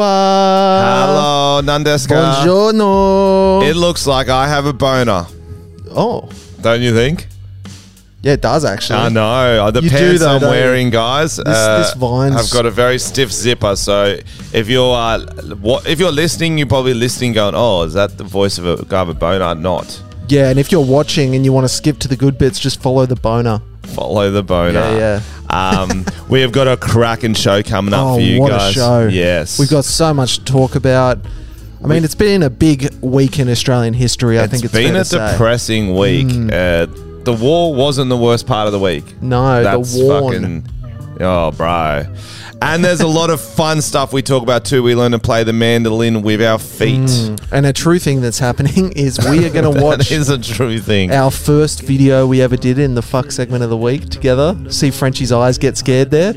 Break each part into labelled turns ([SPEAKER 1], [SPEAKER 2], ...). [SPEAKER 1] Konnichiwa.
[SPEAKER 2] Hello, Nandeska.
[SPEAKER 1] Buongiorno.
[SPEAKER 2] It looks like I have a boner,
[SPEAKER 1] oh,
[SPEAKER 2] don't you think?
[SPEAKER 1] yeah, it does actually.
[SPEAKER 2] I know. Uh, The
[SPEAKER 1] You do
[SPEAKER 2] pants
[SPEAKER 1] though,
[SPEAKER 2] I'm
[SPEAKER 1] don't you?
[SPEAKER 2] wearing, guys, this,
[SPEAKER 1] this vine's-
[SPEAKER 2] have got a very stiff zipper. So if you're uh, what, if you're listening, you're probably listening, going, "Oh, is that the voice of a guy with a boner?" Not
[SPEAKER 1] Yeah, and if you're watching and you want to skip to the good bits, just follow the boner.
[SPEAKER 2] follow the boner.
[SPEAKER 1] Yeah,
[SPEAKER 2] um, we have got a cracking show coming up
[SPEAKER 1] oh,
[SPEAKER 2] for you
[SPEAKER 1] what
[SPEAKER 2] guys.
[SPEAKER 1] a show!
[SPEAKER 2] Yes,
[SPEAKER 1] we've got so much to talk about. I mean, it's been a big week in Australian history. I think it's
[SPEAKER 2] been
[SPEAKER 1] fair to
[SPEAKER 2] a
[SPEAKER 1] say. Hmm.
[SPEAKER 2] depressing week. Uh, the war wasn't the worst part of the week.
[SPEAKER 1] No,
[SPEAKER 2] That's
[SPEAKER 1] the warn.
[SPEAKER 2] fucking. Oh, bro. And there's a lot of fun stuff we talk about too. We learn to play the mandolin with our feet.
[SPEAKER 1] And a true thing that's happening is we are going to
[SPEAKER 2] That
[SPEAKER 1] Hmm. watch
[SPEAKER 2] is a true thing.
[SPEAKER 1] our first video we ever did in the fuck segment of the week together. See Frenchie's eyes get scared there.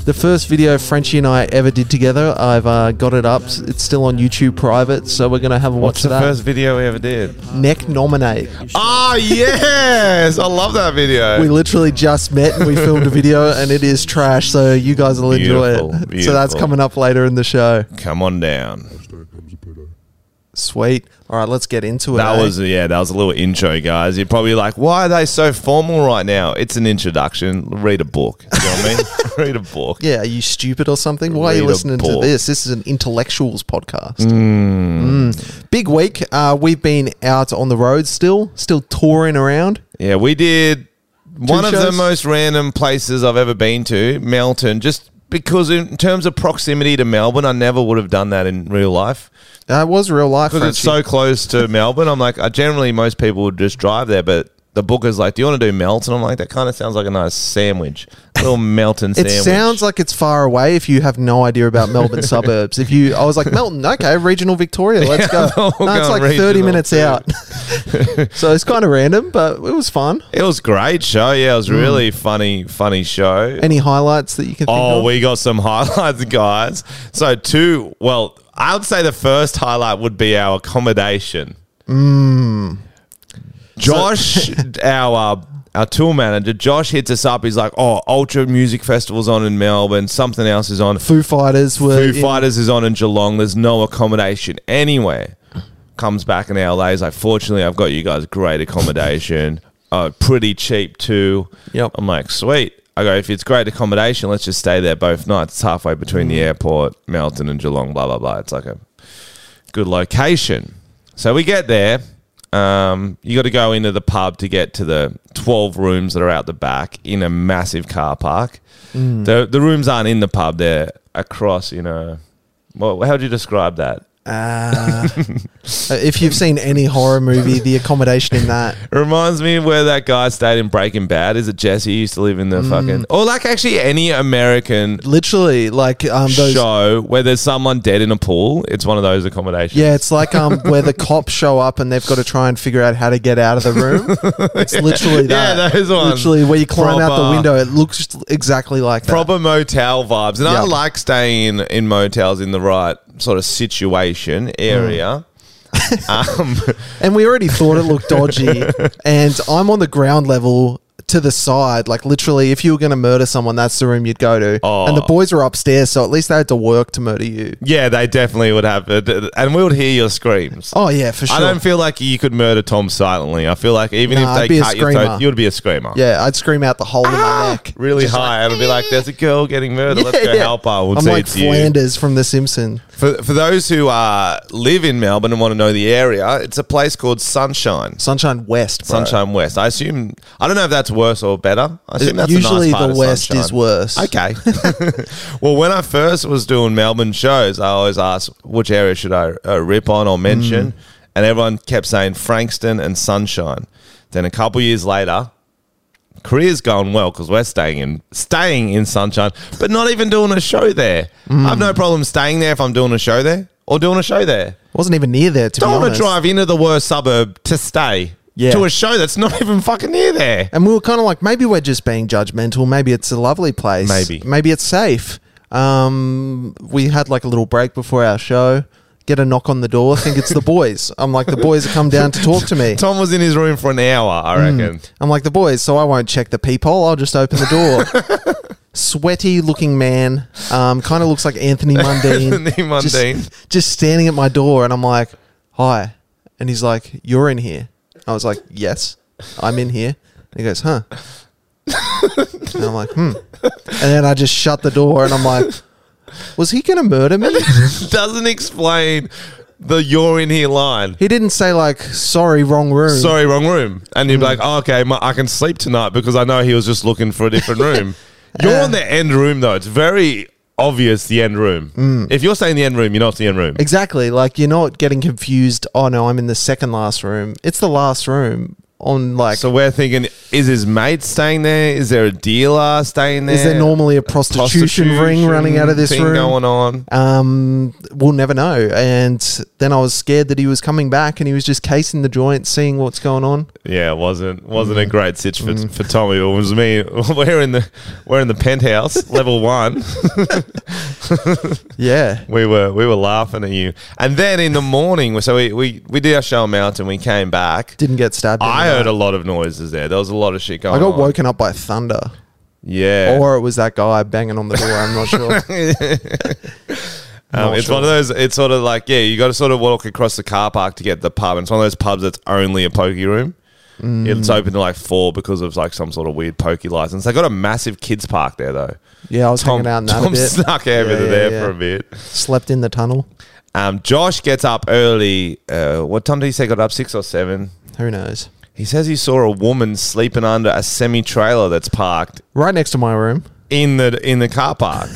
[SPEAKER 1] The first video Frenchie and I ever did together, I've uh, got it up. It's still on YouTube private, so we're going to have a watch
[SPEAKER 2] What's
[SPEAKER 1] of
[SPEAKER 2] the
[SPEAKER 1] that.
[SPEAKER 2] first video we ever did?
[SPEAKER 1] Neck nominate.
[SPEAKER 2] Ah, yes. I love that video.
[SPEAKER 1] We literally just met and we filmed a video, and it is trash, so you guys will enjoy it.
[SPEAKER 2] Beautiful,
[SPEAKER 1] So that's
[SPEAKER 2] beautiful.
[SPEAKER 1] coming up later in the show.
[SPEAKER 2] Come on down.
[SPEAKER 1] Sweet. All right, let's get into it.
[SPEAKER 2] That
[SPEAKER 1] eh?
[SPEAKER 2] was yeah, that was a little intro, guys. You're probably like, why are they so formal right now? It's an introduction. Read a book. You know what I mean? Read a book.
[SPEAKER 1] Yeah, are you stupid or something? Why are
[SPEAKER 2] Read
[SPEAKER 1] you
[SPEAKER 2] a
[SPEAKER 1] listening to
[SPEAKER 2] book.
[SPEAKER 1] this? This is an intellectuals podcast.
[SPEAKER 2] Hmm.
[SPEAKER 1] Mm. Big week. Uh, we've been out on the road still, still touring around.
[SPEAKER 2] Yeah, we did one of the
[SPEAKER 1] shows?
[SPEAKER 2] most random places I've ever been to, Melton, just because in terms of proximity to Melbourne, I never would have done that in real life
[SPEAKER 1] That Uh, was real life.
[SPEAKER 2] because it's
[SPEAKER 1] Frenchie.
[SPEAKER 2] so close to Melbourne. I'm like, I generally most people would just drive there, but the booker's like, "Do you want to do Melton?" I'm like, that kind of sounds like a nice sandwich, little Melton
[SPEAKER 1] It
[SPEAKER 2] sandwich.
[SPEAKER 1] sounds like it's far away if you have no idea about Melbourne suburbs. If you, I was like Melton, okay, regional Victoria, let's go.
[SPEAKER 2] we'll
[SPEAKER 1] No, it's
[SPEAKER 2] go
[SPEAKER 1] like thirty
[SPEAKER 2] regional
[SPEAKER 1] minutes
[SPEAKER 2] too.
[SPEAKER 1] out, so it's kind of random, but it was fun.
[SPEAKER 2] It was great show. Yeah, it was really funny, funny show.
[SPEAKER 1] Any highlights that you can? think
[SPEAKER 2] Oh,
[SPEAKER 1] of?
[SPEAKER 2] we got some highlights, guys. So two. Well, I would say the first highlight would be our accommodation. Josh, our uh, our tour manager, Josh hits us up. He's like, "Oh, Ultra Music Festival's on in Melbourne. Something else is on.
[SPEAKER 1] Foo Fighters were
[SPEAKER 2] Foo
[SPEAKER 1] in-
[SPEAKER 2] Fighters is on in Geelong. There's no accommodation anywhere. Comes back in LA. He's like, fortunately, I've got you guys great accommodation. Uh, pretty cheap too.
[SPEAKER 1] Yep.
[SPEAKER 2] I'm like, sweet. I go, if it's great accommodation, let's just stay there both nights. It's halfway between the airport, Melton and Geelong, blah, blah, blah. It's like a good location. So we get there. Um, you got to go into the pub to get to the 12 rooms that are out the back in a massive car park. The, the rooms aren't in the pub, they're across, you know. Well, how would you describe that?
[SPEAKER 1] Ah. if you've seen any horror movie, the accommodation in that.
[SPEAKER 2] It reminds me of where that guy stayed in Breaking Bad. Is it Jesse? He used to live in
[SPEAKER 1] Mm.
[SPEAKER 2] the fucking. Or like actually any American
[SPEAKER 1] Literally, like um, those.
[SPEAKER 2] show where there's someone dead in a pool. It's one of those accommodations.
[SPEAKER 1] Yeah, it's like um, where the cops show up and they've got to try and figure out how to get out of the room. It's literally
[SPEAKER 2] Yeah,
[SPEAKER 1] that.
[SPEAKER 2] those ones.
[SPEAKER 1] Literally, where you climb out the
[SPEAKER 2] Proper-
[SPEAKER 1] window, it looks exactly like that.
[SPEAKER 2] proper motel vibes. And I
[SPEAKER 1] Yep.
[SPEAKER 2] like staying in, in motels in the right sort of situation
[SPEAKER 1] Mm.
[SPEAKER 2] area. um,
[SPEAKER 1] And we already thought it looked dodgy. and I'm on the ground level to the side. Like, literally, if you were going to murder someone, that's the room you'd go to.
[SPEAKER 2] Oh.
[SPEAKER 1] And the boys were upstairs, so at least they had to work to murder you.
[SPEAKER 2] yeah, they definitely would have, and we would hear your screams.
[SPEAKER 1] Oh, yeah, for sure.
[SPEAKER 2] I don't feel like you could murder Tom silently. I feel like even
[SPEAKER 1] Nah, I'd
[SPEAKER 2] if
[SPEAKER 1] be
[SPEAKER 2] they
[SPEAKER 1] a
[SPEAKER 2] cut your
[SPEAKER 1] screamer.
[SPEAKER 2] throat, you'd be a screamer.
[SPEAKER 1] yeah, I'd scream out the hole in
[SPEAKER 2] Ah.
[SPEAKER 1] my neck.
[SPEAKER 2] Really high, and I'd be like, "There's a girl getting murdered. Let's go
[SPEAKER 1] Ah! Yeah.
[SPEAKER 2] help her. We'll
[SPEAKER 1] I'm
[SPEAKER 2] see
[SPEAKER 1] like
[SPEAKER 2] it's you."
[SPEAKER 1] Flanders from The Simpsons.
[SPEAKER 2] For, for those who uh, live in Melbourne and want to know the area, it's a place called Sunshine.
[SPEAKER 1] Sunshine West, bro.
[SPEAKER 2] Sunshine West. I assume I don't know if that's worse or better. I assume that's
[SPEAKER 1] Usually
[SPEAKER 2] a nice part
[SPEAKER 1] the
[SPEAKER 2] of
[SPEAKER 1] West
[SPEAKER 2] Sunshine.
[SPEAKER 1] is worse.
[SPEAKER 2] Okay. well, when I first was doing Melbourne shows, I always asked which area should I uh, rip on or
[SPEAKER 1] Mm.
[SPEAKER 2] mention, and everyone kept saying Frankston and Sunshine. Then a couple years later, career's going well because we're staying in staying in Sunshine, but not even doing a show there.
[SPEAKER 1] Mm.
[SPEAKER 2] I've no problem staying there if I'm doing a show there or doing a show there.
[SPEAKER 1] Wasn't even near there to be
[SPEAKER 2] Don't want to
[SPEAKER 1] honest.
[SPEAKER 2] drive into the worst suburb to stay.
[SPEAKER 1] Yeah.
[SPEAKER 2] To a show that's not even fucking near there.
[SPEAKER 1] And we were kind of like, maybe we're just being judgmental. Maybe it's a lovely place.
[SPEAKER 2] Maybe.
[SPEAKER 1] maybe it's safe. Um, we had like a little break before our show. Get a knock on the door. Think it's the boys. I'm like, the boys have come down to talk to me.
[SPEAKER 2] Tom was in his room for an hour, I reckon.
[SPEAKER 1] I'm like, the boys. So I won't check the peephole. I'll just open the door. sweaty looking man. Um, kind of looks like Anthony Mundine.
[SPEAKER 2] Anthony
[SPEAKER 1] Just-
[SPEAKER 2] Mundine.
[SPEAKER 1] Just, standing at my door, and I'm like, "Hi," and he's like, "You're in here." I was like, "Yes, I'm in here." And he goes, "Huh?" and I'm like, "Hmm," and then I just shut the door, and I'm like, "Was he gonna murder me?"
[SPEAKER 2] Doesn't explain the you're in here line.
[SPEAKER 1] He didn't say like, "Sorry, wrong room."
[SPEAKER 2] Sorry, wrong room. And you'd be like, oh, okay, my, I can sleep tonight because I know he was just looking for a different room. You're on the end room, though. It's very obvious the end room.
[SPEAKER 1] Mm.
[SPEAKER 2] If you're saying the end room, you're not the end room.
[SPEAKER 1] Exactly. Like you're not getting confused. Oh no, I'm in the second last room. It's the last room. On like,
[SPEAKER 2] So we're thinking, is his mate staying there? Is there a dealer staying there?
[SPEAKER 1] is there normally a prostitution, ring running out of this
[SPEAKER 2] thing
[SPEAKER 1] room?
[SPEAKER 2] going on?
[SPEAKER 1] um, we'll never know. And then I was scared that he was coming back and he was just casing the joint, seeing what's going on.
[SPEAKER 2] Yeah, it wasn't wasn't
[SPEAKER 1] Mm.
[SPEAKER 2] a great sitch for, for Tommy. It was me. We're in the we're in the penthouse, level one.
[SPEAKER 1] Yeah.
[SPEAKER 2] We were we were laughing at you. And then in the morning, so we we, we did our show on Mountain. We came back.
[SPEAKER 1] Didn't get stabbed.
[SPEAKER 2] I
[SPEAKER 1] anyway.
[SPEAKER 2] heard a lot of noises there. There was a lot of shit going.
[SPEAKER 1] I got
[SPEAKER 2] on.
[SPEAKER 1] woken up by thunder.
[SPEAKER 2] Yeah.
[SPEAKER 1] Or it was that guy banging on the door. I'm not sure.
[SPEAKER 2] Um,
[SPEAKER 1] Not
[SPEAKER 2] it's
[SPEAKER 1] sure.
[SPEAKER 2] one of those. It's sort of like yeah, you got to sort of walk across the car park to get to the pub. And it's one of those pubs that's only a pokey room.
[SPEAKER 1] Mm.
[SPEAKER 2] It's open to like four because of like some sort of weird pokey license. They got a massive kids park there though.
[SPEAKER 1] Yeah, I was
[SPEAKER 2] Tom,
[SPEAKER 1] hanging out in that a
[SPEAKER 2] Tom
[SPEAKER 1] bit.
[SPEAKER 2] snuck over
[SPEAKER 1] Yeah,
[SPEAKER 2] to
[SPEAKER 1] yeah,
[SPEAKER 2] there
[SPEAKER 1] yeah.
[SPEAKER 2] for a bit.
[SPEAKER 1] Slept in the tunnel.
[SPEAKER 2] Um, Josh gets up early. Uh, what time did he say he got up? Six or seven?
[SPEAKER 1] Who knows?
[SPEAKER 2] He says he saw a woman sleeping under a semi trailer that's parked
[SPEAKER 1] Right next to my room.
[SPEAKER 2] in the in the car park.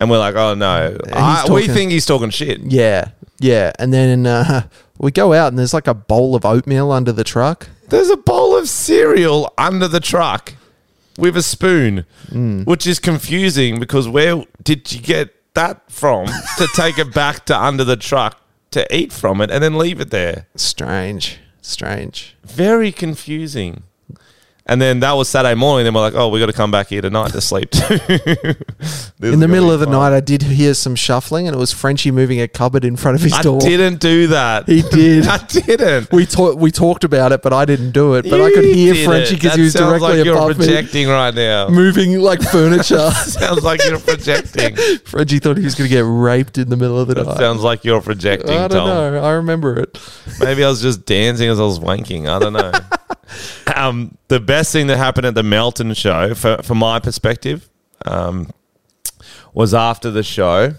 [SPEAKER 2] And we're like, oh no. I, we
[SPEAKER 1] talking-
[SPEAKER 2] think he's talking shit.
[SPEAKER 1] Yeah. Yeah. And then uh, we go out and there's like a bowl of oatmeal under the truck.
[SPEAKER 2] There's a bowl of cereal under the truck with a spoon,
[SPEAKER 1] Hmm.
[SPEAKER 2] which is confusing because where did you get that from to take it back to under the truck to eat from it and then leave it there?
[SPEAKER 1] Strange. Strange.
[SPEAKER 2] Very confusing. And then that was Saturday morning. Then we're like, oh, we got to come back here tonight to sleep too.
[SPEAKER 1] In the middle of the night, I did hear some shuffling, and it was Frenchie moving a cupboard in front of his
[SPEAKER 2] I
[SPEAKER 1] door.
[SPEAKER 2] didn't do that.
[SPEAKER 1] He did.
[SPEAKER 2] I didn't.
[SPEAKER 1] We talked. We talked about it, but I didn't do it. But I could
[SPEAKER 2] You
[SPEAKER 1] hear
[SPEAKER 2] did
[SPEAKER 1] Frenchie
[SPEAKER 2] it.
[SPEAKER 1] because
[SPEAKER 2] That
[SPEAKER 1] he was
[SPEAKER 2] sounds
[SPEAKER 1] directly
[SPEAKER 2] like
[SPEAKER 1] above
[SPEAKER 2] you're projecting right now.
[SPEAKER 1] me, moving like furniture.
[SPEAKER 2] sounds like you're projecting.
[SPEAKER 1] Frenchie thought he was going to get raped in the middle of the
[SPEAKER 2] That
[SPEAKER 1] night.
[SPEAKER 2] sounds like you're projecting,
[SPEAKER 1] I don't
[SPEAKER 2] Tom.
[SPEAKER 1] know. I remember it.
[SPEAKER 2] Maybe I was just dancing as I was wanking. I don't know. um, the best thing that happened at the Melton show, for, from my perspective, um, was after the show.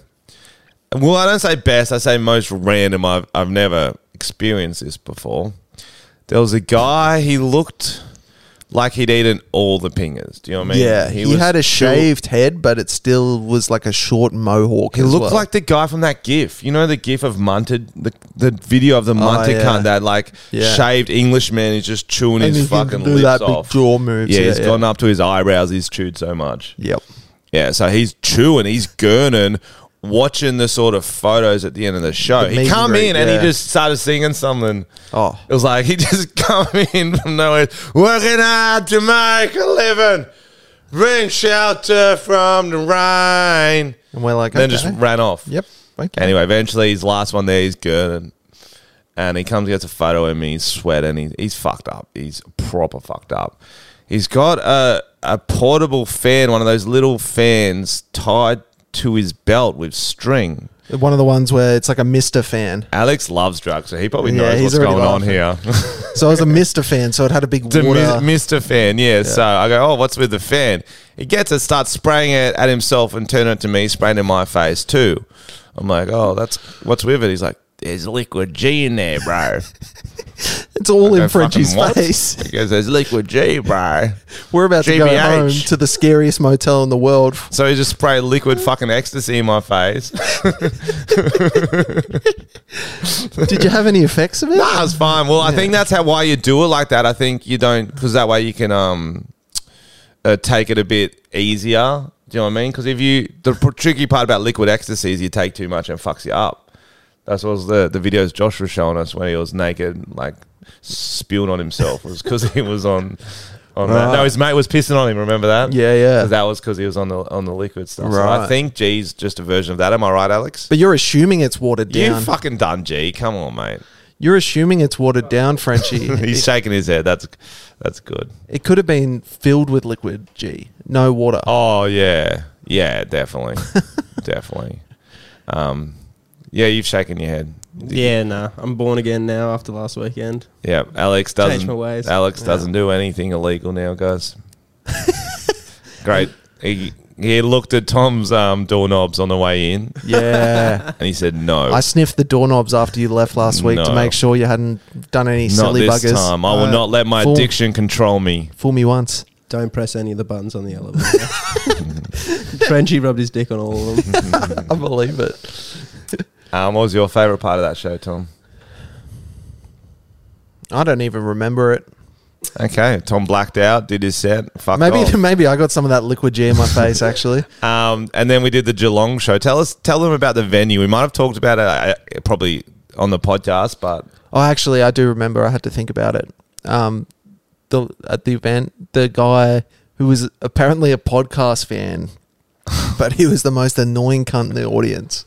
[SPEAKER 2] Well, I don't say best, I say most random. I've, I've never experienced this before. There was a guy, he looked like he'd eaten all the pingers. Do you know what I mean?
[SPEAKER 1] yeah, he,
[SPEAKER 2] was
[SPEAKER 1] had a
[SPEAKER 2] short-
[SPEAKER 1] shaved head, but it still was like a short mohawk.
[SPEAKER 2] He
[SPEAKER 1] as
[SPEAKER 2] looked
[SPEAKER 1] well.
[SPEAKER 2] like the guy from that GIF. You know the GIF of Munted, the, the video of the Munted
[SPEAKER 1] Oh, yeah.
[SPEAKER 2] cunt, that like
[SPEAKER 1] Yeah.
[SPEAKER 2] shaved Englishman is just chewing
[SPEAKER 1] And he
[SPEAKER 2] his
[SPEAKER 1] can
[SPEAKER 2] fucking
[SPEAKER 1] do
[SPEAKER 2] lips
[SPEAKER 1] that big
[SPEAKER 2] off.
[SPEAKER 1] jaw moves.
[SPEAKER 2] Yeah,
[SPEAKER 1] Yeah,
[SPEAKER 2] he's
[SPEAKER 1] yeah.
[SPEAKER 2] gone up to his eyebrows. He's chewed so much.
[SPEAKER 1] Yep.
[SPEAKER 2] Yeah, so he's chewing, he's gurning, watching the sort of photos at the end of the show.
[SPEAKER 1] The meet
[SPEAKER 2] he
[SPEAKER 1] and
[SPEAKER 2] come
[SPEAKER 1] greet,
[SPEAKER 2] in and he
[SPEAKER 1] yeah.
[SPEAKER 2] just started singing something.
[SPEAKER 1] Oh.
[SPEAKER 2] It was like he just come in from nowhere, working hard to make a living, bring shelter from the rain.
[SPEAKER 1] And we're like, okay.
[SPEAKER 2] Then just ran off.
[SPEAKER 1] Yep. Okay.
[SPEAKER 2] Anyway, eventually his last one there, he's good, and, and he comes and gets a photo of me. He's sweating. He, he's fucked up. He's proper fucked up. He's got a a portable fan, one of those little fans tied to his belt with string.
[SPEAKER 1] One of the ones where it's like a Mister fan.
[SPEAKER 2] Alex loves drugs, so he probably
[SPEAKER 1] Yeah,
[SPEAKER 2] knows
[SPEAKER 1] he's
[SPEAKER 2] what's
[SPEAKER 1] already
[SPEAKER 2] going on
[SPEAKER 1] laughing.
[SPEAKER 2] here.
[SPEAKER 1] So I was a Mister fan, so it had a big
[SPEAKER 2] to
[SPEAKER 1] water.
[SPEAKER 2] Mr. Fan, yeah. So I go, oh, what's with the fan? He gets it, starts spraying it at himself and turning it to me, spraying it in my face too. I'm like, oh, that's what's with it. He's like, there's liquid G in there, bro.
[SPEAKER 1] It's all
[SPEAKER 2] Go
[SPEAKER 1] in Frenchie's
[SPEAKER 2] fucking what?
[SPEAKER 1] face.
[SPEAKER 2] He goes, there's liquid G, bro.
[SPEAKER 1] We're about to go
[SPEAKER 2] GBH.
[SPEAKER 1] home to the scariest motel in the world.
[SPEAKER 2] So he just sprayed liquid fucking ecstasy in my face.
[SPEAKER 1] Did you have any effects of it?
[SPEAKER 2] Nah, it's fine. Well, I think that's how why you do it like that. I think you don't because that way you can um uh, take it a bit easier. Do you know what I mean? Because if you the pr- tricky part about liquid ecstasy is you take too much and fucks you up. That's what was the the videos Josh was showing us when he was naked, like spewing on himself, was because he was on. On that.
[SPEAKER 1] Right.
[SPEAKER 2] No, his mate was pissing on him. Remember that?
[SPEAKER 1] Yeah, yeah.
[SPEAKER 2] 'Cause that was because he was on the on the liquid stuff. So I
[SPEAKER 1] Right.
[SPEAKER 2] think G's just a version of that. Am I right, Alex?
[SPEAKER 1] But you're assuming it's watered
[SPEAKER 2] you
[SPEAKER 1] down.
[SPEAKER 2] fucking done, G. Come on, mate.
[SPEAKER 1] You're assuming it's watered down, Frenchie.
[SPEAKER 2] He's
[SPEAKER 1] it,
[SPEAKER 2] shaking his head. That's that's good.
[SPEAKER 1] it could have been filled with liquid, G. No water.
[SPEAKER 2] Oh yeah, yeah, definitely, definitely. Um, yeah, you've shaken your head.
[SPEAKER 3] Yeah, nah. I'm born again now after last weekend.
[SPEAKER 2] Yeah, Alex
[SPEAKER 3] Changed
[SPEAKER 2] doesn't.
[SPEAKER 3] my ways.
[SPEAKER 2] Alex
[SPEAKER 1] Yeah.
[SPEAKER 2] doesn't do anything illegal now, guys. Great. He he looked at Tom's um, doorknobs on the way in,
[SPEAKER 1] Yeah.
[SPEAKER 2] and he said, "No,
[SPEAKER 1] I sniffed the doorknobs after you left last week to
[SPEAKER 2] No.
[SPEAKER 1] make sure you hadn't done any
[SPEAKER 2] not
[SPEAKER 1] silly
[SPEAKER 2] this
[SPEAKER 1] buggers.
[SPEAKER 2] time. I will
[SPEAKER 1] Uh,
[SPEAKER 2] not let my
[SPEAKER 1] fool-
[SPEAKER 2] addiction control me."
[SPEAKER 1] Fool me once.
[SPEAKER 3] Don't press any of the buttons on the elevator. Frenchie rubbed his dick on all of them.
[SPEAKER 1] I believe it.
[SPEAKER 2] Um, what was your favorite part of that show, Tom?
[SPEAKER 1] I don't even remember it.
[SPEAKER 2] Okay, Tom blacked out, did his set. Fuck
[SPEAKER 1] Maybe
[SPEAKER 2] off.
[SPEAKER 1] maybe I got some of that liquid G in my face actually.
[SPEAKER 2] Um, and then we did the Geelong show. Tell us, tell them about the venue. We might have talked about it uh, probably on the podcast, but
[SPEAKER 1] Oh, actually, I do remember. I had to think about it. Um, the at the event, the guy who was apparently a podcast fan, but he was the most annoying cunt in the audience.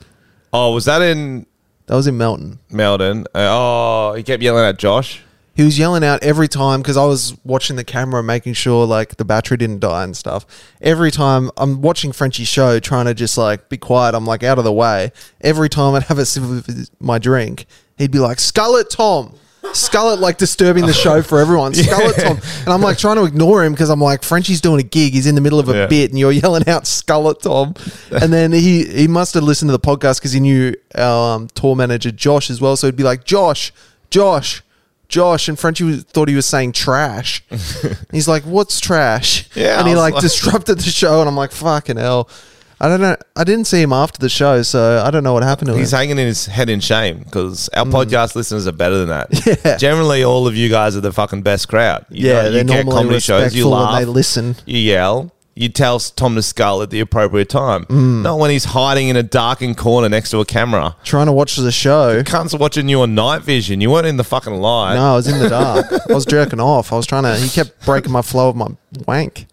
[SPEAKER 2] oh, was that in
[SPEAKER 1] That was in Melton.
[SPEAKER 2] Melbourne? Uh, oh, he kept yelling at Josh.
[SPEAKER 1] He was yelling out every time because I was watching the camera, making sure like the battery didn't die and stuff. Every time I'm watching Frenchie's show, trying to just like be quiet. I'm like out of the way. Every time I'd have a sip of his- my drink, he'd be like, "Scarlet Tom." Scarlet like disturbing the show for everyone. Scarlet Tom, and I'm like trying to ignore him because I'm like Frenchie's doing a gig. He's in the middle of a
[SPEAKER 2] Yeah.
[SPEAKER 1] bit, and you're yelling out Scarlet Tom. And then he he must have listened to the podcast because he knew our um, tour manager Josh as well. So he'd be like Josh, Josh, Josh, and Frenchie was, thought he was saying trash. he's like, "What's trash?"
[SPEAKER 2] Yeah,
[SPEAKER 1] and
[SPEAKER 2] I
[SPEAKER 1] he
[SPEAKER 2] was
[SPEAKER 1] like
[SPEAKER 2] like-
[SPEAKER 1] disrupted the show, and I'm like, "Fucking hell." I don't know. I didn't see him after the show, so I don't know what happened to
[SPEAKER 2] He's
[SPEAKER 1] him.
[SPEAKER 2] hanging in his head in shame because our podcast listeners are better than that.
[SPEAKER 1] Yeah.
[SPEAKER 2] Generally, all of you guys are the fucking best crowd. You
[SPEAKER 1] yeah,
[SPEAKER 2] know,
[SPEAKER 1] they're
[SPEAKER 2] you get
[SPEAKER 1] normally
[SPEAKER 2] comedy
[SPEAKER 1] respectful
[SPEAKER 2] shows, you
[SPEAKER 1] and
[SPEAKER 2] laugh,
[SPEAKER 1] they listen.
[SPEAKER 2] you yell, you tell Tom to scull at the appropriate time. Not when he's hiding in a darkened corner next to a camera.
[SPEAKER 1] Trying to watch the show.
[SPEAKER 2] Cunts are watching you on night vision. You weren't in the fucking light.
[SPEAKER 1] No, I was in the dark. I was jerking off. I was trying to. He kept breaking my flow of my wank.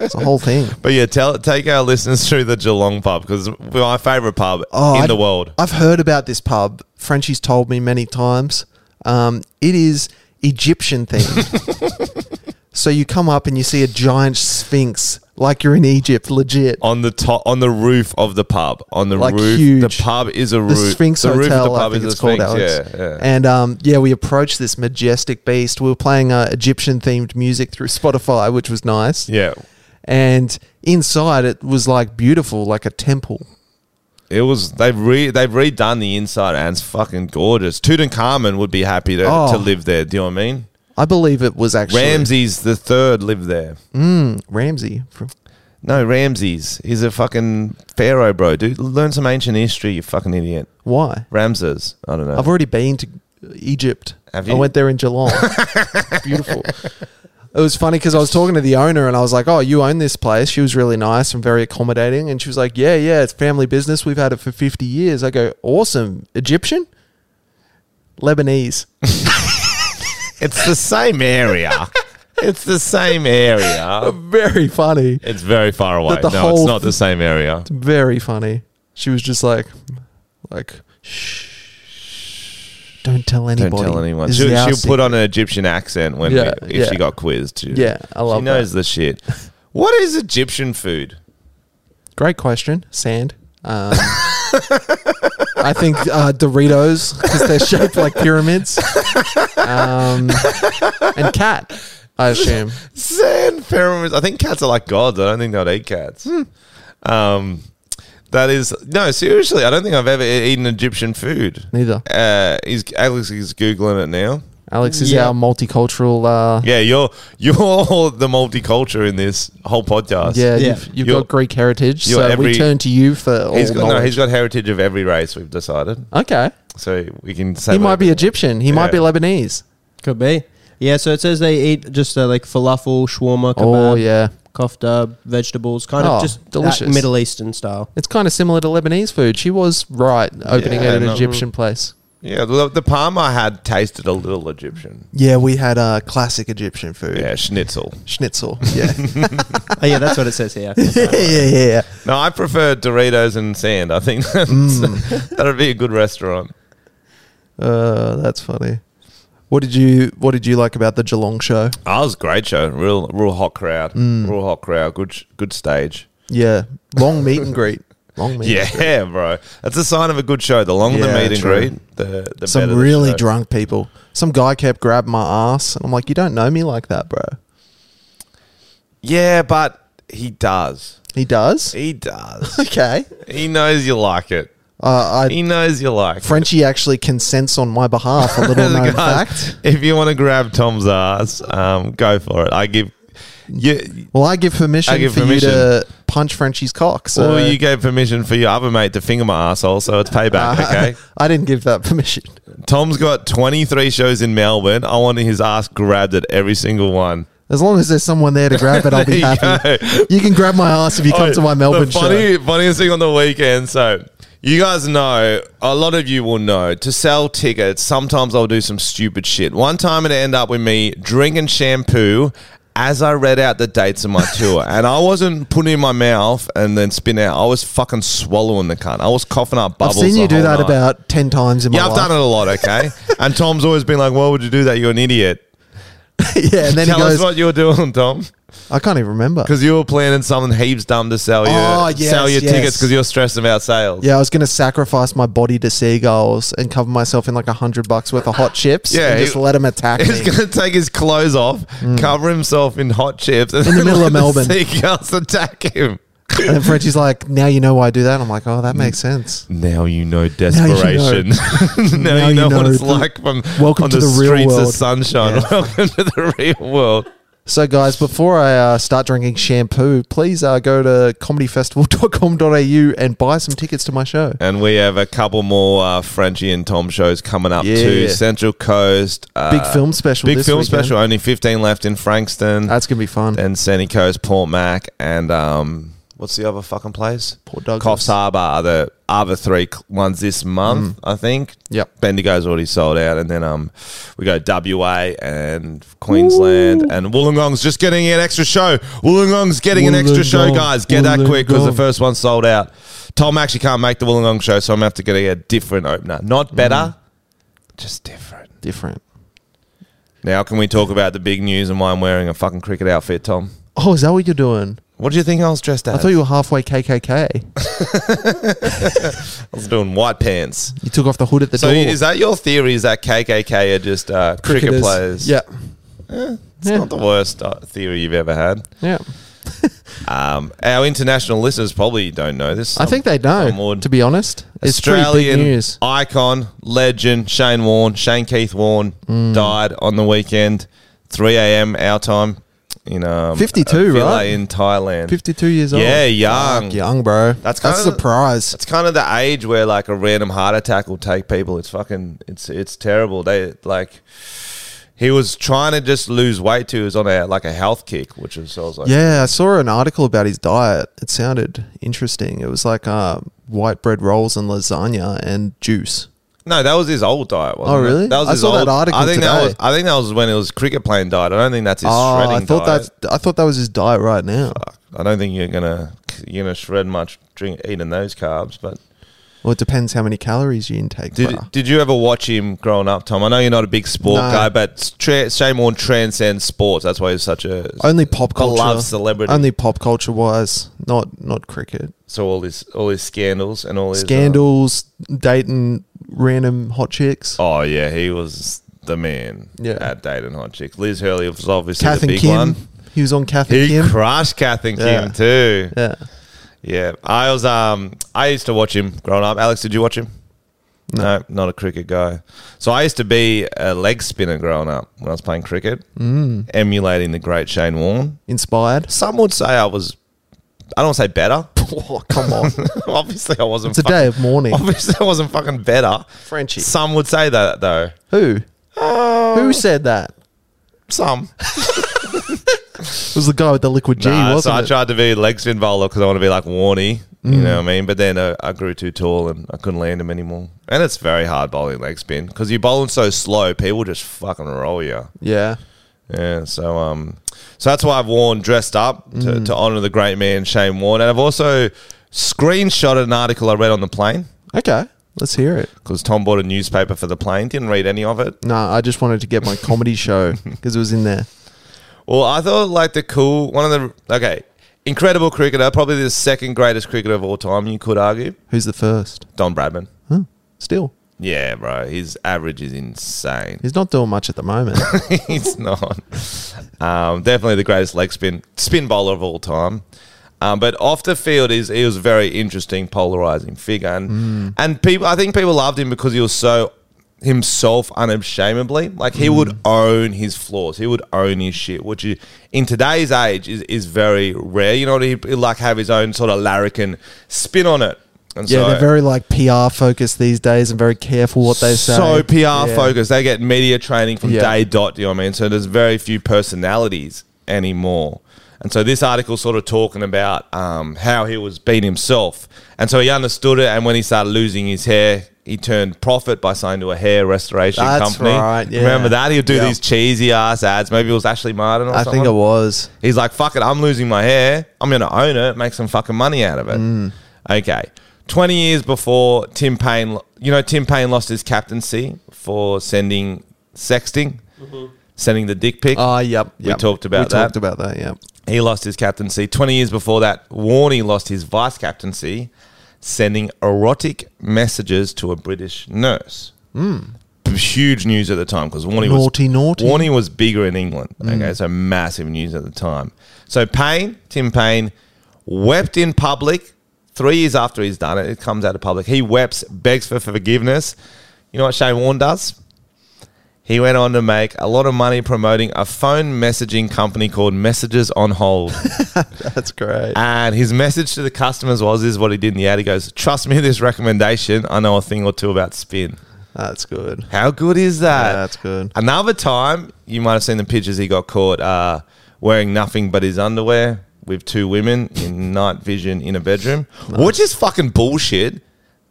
[SPEAKER 1] It's a whole thing.
[SPEAKER 2] But yeah, tell take our listeners through the Geelong pub because my favorite pub
[SPEAKER 1] Oh,
[SPEAKER 2] in
[SPEAKER 1] I-
[SPEAKER 2] the world.
[SPEAKER 1] I've heard about this pub. Frenchie's told me many times. Um, it is Egyptian themed. so you come up and you see a giant sphinx, like you're in Egypt, legit.
[SPEAKER 2] on the top, on the roof of the pub, on the
[SPEAKER 1] Like
[SPEAKER 2] roof,
[SPEAKER 1] huge.
[SPEAKER 2] the pub is a
[SPEAKER 1] the
[SPEAKER 2] roof.
[SPEAKER 1] Sphinx
[SPEAKER 2] the
[SPEAKER 1] Hotel, I think
[SPEAKER 2] a
[SPEAKER 1] it's called,
[SPEAKER 2] Sphinx,
[SPEAKER 1] Alex.
[SPEAKER 2] Yeah, yeah.
[SPEAKER 1] And um, yeah, we approached this majestic beast. We were playing uh, Egyptian themed music through Spotify, which was nice.
[SPEAKER 2] yeah.
[SPEAKER 1] and inside it was like beautiful, like a temple.
[SPEAKER 2] It was they've re, they've redone the inside and it's fucking gorgeous. Tutankhamun would be happy to,
[SPEAKER 1] Oh.
[SPEAKER 2] to live there. Do you know what I mean?
[SPEAKER 1] I believe it was actually Hmm,
[SPEAKER 2] Ramses the third lived there.
[SPEAKER 1] Ramsey. From,
[SPEAKER 2] No, Ramses. He's a fucking pharaoh, bro. Dude, learn some ancient history, you fucking idiot.
[SPEAKER 1] why?
[SPEAKER 2] Ramses. I don't know.
[SPEAKER 1] I've already been to Egypt.
[SPEAKER 2] Have
[SPEAKER 1] I
[SPEAKER 2] you?
[SPEAKER 1] went there in Geelong. It's beautiful. It was funny because I was talking to the owner and I was like, "Oh, you own this place." She was really nice and very accommodating, and she was like, "Yeah, yeah, it's family business. We've had it for fifty years." I go, "Awesome, Egyptian, Lebanese."
[SPEAKER 2] It's the same area. it's the same area.
[SPEAKER 1] Very funny.
[SPEAKER 2] It's very far away.
[SPEAKER 1] But
[SPEAKER 2] No,
[SPEAKER 1] the whole-
[SPEAKER 2] it's not the same area.
[SPEAKER 1] very funny. She was just like, like, shh, don't tell anybody.
[SPEAKER 2] Don't tell anyone.
[SPEAKER 1] This
[SPEAKER 2] She,
[SPEAKER 1] is our
[SPEAKER 2] she'll
[SPEAKER 1] secret."
[SPEAKER 2] put on an Egyptian accent when
[SPEAKER 1] Yeah,
[SPEAKER 2] we, if
[SPEAKER 1] yeah.
[SPEAKER 2] she got quizzed. She,
[SPEAKER 1] Yeah, I love
[SPEAKER 2] She knows the shit. What is Egyptian food?
[SPEAKER 1] Great question. Sand. Um, I think uh, Doritos because they're shaped like pyramids. Um, and cat, I assume.
[SPEAKER 2] Sand pyramids. I think cats are like gods. I don't think they'd eat cats.
[SPEAKER 1] Hmm.
[SPEAKER 2] Um, that is no. Seriously, I don't think I've ever e- eaten Egyptian food.
[SPEAKER 1] Neither.
[SPEAKER 2] Uh, is Alex is googling it now.
[SPEAKER 1] Alex is
[SPEAKER 3] Yeah.
[SPEAKER 1] our multicultural. Uh,
[SPEAKER 2] Yeah, you're you're the multiculture in this whole podcast.
[SPEAKER 1] yeah,
[SPEAKER 3] Yeah.
[SPEAKER 1] you've, you've
[SPEAKER 2] You're-
[SPEAKER 1] got Greek heritage,
[SPEAKER 2] you're
[SPEAKER 1] so we
[SPEAKER 2] every-
[SPEAKER 1] turn to you for all
[SPEAKER 2] He's got, no,
[SPEAKER 1] knowledge.
[SPEAKER 2] he's got heritage of every race. We've decided,
[SPEAKER 1] okay,
[SPEAKER 2] so we can say
[SPEAKER 1] he might
[SPEAKER 2] whatever
[SPEAKER 1] be
[SPEAKER 2] we
[SPEAKER 1] Egyptian. He
[SPEAKER 2] Yeah.
[SPEAKER 1] might be Lebanese.
[SPEAKER 3] Could be. Yeah, so it says they eat just uh, like falafel, shawarma, kebab,
[SPEAKER 1] Oh yeah,
[SPEAKER 3] kofta, vegetables, kind
[SPEAKER 1] Oh,
[SPEAKER 3] of just that
[SPEAKER 1] delicious.
[SPEAKER 3] Middle Eastern style.
[SPEAKER 1] It's kind of similar to Lebanese food. She was right opening
[SPEAKER 2] Yeah,
[SPEAKER 1] at an
[SPEAKER 2] no.
[SPEAKER 1] Egyptian place.
[SPEAKER 2] Yeah, the, the palm I had tasted a little Egyptian.
[SPEAKER 1] Yeah, we had uh, classic Egyptian food.
[SPEAKER 2] Yeah, schnitzel.
[SPEAKER 1] Schnitzel. Yeah.
[SPEAKER 3] oh yeah, that's what it says here.
[SPEAKER 1] yeah, yeah, yeah.
[SPEAKER 2] No, I
[SPEAKER 1] Mm.
[SPEAKER 2] prefer Doritos and sand. I think that's, that'd be a good restaurant.
[SPEAKER 1] It Uh, that's funny. What did you What did you like about the Geelong show?
[SPEAKER 2] Oh, it was a great show. Real, real hot crowd.
[SPEAKER 1] Mm.
[SPEAKER 2] Real hot crowd. Good, sh- good stage.
[SPEAKER 1] Yeah, long meet and greet. Long meet. and greet.
[SPEAKER 2] Yeah, bro. That's a sign of a good show. The longer
[SPEAKER 1] Yeah,
[SPEAKER 2] the meet and
[SPEAKER 1] true.
[SPEAKER 2] greet, the, the better
[SPEAKER 1] Some
[SPEAKER 2] the
[SPEAKER 1] really
[SPEAKER 2] show.
[SPEAKER 1] drunk people. Some guy kept grabbing my ass, and I'm like, "You don't know me like that, bro."
[SPEAKER 2] Yeah, but he does.
[SPEAKER 1] He does.
[SPEAKER 2] He does.
[SPEAKER 1] Okay.
[SPEAKER 2] he knows you like it.
[SPEAKER 1] Uh, I
[SPEAKER 2] He knows you like it.
[SPEAKER 1] Frenchie actually consents on my behalf. A little known
[SPEAKER 2] Guys,
[SPEAKER 1] fact.
[SPEAKER 2] If you want to grab Tom's ass, um, go for it. I give you.
[SPEAKER 1] Well, I give permission
[SPEAKER 2] I give
[SPEAKER 1] for you to
[SPEAKER 2] permission.
[SPEAKER 1] punch Frenchie's cock. So
[SPEAKER 2] Well, you gave permission for your other mate to finger my asshole, so it's payback.
[SPEAKER 1] Uh-huh.
[SPEAKER 2] Okay.
[SPEAKER 1] I didn't give that permission.
[SPEAKER 2] Tom's got 23 shows in Melbourne. I want his ass grabbed at every single one.
[SPEAKER 1] As long as there's someone there to grab it, I'll be
[SPEAKER 2] There you
[SPEAKER 1] happy.
[SPEAKER 2] go.
[SPEAKER 1] You can grab my ass if you come
[SPEAKER 2] Oh,
[SPEAKER 1] to my Melbourne
[SPEAKER 2] the
[SPEAKER 1] show.
[SPEAKER 2] funny, Funniest thing on the weekend. So you guys know, a lot of you will know, to sell tickets, sometimes I'll do some stupid shit. One time it ended up with me drinking shampoo as I read out the dates of my tour. And I wasn't putting it in my mouth and then spin out. I was fucking swallowing the cunt. I was coughing up
[SPEAKER 1] I've
[SPEAKER 2] bubbles.
[SPEAKER 1] seen
[SPEAKER 2] the
[SPEAKER 1] you do
[SPEAKER 2] whole
[SPEAKER 1] that
[SPEAKER 2] night.
[SPEAKER 1] about ten times in my
[SPEAKER 2] Yeah, I've
[SPEAKER 1] life.
[SPEAKER 2] done it a lot, okay? and Tom's always been like, why would you do that? You're an idiot.
[SPEAKER 1] yeah, and then he
[SPEAKER 2] Tell us
[SPEAKER 1] goes,
[SPEAKER 2] what you were doing, Tom.
[SPEAKER 1] I can't even remember.
[SPEAKER 2] Because you were planning something heaps dumb to sell your,
[SPEAKER 1] Oh, yes,
[SPEAKER 2] sell your
[SPEAKER 1] yes.
[SPEAKER 2] tickets because you're stressed about sales.
[SPEAKER 1] Yeah, I was going to sacrifice my body to seagulls and cover myself in like a hundred bucks worth of hot chips
[SPEAKER 2] Yeah,
[SPEAKER 1] and
[SPEAKER 2] he-
[SPEAKER 1] just let them attack me.
[SPEAKER 2] He's going to take his clothes off, cover himself in hot chips, and
[SPEAKER 1] Mm. In the
[SPEAKER 2] then
[SPEAKER 1] middle
[SPEAKER 2] let
[SPEAKER 1] of Melbourne.
[SPEAKER 2] The seagulls attack him.
[SPEAKER 1] And then Frenchie's like, now you know why I do that. I'm like, oh, that makes sense.
[SPEAKER 2] Now you know
[SPEAKER 1] know.
[SPEAKER 2] desperation. Now you know,
[SPEAKER 1] Now you
[SPEAKER 2] what
[SPEAKER 1] know
[SPEAKER 2] it's
[SPEAKER 1] the-
[SPEAKER 2] like from
[SPEAKER 1] Welcome
[SPEAKER 2] on
[SPEAKER 1] to
[SPEAKER 2] the,
[SPEAKER 1] the real
[SPEAKER 2] streets
[SPEAKER 1] world.
[SPEAKER 2] of sunshine. Welcome to the real world.
[SPEAKER 1] So, guys, before I uh, start drinking shampoo, please uh, go to comedyfestival.com.au and buy some tickets to my show.
[SPEAKER 2] And we have a couple more uh, Frenchie and Tom shows coming up
[SPEAKER 1] Yeah.
[SPEAKER 2] too. Central Coast. Uh,
[SPEAKER 1] Big film special.
[SPEAKER 2] Big
[SPEAKER 1] this
[SPEAKER 2] film
[SPEAKER 1] weekend.
[SPEAKER 2] special. Only 15 left in Frankston.
[SPEAKER 1] That's gonna be fun.
[SPEAKER 2] and Sandy Coast, Port Mac, and um, what's the other fucking place?
[SPEAKER 1] Port Douglas.
[SPEAKER 2] Coffs Harbour are the other three cl- ones this month,
[SPEAKER 1] Mm-hmm.
[SPEAKER 2] I think.
[SPEAKER 1] Yep.
[SPEAKER 2] Bendigo's already sold out, and then um, we go WA and Queensland, and Wollongong's just getting an extra show. Wollongong's getting an extra show,
[SPEAKER 1] Wollongong,
[SPEAKER 2] guys. Get that quick because the
[SPEAKER 1] Wollongong.
[SPEAKER 2] first one sold out. Tom actually can't make the Wollongong show, so I'm gonna have to get a different opener.
[SPEAKER 1] Mm-hmm.
[SPEAKER 2] Not better, just different.
[SPEAKER 1] Different.
[SPEAKER 2] Now, can we talk about the big news and why I'm wearing a fucking cricket outfit, Tom?
[SPEAKER 1] Oh, is that what you're doing?
[SPEAKER 2] What do you think I was dressed as?
[SPEAKER 1] I thought you were halfway KKK.
[SPEAKER 2] I was doing white pants.
[SPEAKER 1] You took off the hood at the
[SPEAKER 2] So
[SPEAKER 1] door.
[SPEAKER 2] is that your theory? Is that KKK are just uh, cricket
[SPEAKER 1] Cricketers.
[SPEAKER 2] players? Eh,
[SPEAKER 1] Yeah.
[SPEAKER 2] it's
[SPEAKER 1] Yeah.
[SPEAKER 2] not the worst uh, theory you've ever had.
[SPEAKER 1] Yeah.
[SPEAKER 2] Um, our international listeners probably don't know this.
[SPEAKER 1] I think they
[SPEAKER 2] some
[SPEAKER 1] know,
[SPEAKER 2] would.
[SPEAKER 1] to be honest. It's pretty big news.
[SPEAKER 2] icon, legend Shane Warne, Shane Keith Warne
[SPEAKER 1] Mm.
[SPEAKER 2] died on the weekend, 3 a.m. our time in um,
[SPEAKER 1] 52,
[SPEAKER 2] a villa
[SPEAKER 1] right?
[SPEAKER 2] in Thailand.
[SPEAKER 1] 52 years old.
[SPEAKER 2] Yeah, young.
[SPEAKER 1] Fuck, young, bro. That's,
[SPEAKER 2] That's
[SPEAKER 1] That's
[SPEAKER 2] kinda-
[SPEAKER 1] surprise.
[SPEAKER 2] It's kind of the age where like a random heart attack will take people. It's fucking it's it's terrible. They like he was trying to just lose weight too. He was on a like a health kick, which was I was like
[SPEAKER 1] Yeah, I saw an article about his diet. It sounded interesting. It was like uh, white bread rolls and lasagna and juice.
[SPEAKER 2] No, that was his old diet. Wasn't
[SPEAKER 1] Oh,
[SPEAKER 2] it?
[SPEAKER 1] really?
[SPEAKER 2] That was
[SPEAKER 1] I
[SPEAKER 2] his
[SPEAKER 1] saw that
[SPEAKER 2] old,
[SPEAKER 1] article
[SPEAKER 2] I think that
[SPEAKER 1] today.
[SPEAKER 2] was I think that was when it was cricket playing diet. I don't think that's his
[SPEAKER 1] Oh,
[SPEAKER 2] shredding
[SPEAKER 1] I thought
[SPEAKER 2] diet.
[SPEAKER 1] that's I thought that was his diet right now.
[SPEAKER 2] I don't think you're gonna you're gonna shred much drink eating those carbs. But
[SPEAKER 1] Well, it depends how many calories you intake.
[SPEAKER 2] did
[SPEAKER 1] bruh.
[SPEAKER 2] did you ever watch him growing up, Tom? I know you're not a big sport
[SPEAKER 1] No.
[SPEAKER 2] guy, but tra- Shane Warne transcends sports. That's why he's such a
[SPEAKER 1] only pop culture.
[SPEAKER 2] beloved celebrity.
[SPEAKER 1] Only pop culture wise, not not cricket.
[SPEAKER 2] So all his all his scandals and all his um,
[SPEAKER 1] Scandals, dating random hot chicks.
[SPEAKER 2] oh yeah, he was the man.
[SPEAKER 1] Yeah.
[SPEAKER 2] at dating hot chick. Liz Hurley was obviously
[SPEAKER 1] Kath
[SPEAKER 2] the
[SPEAKER 1] and
[SPEAKER 2] big
[SPEAKER 1] Kim.
[SPEAKER 2] one.
[SPEAKER 1] He was on Kath
[SPEAKER 2] He
[SPEAKER 1] and Kim.
[SPEAKER 2] crushed Kath and
[SPEAKER 1] Yeah.
[SPEAKER 2] Kim too.
[SPEAKER 1] yeah.
[SPEAKER 2] Yeah, I was um I used to watch him growing up. Alex, did you watch him? No, not a cricket guy. So I used to be a leg spinner growing up when I was playing cricket, mm. emulating the great Shane Warne.
[SPEAKER 1] Inspired.
[SPEAKER 2] Some would say I was, I don't want to say better.
[SPEAKER 1] Oh, come on.
[SPEAKER 2] obviously, I
[SPEAKER 1] It's
[SPEAKER 2] wasn't.
[SPEAKER 1] a
[SPEAKER 2] fuck-
[SPEAKER 1] day of mourning.
[SPEAKER 2] Obviously, I wasn't fucking better.
[SPEAKER 1] Frenchie.
[SPEAKER 2] Some would say that though.
[SPEAKER 1] Who?
[SPEAKER 2] Oh,
[SPEAKER 1] Who said that?
[SPEAKER 2] some?
[SPEAKER 1] It was the guy with the liquid G,
[SPEAKER 2] Nah, so
[SPEAKER 1] wasn't
[SPEAKER 2] I
[SPEAKER 1] it? Mm.
[SPEAKER 2] tried to be leg spin bowler because I want to be like Warney. You know what I mean? But then uh, I grew too tall and I couldn't land him anymore. And it's very hard bowling leg spin because you're bowling so slow, people just fucking roll you.
[SPEAKER 1] yeah.
[SPEAKER 2] Yeah, so um, so that's why I've worn dressed up to,
[SPEAKER 1] Mm.
[SPEAKER 2] to honor the great man Shane Warne, and I've also screenshotted an article I read on the plane.
[SPEAKER 1] Okay. Let's hear it.
[SPEAKER 2] because Tom bought a newspaper for the plane. Didn't read any of it.
[SPEAKER 1] No, I just wanted to get my comedy show because it was in there.
[SPEAKER 2] Well, I thought like the cool one of the okay, incredible cricketer, probably the second greatest cricketer of all time. You could argue
[SPEAKER 1] Who's the first?
[SPEAKER 2] Don Bradman.
[SPEAKER 1] Huh? Still,
[SPEAKER 2] Yeah, bro, his average is insane.
[SPEAKER 1] he's not doing much at the moment.
[SPEAKER 2] He's not. Um, definitely the greatest leg spin spin bowler of all time. Um, but off the field, is he was a very interesting, polarizing figure, and
[SPEAKER 1] Hmm.
[SPEAKER 2] and people. I think people loved him because he was so himself unashamedly. Like he
[SPEAKER 1] Hmm.
[SPEAKER 2] would own his flaws. He would own his shit, which is, in today's age is, is very rare. You know, he would like have his own sort of larrikin spin on it. And
[SPEAKER 1] yeah,
[SPEAKER 2] so,
[SPEAKER 1] they're very like PR focused these days and very careful what they say.
[SPEAKER 2] so PR
[SPEAKER 1] Yeah.
[SPEAKER 2] focused. They get media training from
[SPEAKER 1] Yeah.
[SPEAKER 2] day dot. Do you know what I mean? So there's very few personalities anymore. And so this article's sort of talking about um, how he was being himself. And so he understood it. And when he started losing his hair, he turned profit by signing to a hair restoration
[SPEAKER 1] That's
[SPEAKER 2] company.
[SPEAKER 1] right, yeah.
[SPEAKER 2] Remember that? He'd do
[SPEAKER 1] Yeah.
[SPEAKER 2] these cheesy ass ads. Maybe it was Ashley Martin or
[SPEAKER 1] I
[SPEAKER 2] something.
[SPEAKER 1] think it was.
[SPEAKER 2] He's like, fuck it, I'm losing my hair. I'm going to own it, make some fucking money out of it. Okay. 20 years before Tim Payne, you know, Tim Payne lost his captaincy for sending sexting, sending the dick pic.
[SPEAKER 1] Ah, yep,
[SPEAKER 2] We
[SPEAKER 1] yep.
[SPEAKER 2] talked about
[SPEAKER 1] we
[SPEAKER 2] that.
[SPEAKER 1] talked about that. Yep.
[SPEAKER 2] He lost his captaincy. 20 years before that, Warney lost his vice captaincy, sending erotic messages to a British nurse. Mm. Huge news at the time because Warney
[SPEAKER 1] Hmm. Naughty,
[SPEAKER 2] was
[SPEAKER 1] naughty. Hmm.
[SPEAKER 2] Warney was bigger in England. Okay, so massive news at the time. So Payne, Tim Payne, wept in public three years after he's done it. It comes out of public. He weeps, begs for forgiveness. You know what Shane Warne does? He went on to make a lot of money promoting a phone messaging company called Messages on Hold.
[SPEAKER 1] That's great.
[SPEAKER 2] and his message to the customers was this is what he did in the ad. He goes, Trust me, this recommendation, I know a thing or two about spin.
[SPEAKER 1] That's good.
[SPEAKER 2] How good is that?
[SPEAKER 1] Yeah, that's good.
[SPEAKER 2] Another time, you might have seen the pictures he got caught uh, wearing nothing but his underwear with two women in night vision in a bedroom, which is fucking bullshit.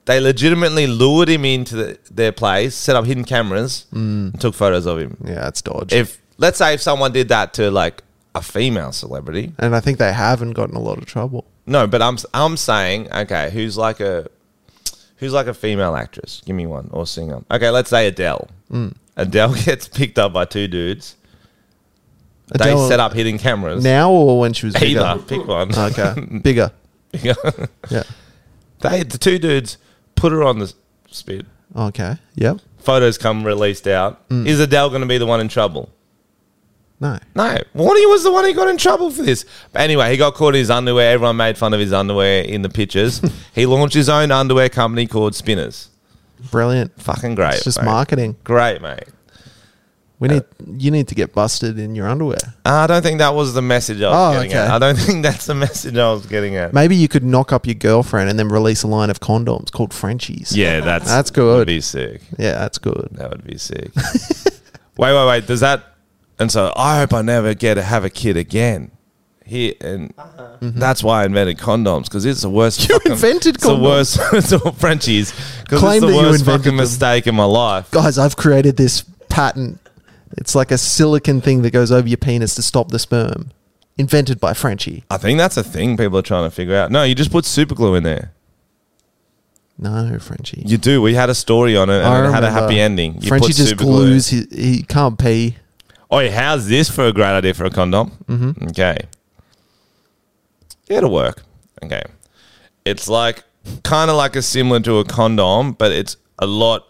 [SPEAKER 2] They legitimately lured him into the, their place, set up hidden cameras,
[SPEAKER 1] Mm.
[SPEAKER 2] and took photos of him.
[SPEAKER 1] Yeah, it's dodge.
[SPEAKER 2] If let's say if someone did that to like a female celebrity,
[SPEAKER 1] and I think they haven't gotten a lot of trouble.
[SPEAKER 2] no, but I'm I'm saying okay, who's like a who's like a female actress? Give me one or singer. Okay, let's say Adele.
[SPEAKER 1] Mm.
[SPEAKER 2] Adele gets picked up by two dudes.
[SPEAKER 1] Adele-
[SPEAKER 2] they set up hidden cameras.
[SPEAKER 1] now or when she was bigger.
[SPEAKER 2] Either pick one.
[SPEAKER 1] Uh, Okay, bigger. Yeah.
[SPEAKER 2] they the two dudes put her on the spit.
[SPEAKER 1] Okay. Yep.
[SPEAKER 2] Photos come released out.
[SPEAKER 1] Mm.
[SPEAKER 2] Is Adele going to be the one in trouble?
[SPEAKER 1] No.
[SPEAKER 2] No, Warney was the one who got in trouble for this. But anyway, he got caught in his underwear. Everyone made fun of his underwear in the pictures. he launched his own underwear company called Spinners.
[SPEAKER 1] Brilliant.
[SPEAKER 2] Fucking great.
[SPEAKER 1] It's just
[SPEAKER 2] mate.
[SPEAKER 1] marketing.
[SPEAKER 2] Great, mate.
[SPEAKER 1] We need you need to get busted in your underwear.
[SPEAKER 2] Ah, I don't think that was the message I was
[SPEAKER 1] Oh,
[SPEAKER 2] getting
[SPEAKER 1] okay.
[SPEAKER 2] at. I don't think that's the message I was getting at.
[SPEAKER 1] Maybe you could knock up your girlfriend and then release a line of condoms called Frenchies.
[SPEAKER 2] Yeah, that's
[SPEAKER 1] That's good.
[SPEAKER 2] Would be sick.
[SPEAKER 1] Yeah, that's good.
[SPEAKER 2] That would be sick. wait, wait, wait. Does that? And so I hope I never get to have a kid again. Here and that's why I invented condoms because it's the worst.
[SPEAKER 1] Uh-huh. Mm-hmm. You invented
[SPEAKER 2] it's the
[SPEAKER 1] condoms?
[SPEAKER 2] worst. it's all Frenchies because
[SPEAKER 1] Claim
[SPEAKER 2] it's the
[SPEAKER 1] that you
[SPEAKER 2] worst
[SPEAKER 1] invented
[SPEAKER 2] fucking
[SPEAKER 1] them.
[SPEAKER 2] mistake in my life.
[SPEAKER 1] Guys, I've created this patent. It's like a silicon thing that goes over your penis to stop the sperm. Invented by Frenchie.
[SPEAKER 2] I think that's a thing people are trying to figure out. No, you just put super glue in there.
[SPEAKER 1] No, Frenchie.
[SPEAKER 2] You do. We had a story on it and
[SPEAKER 1] I
[SPEAKER 2] it had a
[SPEAKER 1] remember.
[SPEAKER 2] happy ending. You
[SPEAKER 1] Frenchie
[SPEAKER 2] put
[SPEAKER 1] just
[SPEAKER 2] super glue.
[SPEAKER 1] glues. His, he can't pee.
[SPEAKER 2] Oi, how's Oh, this for a great idea for a condom? Mm-hmm. Okay. It'll work. Okay. It's like kind of like a similar to a condom, but it's a lot.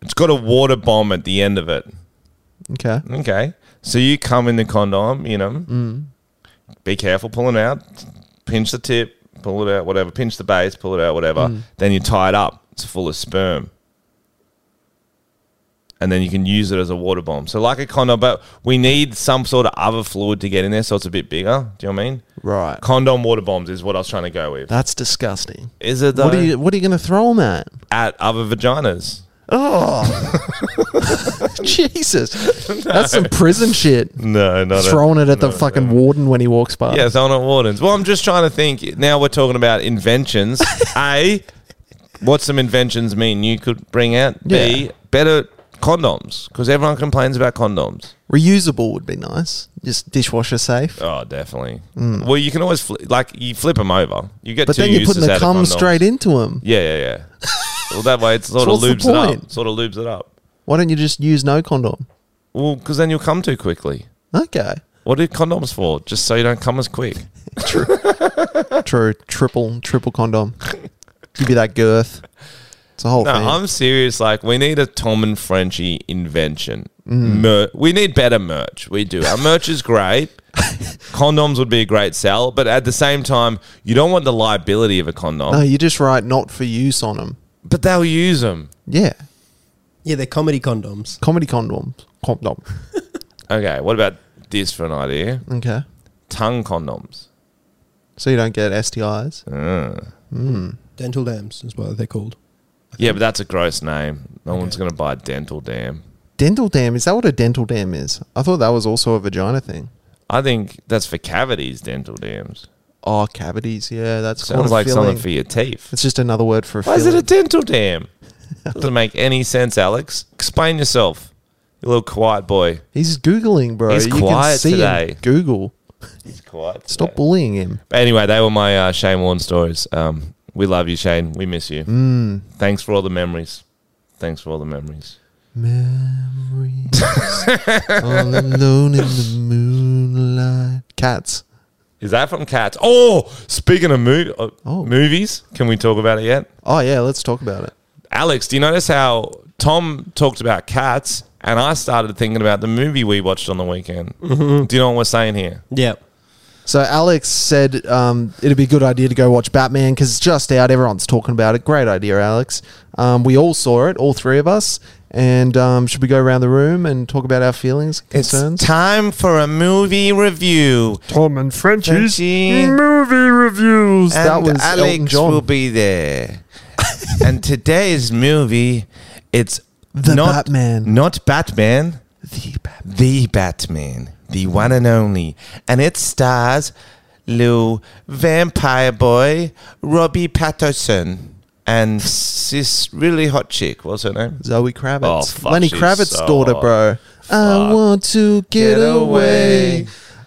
[SPEAKER 2] It's got a water bomb at the end of it.
[SPEAKER 1] Okay.
[SPEAKER 2] Okay. So you come in the condom, you know.
[SPEAKER 1] Mm.
[SPEAKER 2] Be careful pulling out. Pinch the tip, pull it out, whatever. Pinch the base, pull it out, whatever.
[SPEAKER 1] Mm.
[SPEAKER 2] Then you tie it up. It's full of sperm. And then you can use it as a water bomb. So like a condom, but we need some sort of other fluid to get in there so it's a bit bigger. Do you know what I mean?
[SPEAKER 1] Right.
[SPEAKER 2] Condom water bombs is what I was trying to go with.
[SPEAKER 1] That's disgusting.
[SPEAKER 2] Is it though?
[SPEAKER 1] What are you What are you going to throw him at?
[SPEAKER 2] at other vaginas?
[SPEAKER 1] Oh, Jesus! That's some prison shit.
[SPEAKER 2] No, not
[SPEAKER 1] Throwing it at the fucking warden when he walks by.
[SPEAKER 2] Yeah, Zonal Wardens. Well, I'm just trying to think. Now we're talking about inventions. A, what some inventions mean you could bring out. B,
[SPEAKER 1] Yeah.
[SPEAKER 2] better condoms because everyone complains about condoms.
[SPEAKER 1] Reusable would be nice. Just dishwasher safe.
[SPEAKER 2] Oh, definitely. Well, you can always fli like you flip them over. You get
[SPEAKER 1] Hmm. But
[SPEAKER 2] two
[SPEAKER 1] then you're
[SPEAKER 2] uses
[SPEAKER 1] putting the
[SPEAKER 2] out of
[SPEAKER 1] cum
[SPEAKER 2] condoms.
[SPEAKER 1] straight into him.
[SPEAKER 2] Yeah, yeah, yeah. Well, that way it sort
[SPEAKER 1] So
[SPEAKER 2] of
[SPEAKER 1] what's the
[SPEAKER 2] lubes it up.
[SPEAKER 1] point?
[SPEAKER 2] Sort of lubes it up.
[SPEAKER 1] Why don't you just use no condom?
[SPEAKER 2] Well, because then you'll come too quickly.
[SPEAKER 1] Okay.
[SPEAKER 2] What are condoms for? Just so you don't come as quick.
[SPEAKER 1] True. Triple, triple condom. Give you that girth. It's a whole
[SPEAKER 2] No,
[SPEAKER 1] thing.
[SPEAKER 2] I'm serious. Like, we need a Tom and Frenchie invention.
[SPEAKER 1] Mm.
[SPEAKER 2] Mer- we need better merch. We do. Our merch is great. Condoms would be a great sell, but at the same time, you don't want the liability of a condom.
[SPEAKER 1] no, you just write not for use on them.
[SPEAKER 2] But they'll use them.
[SPEAKER 1] Yeah.
[SPEAKER 3] Yeah, they're comedy condoms.
[SPEAKER 1] Comedy condom. Condom.
[SPEAKER 2] Okay, what about this for an idea?
[SPEAKER 1] Okay.
[SPEAKER 2] Tongue condoms.
[SPEAKER 1] So you don't get STIs.
[SPEAKER 2] Mm.
[SPEAKER 3] Dental dams is what they're called.
[SPEAKER 2] Yeah, but that's a gross name. No one's going to buy a dental dam.
[SPEAKER 1] Dental dam. Is that what a dental dam is? I thought that was also a vagina thing.
[SPEAKER 2] I think that's for cavities, dental dams.
[SPEAKER 1] Oh, cavities. Yeah, that's
[SPEAKER 2] Sounds
[SPEAKER 1] called a
[SPEAKER 2] like something
[SPEAKER 1] filling.
[SPEAKER 2] for your teeth.
[SPEAKER 1] It's just another word for a
[SPEAKER 2] Why is it
[SPEAKER 1] filling.
[SPEAKER 2] a dental dam? Doesn't make any sense, Alex. Explain yourself, you little quiet boy.
[SPEAKER 1] He's googling, bro.
[SPEAKER 2] He's
[SPEAKER 1] you can
[SPEAKER 2] quiet
[SPEAKER 1] see
[SPEAKER 2] today.
[SPEAKER 1] Him Google.
[SPEAKER 2] He's quiet.
[SPEAKER 1] Stop bullying him.
[SPEAKER 2] But anyway, they were my uh, Shane Warne stories. Um, we love you, Shane. We miss you.
[SPEAKER 1] Mm.
[SPEAKER 2] Thanks for all the memories. Thanks for all the memories.
[SPEAKER 1] Memories. all alone in the moonlight. Cats.
[SPEAKER 2] Is that from Cats? Oh, speaking of mo- uh,
[SPEAKER 1] Oh.
[SPEAKER 2] movies, can we talk about it yet?
[SPEAKER 1] Oh yeah, let's talk about it.
[SPEAKER 2] Alex, do you notice how Tom talked about Cats and I started thinking about the movie we watched on the weekend? Do you know what we're saying here?
[SPEAKER 3] Yeah.
[SPEAKER 1] So Alex said um, it'd be a good idea to go watch Batman because it's just out. Everyone's talking about it. Great idea, Alex. Um, we all saw it, all three of us. And um, should we go around the room and talk about our feelings, concerns?
[SPEAKER 2] time for a movie review.
[SPEAKER 1] Tom and Frenchie's
[SPEAKER 2] Frenchie.
[SPEAKER 1] movie reviews. that was Elton John.
[SPEAKER 2] be there. and today's movie, it's
[SPEAKER 1] The Batman.
[SPEAKER 2] Not Batman.
[SPEAKER 1] The Batman.
[SPEAKER 2] The Batman, the one and only, and it stars Lou Vampire Boy, Robbie Patterson, and this really hot chick. What's her name?
[SPEAKER 1] Zoe Kravitz.
[SPEAKER 2] Oh, fuck,
[SPEAKER 1] Lenny
[SPEAKER 2] she's
[SPEAKER 1] Kravitz's
[SPEAKER 2] so
[SPEAKER 1] daughter,
[SPEAKER 2] hot.
[SPEAKER 1] bro. I want to get,
[SPEAKER 2] Get away.
[SPEAKER 1] away.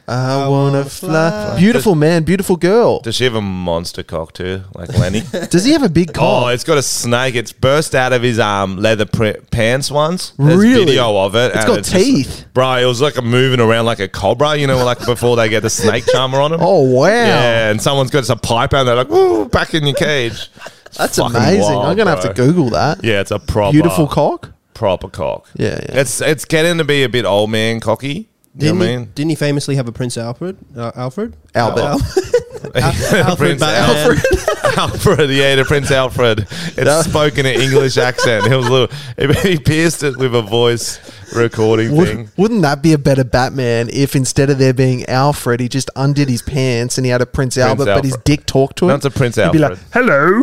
[SPEAKER 1] I, wanna fly.
[SPEAKER 3] fly.
[SPEAKER 1] Beautiful man, beautiful girl.
[SPEAKER 2] Does she have a monster cock too, like Lenny?
[SPEAKER 1] Does he have a big cock?
[SPEAKER 2] oh, it's got a snake. It's burst out of his um leather pr- pants once.
[SPEAKER 1] Really?
[SPEAKER 2] video of it.
[SPEAKER 1] It's
[SPEAKER 2] and
[SPEAKER 1] got
[SPEAKER 2] just-
[SPEAKER 1] teeth.
[SPEAKER 2] bro, it was like a moving around like a cobra. You know, like before they get the snake charmer on him.
[SPEAKER 1] Oh wow,
[SPEAKER 2] Yeah, and someone's got just a pipe out and they're like, "Ooh, back in your cage." It's
[SPEAKER 1] that's
[SPEAKER 2] fucking
[SPEAKER 1] amazing.
[SPEAKER 2] wild,
[SPEAKER 1] I'm gonna
[SPEAKER 2] bro.
[SPEAKER 1] have to Google that.
[SPEAKER 2] Yeah, it's a proper
[SPEAKER 1] Beautiful cock.
[SPEAKER 2] proper cock.
[SPEAKER 1] Yeah, yeah.
[SPEAKER 2] It's it's getting to be a bit old man cocky. You know
[SPEAKER 3] Didn't,
[SPEAKER 2] what I
[SPEAKER 3] he,
[SPEAKER 2] mean?
[SPEAKER 3] didn't he famously have a Prince Alfred? Uh, Alfred?
[SPEAKER 1] Albert.
[SPEAKER 3] Al-
[SPEAKER 2] Prince
[SPEAKER 3] Alfred Batman.
[SPEAKER 2] Alfred. Alfred, yeah, the Prince Alfred. It's spoken in English accent. He was a little, he pierced it with a voice recording thing.
[SPEAKER 1] Would, wouldn't that be a better Batman if instead of there being Alfred, he just undid his pants and he had a Prince, Albert, but his
[SPEAKER 2] Alfred.
[SPEAKER 1] dick talked to him?
[SPEAKER 2] That's a Prince
[SPEAKER 1] He'd be like,
[SPEAKER 2] Alfred.
[SPEAKER 4] Hello.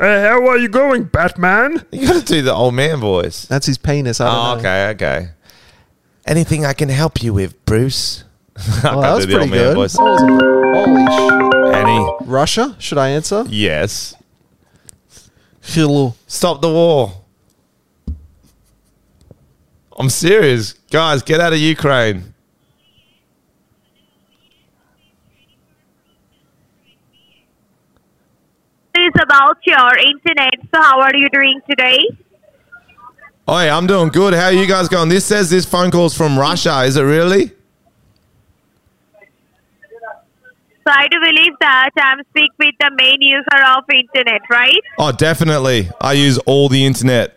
[SPEAKER 4] Uh, how are you going, Batman?
[SPEAKER 2] You got to do the old man voice.
[SPEAKER 1] that's his penis. I don't
[SPEAKER 2] Oh,
[SPEAKER 1] know.
[SPEAKER 2] okay, okay. Anything I can help you with, Bruce?
[SPEAKER 1] Well,
[SPEAKER 2] I
[SPEAKER 1] Oh, that
[SPEAKER 2] can't
[SPEAKER 1] was
[SPEAKER 2] do the
[SPEAKER 1] pretty
[SPEAKER 2] old man
[SPEAKER 1] good.
[SPEAKER 2] voice.
[SPEAKER 1] That was a- Holy shit.
[SPEAKER 2] Annie,
[SPEAKER 1] Russia? Should I answer?
[SPEAKER 2] yes.
[SPEAKER 1] Hello.
[SPEAKER 2] Stop the war. I'm serious. Guys, get out of Ukraine.
[SPEAKER 5] is about your internet. So, how are you doing today?
[SPEAKER 2] Oi, I'm doing good. How are you guys going? This says this phone call's from Russia. Is it really?
[SPEAKER 5] So, I do believe that I'm speak with the main user of internet, right?
[SPEAKER 2] Oh, definitely. I use all the internet.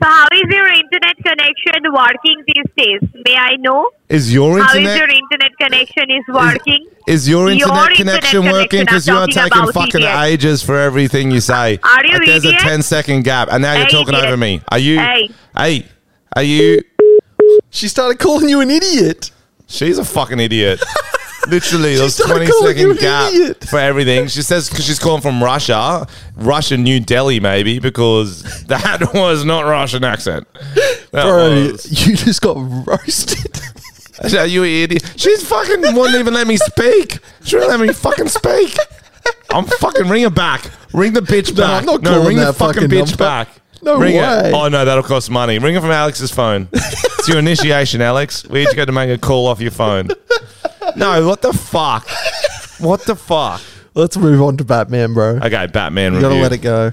[SPEAKER 5] So, how is your internet connection working these days? May I know
[SPEAKER 2] Is your
[SPEAKER 5] how Oh, is your
[SPEAKER 2] internet
[SPEAKER 5] internet connection is working?
[SPEAKER 2] is your
[SPEAKER 5] Your
[SPEAKER 2] internet
[SPEAKER 5] internet
[SPEAKER 2] connection
[SPEAKER 5] connection,
[SPEAKER 2] working?
[SPEAKER 5] I'm
[SPEAKER 2] Because you are
[SPEAKER 5] talking
[SPEAKER 2] taking
[SPEAKER 5] about
[SPEAKER 2] fucking
[SPEAKER 5] idiot.
[SPEAKER 2] ages for everything you say.
[SPEAKER 5] Are you
[SPEAKER 2] Like, There's
[SPEAKER 5] idiot?
[SPEAKER 2] a 10 second gap, and now you're
[SPEAKER 5] Hey,
[SPEAKER 2] talking
[SPEAKER 5] idiot.
[SPEAKER 2] over me. Are you?
[SPEAKER 5] Hey.
[SPEAKER 2] Hey, are you?
[SPEAKER 1] She started calling you an idiot.
[SPEAKER 2] She's a fucking idiot. Literally, it was
[SPEAKER 1] started
[SPEAKER 2] 20
[SPEAKER 1] calling you an
[SPEAKER 2] second gap
[SPEAKER 1] idiot.
[SPEAKER 2] for everything. She says because she's calling from Russia, Russia, New Delhi, maybe, because that was not Russian accent. That
[SPEAKER 1] Bro,
[SPEAKER 2] was-
[SPEAKER 1] you just got roasted.
[SPEAKER 2] Are you an idiot? She's fucking wouldn't even let me speak. She wouldn't let me fucking speak. I'm fucking ring her back. Ring the bitch
[SPEAKER 1] No,
[SPEAKER 2] back.
[SPEAKER 1] I'm not
[SPEAKER 2] no,
[SPEAKER 1] calling
[SPEAKER 2] ring the
[SPEAKER 1] that
[SPEAKER 2] fucking,
[SPEAKER 1] fucking
[SPEAKER 2] bitch
[SPEAKER 1] number.
[SPEAKER 2] back.
[SPEAKER 1] No
[SPEAKER 2] ring
[SPEAKER 1] way.
[SPEAKER 2] It. Oh no, that'll cost money. Ring it from Alex's phone. it's your initiation, Alex. We each got to make a call off your phone. No, what the fuck? What the fuck?
[SPEAKER 1] Let's move on to Batman, bro.
[SPEAKER 2] Okay, Batman
[SPEAKER 1] you
[SPEAKER 2] review.
[SPEAKER 1] gotta let it go.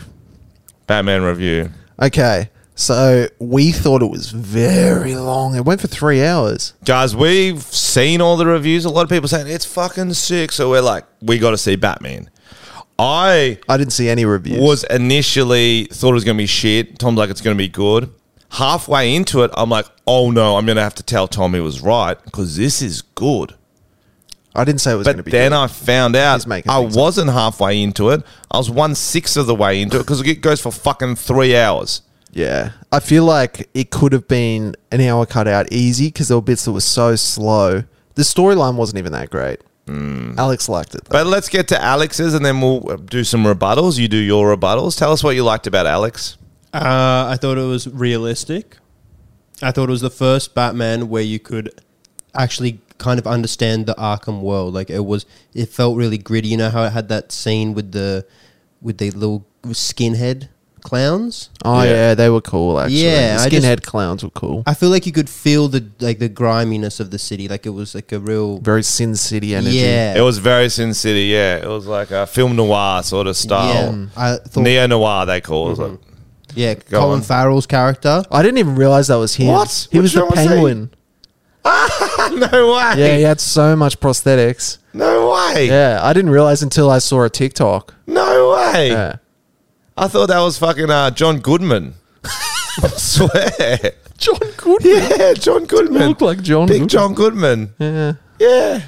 [SPEAKER 2] Batman review.
[SPEAKER 1] Okay, so we thought it was very long. It went for three hours.
[SPEAKER 2] Guys, we've seen all the reviews. A lot of people saying it's fucking sick. So we're like, we got to see Batman. I
[SPEAKER 1] I didn't see any reviews.
[SPEAKER 2] was initially thought it was going to be shit. Tom's like, it's going to be good. Halfway into it, I'm like, oh no, I'm going to have to tell Tom he was right because this is good.
[SPEAKER 1] I didn't say it was going to
[SPEAKER 2] But
[SPEAKER 1] be.
[SPEAKER 2] then
[SPEAKER 1] good.
[SPEAKER 2] I found out
[SPEAKER 1] He's making
[SPEAKER 2] I
[SPEAKER 1] things
[SPEAKER 2] wasn't halfway into it. I was one sixth of the way into it because it goes for fucking three hours.
[SPEAKER 1] yeah, I feel like it could have been an hour cut out easy because there were bits that were so slow. The storyline wasn't even that great.
[SPEAKER 2] Hmm.
[SPEAKER 1] Alex liked it. Though.
[SPEAKER 2] But let's get to Alex's and then we'll uh, do some rebuttals. You do your rebuttals. Tell us what you liked about Alex.
[SPEAKER 3] Uh, I thought it was realistic. I thought it was the first Batman where you could actually kind of understand the Arkham world. Like it was, it felt really gritty. You know how it had that scene with the with the little skinhead clowns.
[SPEAKER 1] Oh
[SPEAKER 2] Yeah.
[SPEAKER 1] yeah. they were cool actually.
[SPEAKER 3] Yeah,
[SPEAKER 1] the
[SPEAKER 3] I just-
[SPEAKER 1] skinhead clowns were cool.
[SPEAKER 3] I feel like you could feel the like the griminess of the city. Like it was like a real
[SPEAKER 1] Very Sin City energy.
[SPEAKER 3] yeah.
[SPEAKER 2] It was very Sin City, yeah. It was like a film noir sort of style.
[SPEAKER 3] Yeah, I thought.
[SPEAKER 2] Neo noir, they call it.
[SPEAKER 3] yeah,
[SPEAKER 2] oh. go
[SPEAKER 3] Colin
[SPEAKER 2] on.
[SPEAKER 3] Farrell's character.
[SPEAKER 1] I didn't even realize that was him.
[SPEAKER 2] What?
[SPEAKER 1] He
[SPEAKER 2] What
[SPEAKER 1] was
[SPEAKER 2] did
[SPEAKER 1] the
[SPEAKER 2] I say?
[SPEAKER 1] penguin.
[SPEAKER 2] No way.
[SPEAKER 1] Yeah, he had so much prosthetics.
[SPEAKER 2] No way.
[SPEAKER 1] Yeah, I didn't realize until I saw a TikTok.
[SPEAKER 2] No way.
[SPEAKER 1] Yeah.
[SPEAKER 2] I thought that was fucking uh, John Goodman. I swear.
[SPEAKER 1] John Goodman.
[SPEAKER 2] Yeah, John Goodman.
[SPEAKER 1] Look like John. Goodman.
[SPEAKER 2] Big John Goodman.
[SPEAKER 1] Yeah.
[SPEAKER 2] Yeah.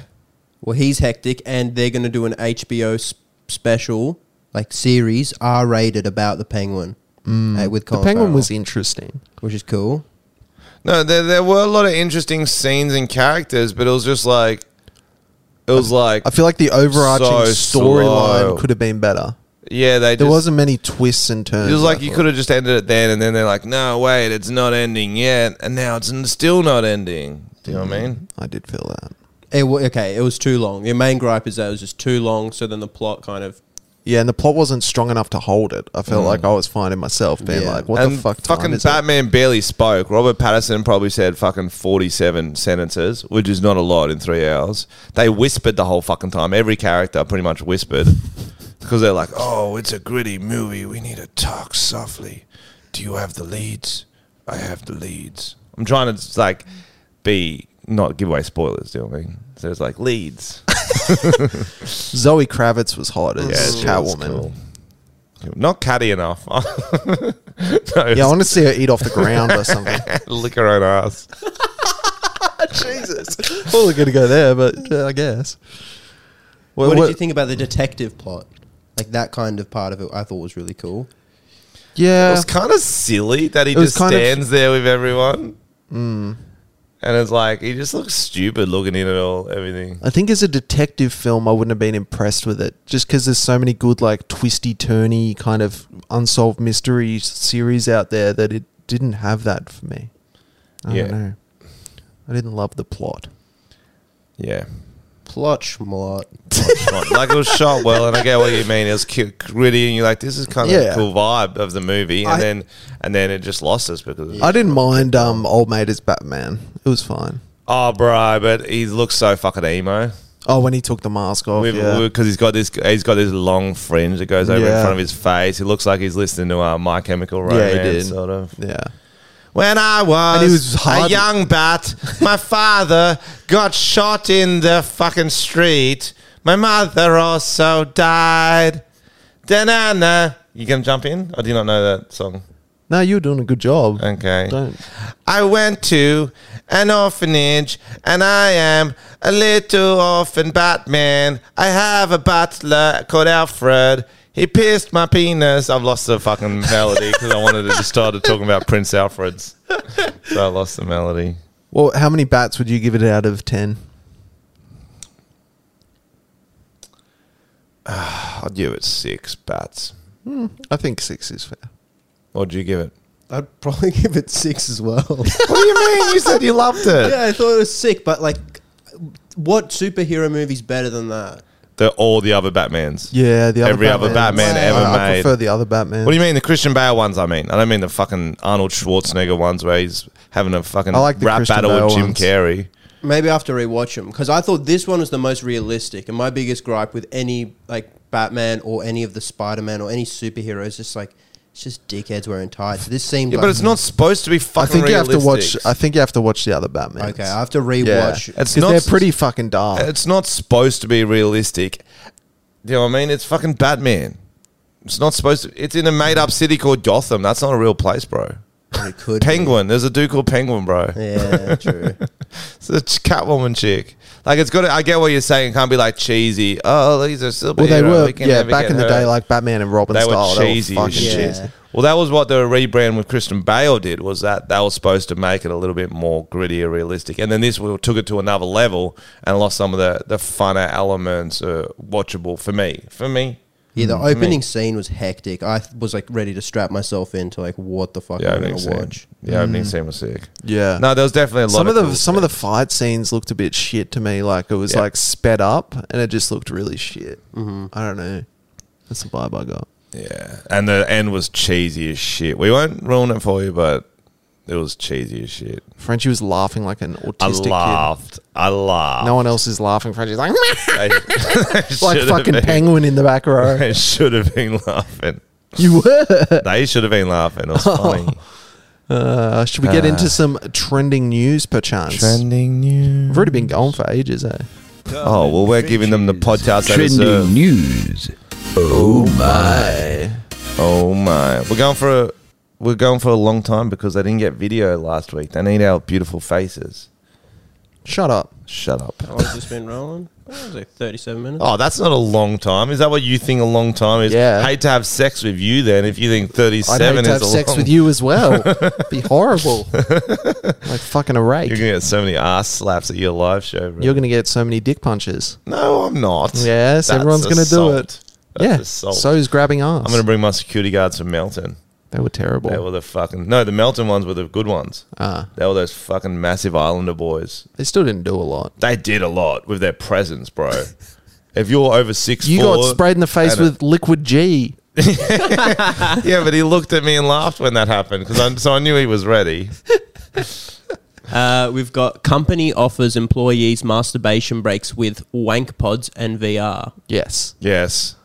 [SPEAKER 3] Well, he's hectic, and they're going to do an HBO s- special, like series, R rated about the Penguin. uh, with
[SPEAKER 1] The
[SPEAKER 3] Colin
[SPEAKER 1] penguin
[SPEAKER 3] Farrell,
[SPEAKER 1] was interesting.
[SPEAKER 3] which is cool.
[SPEAKER 2] No, there, there were a lot of interesting scenes and characters, but it was just like, it was like,
[SPEAKER 1] I feel like the overarching
[SPEAKER 2] So slow.
[SPEAKER 1] storyline could have been better.
[SPEAKER 2] yeah, they
[SPEAKER 1] There
[SPEAKER 2] just,
[SPEAKER 1] wasn't many twists and turns.
[SPEAKER 2] It was like
[SPEAKER 1] I
[SPEAKER 2] you
[SPEAKER 1] thought.
[SPEAKER 2] could have just ended it then, and then they're like, "No, wait, it's not ending yet," and now it's n- still not ending. Do you know what I mean?
[SPEAKER 1] I did feel that.
[SPEAKER 3] It wa okay, it was too long. Your main gripe is that it was just too long. So then the plot kind of
[SPEAKER 1] Yeah, and the plot wasn't strong enough to hold it. I felt like I was finding myself being
[SPEAKER 3] Yeah.
[SPEAKER 1] like, "What
[SPEAKER 2] and
[SPEAKER 1] the fuck?" Time
[SPEAKER 2] fucking
[SPEAKER 1] is it?
[SPEAKER 2] Batman barely spoke. Robert Patterson probably said fucking forty-seven sentences, which is not a lot in three hours. They whispered the whole fucking time. Every character pretty much whispered because they're like, "Oh, it's a gritty movie. We need to talk softly. Do you have the leads? I have the leads. I'm trying to like be not give away spoilers. Do you know what I mean? So it's like leads."
[SPEAKER 1] Zoe Kravitz was hot as Catwoman.
[SPEAKER 2] Not catty enough. no,
[SPEAKER 1] Yeah, I want to see her eat off the ground or something.
[SPEAKER 2] lick her own ass.
[SPEAKER 1] Jesus, well, we're gonna go there, but uh, I guess. Well,
[SPEAKER 3] what,
[SPEAKER 1] what-
[SPEAKER 3] did you think about the detective plot? Like that kind of part of it, I thought was really cool.
[SPEAKER 2] It
[SPEAKER 1] Yeah,
[SPEAKER 2] was kind of silly that he
[SPEAKER 1] was
[SPEAKER 2] just
[SPEAKER 1] kind of- Mm.
[SPEAKER 2] stands there with everyone. And it's like, he just looks stupid looking in at all, everything.
[SPEAKER 1] I think as a detective film, I wouldn't have been impressed with it, just because there's so many good, like twisty, turny kind of unsolved mystery series out there that it didn't have that for me. I
[SPEAKER 2] Yeah.
[SPEAKER 1] don't know. I didn't love the plot.
[SPEAKER 2] Yeah.
[SPEAKER 3] Plot schmlot.
[SPEAKER 2] Like- like it was shot well, and I get what you mean. It was cute, gritty, and you're like, "This is kind of
[SPEAKER 1] Yeah.
[SPEAKER 2] a cool vibe of the movie," and
[SPEAKER 1] I-
[SPEAKER 2] then and then it just lost us because.
[SPEAKER 1] I didn't mind um, Old Mate as Batman. It was fine.
[SPEAKER 2] Oh, bro, but he looks so fucking emo.
[SPEAKER 1] Oh, when he took the mask off.
[SPEAKER 2] because
[SPEAKER 1] yeah.
[SPEAKER 2] he's got this he's got this long fringe that goes over in
[SPEAKER 1] Yeah.
[SPEAKER 2] front of his face. He looks like he's listening to uh, My Chemical Romance,
[SPEAKER 1] yeah, he did.
[SPEAKER 2] sort of.
[SPEAKER 1] Yeah.
[SPEAKER 2] When I was,
[SPEAKER 1] And he was
[SPEAKER 2] a
[SPEAKER 1] hard-
[SPEAKER 2] young bat, my father got shot in the fucking street. My mother also died. Da-na-na. You gonna jump in? Or do you not know that song?
[SPEAKER 1] No, you were doing a good job.
[SPEAKER 2] Okay.
[SPEAKER 1] Don't.
[SPEAKER 2] I went to an orphanage and I am a little orphan Batman. I have a butler called Alfred. He pierced my penis. I've lost the fucking melody because I wanted to just start talking about Prince Alfred's. So I lost the melody.
[SPEAKER 1] Well, how many bats would you give it out of 10?
[SPEAKER 2] I'll give it six bats.
[SPEAKER 1] I think six is fair.
[SPEAKER 2] What'd you give it?
[SPEAKER 3] I'd probably give it six as well.
[SPEAKER 2] What do you mean? You said you loved it.
[SPEAKER 3] yeah, I thought it was sick, but like, what superhero movie's better than that?
[SPEAKER 2] The, all the other Batmans.
[SPEAKER 1] Yeah, the other
[SPEAKER 2] Every other Batman
[SPEAKER 1] Wow.
[SPEAKER 2] ever
[SPEAKER 1] I,
[SPEAKER 2] made.
[SPEAKER 1] prefer the other Batman.
[SPEAKER 2] What do you mean the Christian Bale ones? I mean, I don't mean the fucking Arnold Schwarzenegger ones where he's having a fucking
[SPEAKER 1] I like the
[SPEAKER 2] rap
[SPEAKER 1] Christian
[SPEAKER 2] battle
[SPEAKER 1] Bale
[SPEAKER 2] with Jim
[SPEAKER 1] ones.
[SPEAKER 2] Carrey.
[SPEAKER 3] Maybe I have to rewatch them because I thought this one was the most realistic, and my biggest gripe with any like Batman or any of the Spider Man or any superheroes. Just like it's just dickheads wearing tights. This seemed
[SPEAKER 2] Yeah,
[SPEAKER 3] like,
[SPEAKER 2] but it's not supposed to be
[SPEAKER 1] I
[SPEAKER 2] fucking.
[SPEAKER 1] think you have to watch.
[SPEAKER 2] realistic.
[SPEAKER 1] I think you have to watch the other Batman.
[SPEAKER 3] Okay, I have to rewatch.
[SPEAKER 2] It's
[SPEAKER 1] because
[SPEAKER 2] not
[SPEAKER 1] they're
[SPEAKER 2] s-
[SPEAKER 1] pretty fucking dark.
[SPEAKER 2] It's not supposed to be realistic. Do you know what I mean? It's fucking Batman. It's not supposed to. It's in a made up city called Gotham. That's not a real place, bro.
[SPEAKER 3] It could be.
[SPEAKER 2] Penguin. There's a dude called Penguin, bro.
[SPEAKER 3] Yeah, true.
[SPEAKER 2] It's a ch- Catwoman chick. Like it's got. To, I get what you're saying. It can't be like cheesy. Oh, these are still.
[SPEAKER 1] well, they were yeah back in the day, like Batman and Robin
[SPEAKER 2] they
[SPEAKER 1] style.
[SPEAKER 2] were cheesy
[SPEAKER 1] they were
[SPEAKER 2] as
[SPEAKER 1] fucking
[SPEAKER 3] Yeah.
[SPEAKER 2] shit.
[SPEAKER 1] cheesy.
[SPEAKER 2] Well, that was what the rebrand with Christian Bale did. Was that they were supposed to make it a little bit more gritty or realistic, and then this will- took it to another level and lost some of the the funner elements uh, watchable for me. For me,
[SPEAKER 3] Yeah, the
[SPEAKER 2] Mm, for me.
[SPEAKER 3] opening scene was hectic. I th- was like ready to strap myself into like what the fuck
[SPEAKER 2] the
[SPEAKER 3] I'm
[SPEAKER 2] opening
[SPEAKER 3] gonna
[SPEAKER 2] scene.
[SPEAKER 3] watch.
[SPEAKER 2] The opening scene was sick.
[SPEAKER 1] Mm. Yeah.
[SPEAKER 2] No, there was definitely a lot.
[SPEAKER 1] some of the
[SPEAKER 2] cool
[SPEAKER 1] some of the
[SPEAKER 2] stuff.
[SPEAKER 1] fight scenes looked a bit shit to me. Like it was
[SPEAKER 2] Yeah. Mm-hmm.
[SPEAKER 1] like sped up, and it just looked really shit. I don't know. That's the vibe I got.
[SPEAKER 2] yeah, and the end was cheesy as shit. We won't ruin it for you, but it was cheesy as shit.
[SPEAKER 1] Frenchie was laughing like an
[SPEAKER 2] I
[SPEAKER 1] autistic
[SPEAKER 2] laughed. I laughed.
[SPEAKER 1] kid. No one else is laughing. Frenchie's like
[SPEAKER 2] They- they
[SPEAKER 1] like
[SPEAKER 2] should've
[SPEAKER 1] fucking
[SPEAKER 2] been-
[SPEAKER 1] penguin in the back row.
[SPEAKER 2] They should have been laughing.
[SPEAKER 1] you were. Oh.
[SPEAKER 2] They should have been laughing. It was funny.
[SPEAKER 1] Uh, should we get into some trending news, perchance?
[SPEAKER 2] Trending news.
[SPEAKER 1] We've already been going for ages, eh?
[SPEAKER 2] Oh well, we're giving them the podcast they
[SPEAKER 6] Trending
[SPEAKER 2] deserve.
[SPEAKER 6] news. Oh my.
[SPEAKER 2] Oh my, we're going for a we're going for a long time because they didn't get video last week. They need our beautiful faces.
[SPEAKER 1] Shut up.
[SPEAKER 2] Shut up.
[SPEAKER 3] Oh, has this been rolling? Oh, it was like 37 minutes.
[SPEAKER 2] Oh, that's not a long time. Is that what you think a long time is?
[SPEAKER 1] Yeah.
[SPEAKER 2] Hate to have sex with you then if you think
[SPEAKER 1] I'd hate
[SPEAKER 2] 37
[SPEAKER 1] to
[SPEAKER 2] is
[SPEAKER 1] have
[SPEAKER 2] a
[SPEAKER 1] sex
[SPEAKER 2] long
[SPEAKER 1] with you as well. Be horrible. like fucking a rake.
[SPEAKER 2] You're going to get so many ass slaps at your live show. Bro.
[SPEAKER 1] You're going to get so many dick punches.
[SPEAKER 2] no, I'm not.
[SPEAKER 1] Yes, everyone's gonna do it.
[SPEAKER 2] That's
[SPEAKER 1] yeah.
[SPEAKER 2] assault.
[SPEAKER 1] So is grabbing ass.
[SPEAKER 2] I'm going to bring my security guards from Melton.
[SPEAKER 1] they were terrible.
[SPEAKER 2] They were the fucking no. The Melton ones were the good ones.
[SPEAKER 1] Ah.
[SPEAKER 2] They were those fucking massive Islander boys.
[SPEAKER 1] they still didn't do a lot.
[SPEAKER 2] They did a lot with their presence, bro. if you're over six,
[SPEAKER 1] You
[SPEAKER 2] four,
[SPEAKER 1] got sprayed in the face
[SPEAKER 2] and a-
[SPEAKER 1] with liquid G.
[SPEAKER 2] yeah. But he looked at me and laughed when that happened because so I knew he was ready. Oh.
[SPEAKER 3] Uh, we've got company offers employees masturbation breaks with wank pods and VR.
[SPEAKER 1] Yes.
[SPEAKER 2] Yes,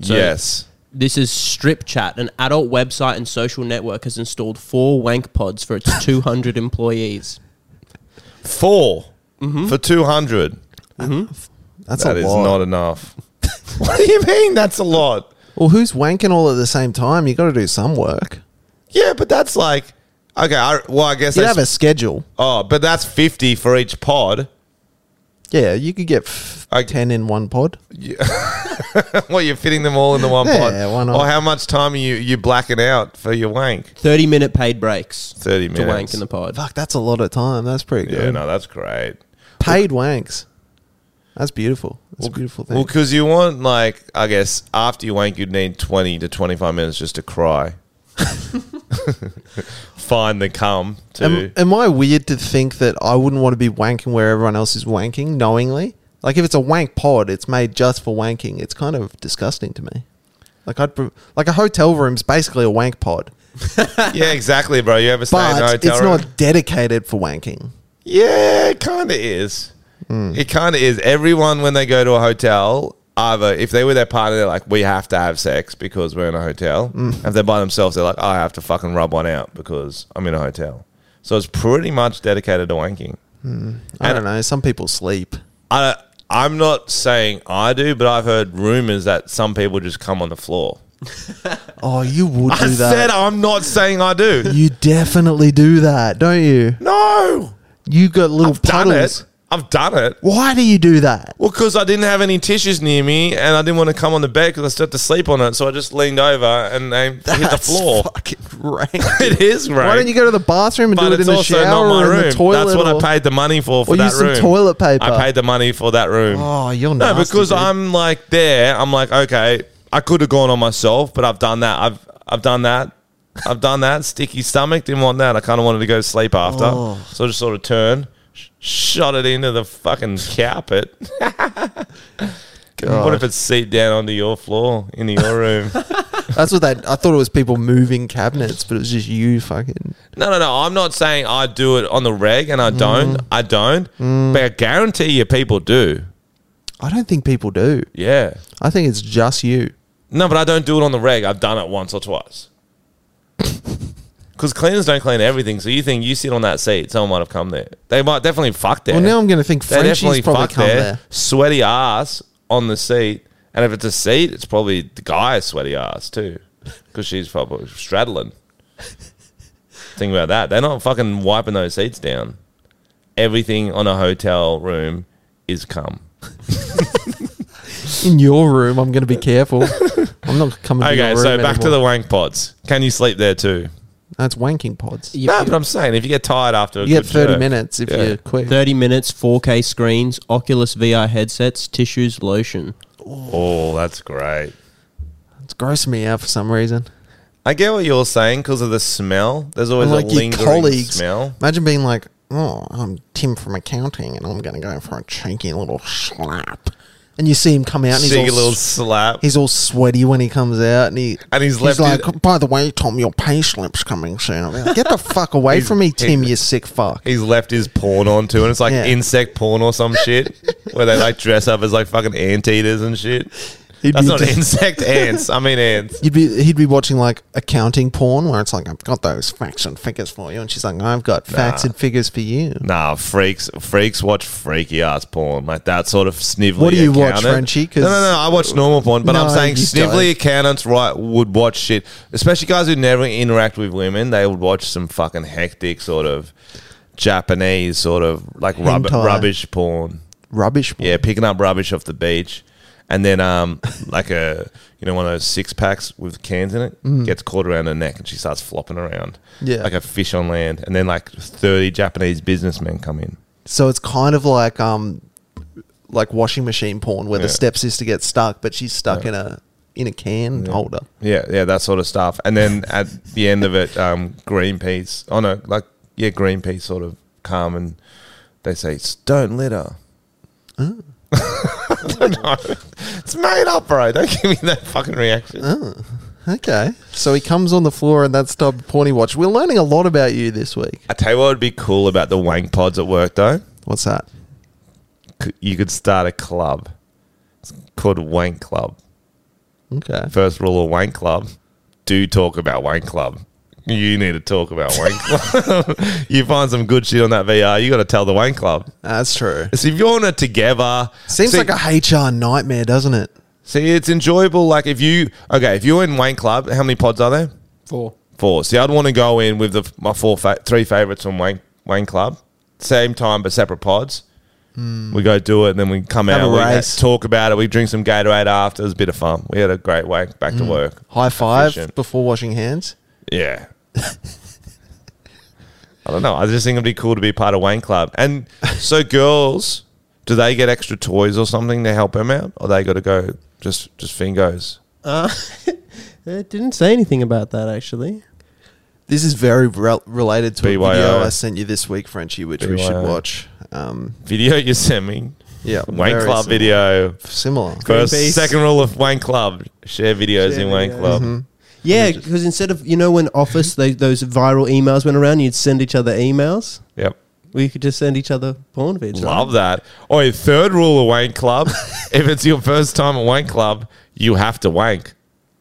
[SPEAKER 3] So-
[SPEAKER 2] yes.
[SPEAKER 3] This is Strip Chat, an adult website and social network has installed four wank pods for its 200 employees.
[SPEAKER 2] 4 for two hundred.
[SPEAKER 1] That's
[SPEAKER 2] Mm-hmm. That
[SPEAKER 1] a
[SPEAKER 2] is
[SPEAKER 1] lot.
[SPEAKER 2] not enough. what do you mean? That's a lot.
[SPEAKER 1] well, who's wanking all at the same time? You got to do some work.
[SPEAKER 2] Yeah, but that's like okay. I, well, I guess
[SPEAKER 1] You
[SPEAKER 2] that's
[SPEAKER 1] have a schedule.
[SPEAKER 2] oh, but that's fifty for each pod.
[SPEAKER 1] Yeah, you could get f-
[SPEAKER 2] I-
[SPEAKER 1] ten in one pod.
[SPEAKER 2] Well, you're fitting them all into one
[SPEAKER 1] Yeah,
[SPEAKER 2] pod.
[SPEAKER 1] why not?
[SPEAKER 2] Or how much time are you you blacking out for your wank?
[SPEAKER 3] 30 minute paid breaks
[SPEAKER 2] 30
[SPEAKER 3] to
[SPEAKER 2] minutes.
[SPEAKER 3] wank in the pod.
[SPEAKER 1] Fuck, that's a lot of time. That's pretty good.
[SPEAKER 2] Yeah, no, that's great.
[SPEAKER 1] Paid wanks. That's beautiful. That's a beautiful thing.
[SPEAKER 2] Well, because you want like I guess after you wank, you'd need twenty to twenty five minutes just to cry. Find the cum to.
[SPEAKER 1] am, am I weird to think that I wouldn't want to be wanking where everyone else is wanking knowingly? Like if it's a wank pod, it's made just for wanking. It's kind of disgusting to me. Like I'd pre- like a hotel room's basically a wank pod,
[SPEAKER 2] yeah, exactly, bro. You ever stay in a
[SPEAKER 1] but
[SPEAKER 2] hotel
[SPEAKER 1] it's
[SPEAKER 2] room?
[SPEAKER 1] not dedicated for wanking.
[SPEAKER 2] Yeah, it kind of is.
[SPEAKER 1] Hmm.
[SPEAKER 2] It kind of is. Everyone, when they go to a hotel, either if they were their partner, they're like, we have to have sex because we're in a hotel.
[SPEAKER 1] Hmm.
[SPEAKER 2] If they're by themselves, they're like, I have to fucking rub one out because I'm in a hotel. So it's pretty much dedicated to wanking.
[SPEAKER 1] I
[SPEAKER 2] And-
[SPEAKER 1] don't know. Some people sleep.
[SPEAKER 2] I, I'm not saying I do, but I've heard rumors that some people just come on the floor.
[SPEAKER 1] Oh, you would
[SPEAKER 2] I
[SPEAKER 1] do that.
[SPEAKER 2] said I'm not saying I do.
[SPEAKER 1] you definitely do that, don't you?
[SPEAKER 2] no,
[SPEAKER 1] You got little
[SPEAKER 2] I've done
[SPEAKER 1] puddles.
[SPEAKER 2] it. I've done it.
[SPEAKER 1] Why do you do that?
[SPEAKER 2] Well, because I didn't have any tissues near me and I didn't want to come on the bed because I still had to sleep on it. So I just leaned over and they hit the floor.
[SPEAKER 1] Fucking rank.
[SPEAKER 2] it is right.
[SPEAKER 1] Why don't you go to the bathroom and
[SPEAKER 2] but
[SPEAKER 1] do it
[SPEAKER 2] it's
[SPEAKER 1] in the
[SPEAKER 2] also
[SPEAKER 1] shower
[SPEAKER 2] not my
[SPEAKER 1] or in
[SPEAKER 2] room.
[SPEAKER 1] the toilet?
[SPEAKER 2] That's what
[SPEAKER 1] or-
[SPEAKER 2] I paid the money for for
[SPEAKER 1] or
[SPEAKER 2] that
[SPEAKER 1] use some
[SPEAKER 2] room.
[SPEAKER 1] toilet paper.
[SPEAKER 2] I paid the money for that room.
[SPEAKER 1] Oh, you're
[SPEAKER 2] no,
[SPEAKER 1] nasty.
[SPEAKER 2] because
[SPEAKER 1] dude.
[SPEAKER 2] I'm like there. I'm like okay. I could have gone on myself, but I've done that. I've I've done that. I've done that. Sticky stomach. Didn't want that. I kind of wanted to go sleep after.
[SPEAKER 1] Oh.
[SPEAKER 2] So I just sort of turned, sh- shot it into the fucking carpet. What if it's seat down onto your floor in your room?
[SPEAKER 1] That's what that. I thought it was people moving cabinets, but it was just you fucking.
[SPEAKER 2] no, no, no. I'm not saying I
[SPEAKER 1] Mm.
[SPEAKER 2] do it on the reg and I don't. I don't. But I guarantee you people do.
[SPEAKER 1] I don't think people do.
[SPEAKER 2] Yeah.
[SPEAKER 1] I think it's just you.
[SPEAKER 2] No, but I don't do it on the reg. I've done it once or twice. Because cleaners don't clean everything, so you think you sit on that seat, someone might have come there. They might definitely fuck there.
[SPEAKER 1] Well, now I'm going to think
[SPEAKER 2] they definitely
[SPEAKER 1] Frenchie's probably
[SPEAKER 2] fuck
[SPEAKER 1] come
[SPEAKER 2] there,
[SPEAKER 1] there.
[SPEAKER 2] Sweaty ass on the seat, and if it's a seat, it's probably the guy's sweaty ass too, because she's probably straddling. think about that. They're not fucking wiping those seats down. Everything on a hotel room is cum.
[SPEAKER 1] In your room, I'm going to be careful. I'm not coming to
[SPEAKER 2] Okay,
[SPEAKER 1] your room
[SPEAKER 2] so back to the
[SPEAKER 1] anymore.
[SPEAKER 2] wank pods. Can you sleep there too?
[SPEAKER 1] That's wanking pods. You,
[SPEAKER 3] You-
[SPEAKER 2] no, but I'm saying if you get tired after a
[SPEAKER 1] get
[SPEAKER 2] good
[SPEAKER 1] 30
[SPEAKER 2] jerk-
[SPEAKER 1] minutes if
[SPEAKER 2] Yeah.
[SPEAKER 1] you're quick.
[SPEAKER 3] 30 minutes, 4K screens, Oculus VR headsets, tissues, lotion.
[SPEAKER 2] Oh, that's great.
[SPEAKER 1] It's grossing me out for some reason.
[SPEAKER 2] I get what you're saying because of the smell. There's always
[SPEAKER 1] like
[SPEAKER 2] a
[SPEAKER 1] your
[SPEAKER 2] lingering
[SPEAKER 1] colleagues.
[SPEAKER 2] smell.
[SPEAKER 1] Imagine being like, oh, I'm Tim from accounting and I'm going to go for a cheeky little slap. And you see him come out and he's all,
[SPEAKER 2] Shake a little
[SPEAKER 1] s-
[SPEAKER 2] slap.
[SPEAKER 1] he's all sweaty when he comes out and he
[SPEAKER 2] And he's left
[SPEAKER 1] like,
[SPEAKER 2] his-
[SPEAKER 1] by the way, Tom, your pay slip's coming soon. Get the fuck away
[SPEAKER 2] He's-
[SPEAKER 1] from me, Tim,
[SPEAKER 2] he's-
[SPEAKER 1] you sick fuck.
[SPEAKER 2] He's left his porn on too, and it's like
[SPEAKER 1] Yeah.
[SPEAKER 2] insect porn or some shit where they like dress up as like fucking anteaters and shit.
[SPEAKER 1] He'd
[SPEAKER 2] That's
[SPEAKER 1] be
[SPEAKER 2] not
[SPEAKER 1] just-
[SPEAKER 2] insect ants. I mean ants.
[SPEAKER 1] You'd be he'd be watching like accounting porn where it's like I've got those facts and figures for you, and she's like I've got facts and figures for you.
[SPEAKER 2] Nah, freaks freaks watch freaky ass porn like that sort of snivelly.
[SPEAKER 1] What do you watch,
[SPEAKER 2] accountant.
[SPEAKER 1] Frenchie? 'Cause-
[SPEAKER 2] No, no, no. I watch normal porn, but I'm
[SPEAKER 1] No,
[SPEAKER 2] saying
[SPEAKER 1] you
[SPEAKER 2] snivelly
[SPEAKER 1] don't.
[SPEAKER 2] accountants right would watch shit, especially guys who never interact with women. They would watch some fucking hectic sort of Japanese sort of like rub-
[SPEAKER 1] Hentai.
[SPEAKER 2] rubbish porn.
[SPEAKER 1] Rubbish. porn.
[SPEAKER 2] Yeah, picking up rubbish off the beach, and then um, like a you know one of those six packs with cans in it gets caught around her neck, and she starts flopping around,
[SPEAKER 1] Yeah.
[SPEAKER 2] like a fish on land. And then like thirty Japanese businessmen come in.
[SPEAKER 1] So it's kind of like um, like washing machine porn where the
[SPEAKER 2] Yeah.
[SPEAKER 1] stepsister gets stuck, but she's stuck in a in a can holder.
[SPEAKER 2] Yeah, yeah, that sort of stuff. And then at the end of it, um, Greenpeace, oh no, like yeah, Greenpeace sort of come and they say, "S- "Don't litter." I don't know. It's made up, bro. Don't give me that fucking reaction.
[SPEAKER 1] Okay, so he comes on the floor and that's the porn he watched. We're learning a lot about you this week.
[SPEAKER 2] I tell you what would be cool about the wank pods at work, though.
[SPEAKER 1] What's that?
[SPEAKER 2] C- You could start a club. It's called Wank Club.
[SPEAKER 1] Okay,
[SPEAKER 2] First rule of Wank Club, do talk about Wank Club. You need to talk about Wank Club. you find some good shit on that VR, you got to tell the Wank Club.
[SPEAKER 1] that's true.
[SPEAKER 2] So if you're on it together,
[SPEAKER 1] Seems
[SPEAKER 2] see-
[SPEAKER 1] like a HR nightmare, doesn't it?
[SPEAKER 2] see it's enjoyable. Like if you okay, if you're in Wank Club, how many pods are there?
[SPEAKER 3] Four.
[SPEAKER 2] Four. See, I'd want to go in with the my four fa- three favorites from Wayne Wayne Club, same time but separate pods. We go do it, and then we come
[SPEAKER 1] Hmm. Have
[SPEAKER 2] out.
[SPEAKER 1] a
[SPEAKER 2] We ha-
[SPEAKER 1] race.
[SPEAKER 2] talk about it. We drink some Gatorade after. It was a bit of fun. We had a great way back
[SPEAKER 1] Hmm.
[SPEAKER 2] to work.
[SPEAKER 1] High five
[SPEAKER 2] Efficient.
[SPEAKER 1] before washing hands.
[SPEAKER 2] Yeah. I don't know. I just think it'd be cool to be part of Wayne Club. And so, girls, do they get extra toys or something to help them out, or they got to go just just fingos?
[SPEAKER 3] It Uh, didn't say anything about that, actually.
[SPEAKER 1] This is very rel related to a video
[SPEAKER 2] BYO.
[SPEAKER 1] I sent you this week, Frenchie, which we should
[SPEAKER 2] BYO.
[SPEAKER 1] watch. Um,
[SPEAKER 2] Video you sent me,
[SPEAKER 1] yeah,
[SPEAKER 2] Wayne
[SPEAKER 1] very
[SPEAKER 2] Club
[SPEAKER 1] sim-
[SPEAKER 2] video.
[SPEAKER 1] Similar.
[SPEAKER 2] First,
[SPEAKER 3] Greenpeace.
[SPEAKER 2] second rule of Wayne Club: share videos
[SPEAKER 3] Share
[SPEAKER 2] in Wayne
[SPEAKER 3] videos.
[SPEAKER 2] Club.
[SPEAKER 1] Mm-hmm.
[SPEAKER 3] Yeah, because instead of, you know, when Office, they, those viral emails went around, you'd send each other emails.
[SPEAKER 2] Yep,
[SPEAKER 3] We could just send each other porn vids. right?
[SPEAKER 2] love that. Oh, third rule of Wayne Club: if it's your first time at Wayne Club, you have to wank.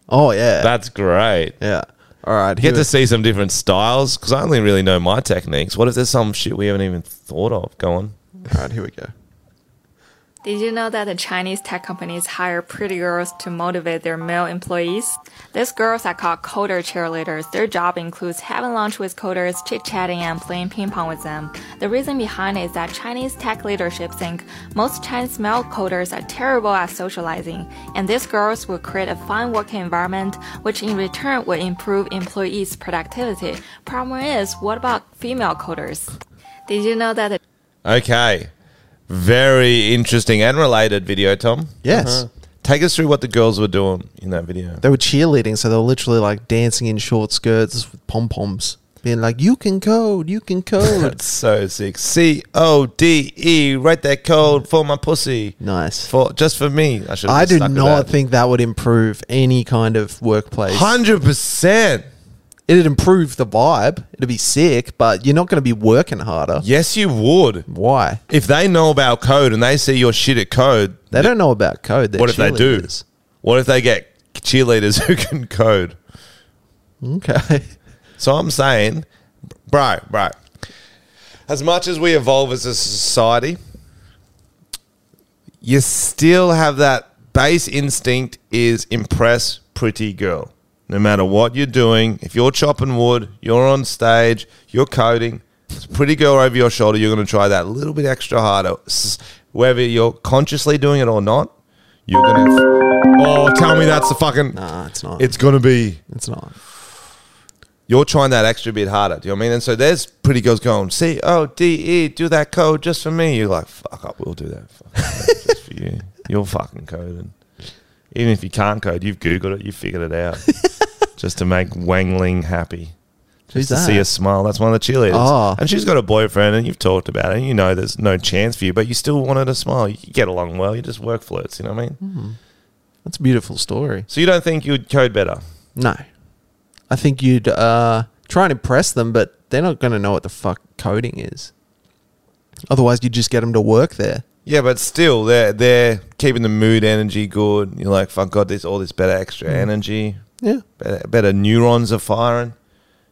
[SPEAKER 1] Oh yeah,
[SPEAKER 2] That's great.
[SPEAKER 1] yeah. All right,
[SPEAKER 2] You get
[SPEAKER 1] here-
[SPEAKER 2] to see some different styles because I only really know my techniques. What if there's some shit we haven't even thought of? Go on.
[SPEAKER 1] All right, here we go.
[SPEAKER 7] Did you know that the Chinese tech companies hire pretty girls to motivate their male employees? These girls are called coder cheerleaders. Their job includes having lunch with coders, chit-chatting, and playing ping pong with them. The reason behind it is that Chinese tech leadership think most Chinese male coders are terrible at socializing, and these girls will create a fun working environment, which in return will improve employees' productivity. Problem is, what about female coders? Did you know that the
[SPEAKER 2] Okay, very interesting and related video, Tom. Uh-huh.
[SPEAKER 1] Yes,
[SPEAKER 2] Take us through what the girls were doing in that video.
[SPEAKER 1] they were cheerleading, so they were literally like dancing in short skirts with pom poms, being like, "You can code, you can code."
[SPEAKER 2] That's so sick. C O D E. Write that code for my pussy.
[SPEAKER 1] nice.
[SPEAKER 2] For just for me. I should.
[SPEAKER 1] I do not think that would improve any kind of workplace.
[SPEAKER 2] Hundred percent.
[SPEAKER 1] It'd improve the vibe. It'd be sick, but you're not going to be working harder.
[SPEAKER 2] Yes, you would.
[SPEAKER 1] Why?
[SPEAKER 2] If they know about code and they see your shit at code,
[SPEAKER 1] They don't know about code. They're
[SPEAKER 2] what if they do?
[SPEAKER 1] cheerleaders.
[SPEAKER 2] What if they get cheerleaders who can code?
[SPEAKER 1] Okay.
[SPEAKER 2] So I'm saying, bro, bro, as much as we evolve as a society, you still have that base instinct is impress pretty girl. No matter what you're doing, if you're chopping wood, you're on stage, you're coding, it's a pretty girl over your shoulder, you're going to try that little bit extra harder. S- Whether you're consciously doing it or not, you're going to. Oh, tell me that's the fucking.
[SPEAKER 1] Nah, it's not.
[SPEAKER 2] It's going to be
[SPEAKER 1] It's not.
[SPEAKER 2] you're trying that extra bit harder. Do you know what I mean? And so there's pretty girls going, C O D E, do that code just for me. You're like, fuck up, we'll do that fucking code just for you. You'll fucking code. And even if you can't code, you've Googled it, you figured it out just to make Wangling happy.
[SPEAKER 1] Who's
[SPEAKER 2] Just to see
[SPEAKER 1] that?
[SPEAKER 2] her smile. That's one of the cheerleaders.
[SPEAKER 1] Oh.
[SPEAKER 2] And she's got a boyfriend, and you've talked about it, and you know there's no chance for you, but you still want her to smile. You get along well, you just work flirts, you know what I mean?
[SPEAKER 1] Mm. That's a beautiful story.
[SPEAKER 2] So you don't think you'd code better?
[SPEAKER 1] No. I think you'd uh, try and impress them, but they're not going to know what the fuck coding is. Otherwise, you just get them to work there.
[SPEAKER 2] Yeah, but still, they're they're keeping the mood energy good. You're like, fuck, got this all this better extra energy,
[SPEAKER 1] Yeah.
[SPEAKER 2] better, better neurons are firing.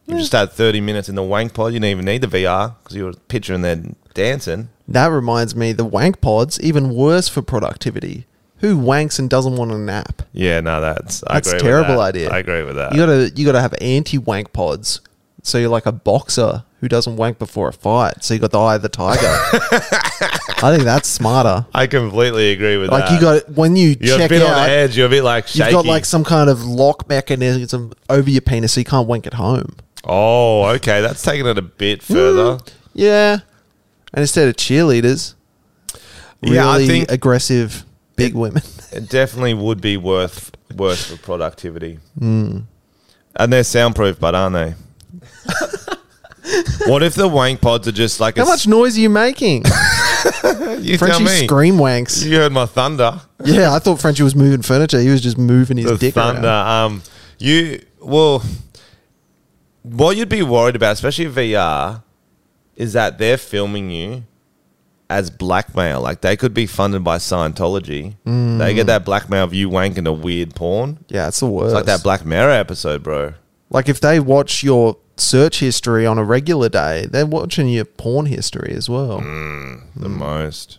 [SPEAKER 2] You just had 30 minutes in the wank pod. You didn't even need the VR because you were picturing them dancing.
[SPEAKER 1] That reminds me, the wank pod's even worse for productivity. Who wanks and doesn't want a nap?
[SPEAKER 2] Yeah, no, that's I
[SPEAKER 1] That's a
[SPEAKER 2] agree
[SPEAKER 1] terrible
[SPEAKER 2] with that.
[SPEAKER 1] idea.
[SPEAKER 2] I agree with that.
[SPEAKER 1] You gotta you gotta have anti wank pods. So you're like a boxer who doesn't wank before a fight. So you got the eye of the tiger. I think that's smarter.
[SPEAKER 2] I completely agree with
[SPEAKER 1] Like
[SPEAKER 2] that.
[SPEAKER 1] you got when you
[SPEAKER 2] you're a
[SPEAKER 1] check
[SPEAKER 2] bit on
[SPEAKER 1] out,
[SPEAKER 2] edge. You're a bit like shaky.
[SPEAKER 1] you've got like some kind of lock mechanism over your penis, so you can't wank at home.
[SPEAKER 2] oh, okay, that's taking it a bit further.
[SPEAKER 1] Mm. Yeah, and instead of cheerleaders, really
[SPEAKER 2] Yeah, I think-
[SPEAKER 1] aggressive big women.
[SPEAKER 2] It definitely would be worth worth for productivity.
[SPEAKER 1] Hmm.
[SPEAKER 2] And they're soundproof, but aren't they? what if the wank pods are just like
[SPEAKER 1] How
[SPEAKER 2] a
[SPEAKER 1] much noise are you making?
[SPEAKER 2] you tell
[SPEAKER 1] Frenchie
[SPEAKER 2] me?
[SPEAKER 1] scream wanks.
[SPEAKER 2] You heard my thunder.
[SPEAKER 1] Yeah, I thought Frenchie was moving furniture. He was just moving his
[SPEAKER 2] The
[SPEAKER 1] dick
[SPEAKER 2] thunder.
[SPEAKER 1] around.
[SPEAKER 2] Um, you well, what you'd be worried about, especially VR, is that they're filming you as blackmail. Like they could be funded by Scientology. They
[SPEAKER 1] Hmm.
[SPEAKER 2] get that blackmail of you wanking a weird porn.
[SPEAKER 1] Yeah, it's the worst.
[SPEAKER 2] It's like that Black Mirror episode, bro.
[SPEAKER 1] Like if they watch your search history on a regular day, they're watching your porn history as well.
[SPEAKER 2] Mm. the most.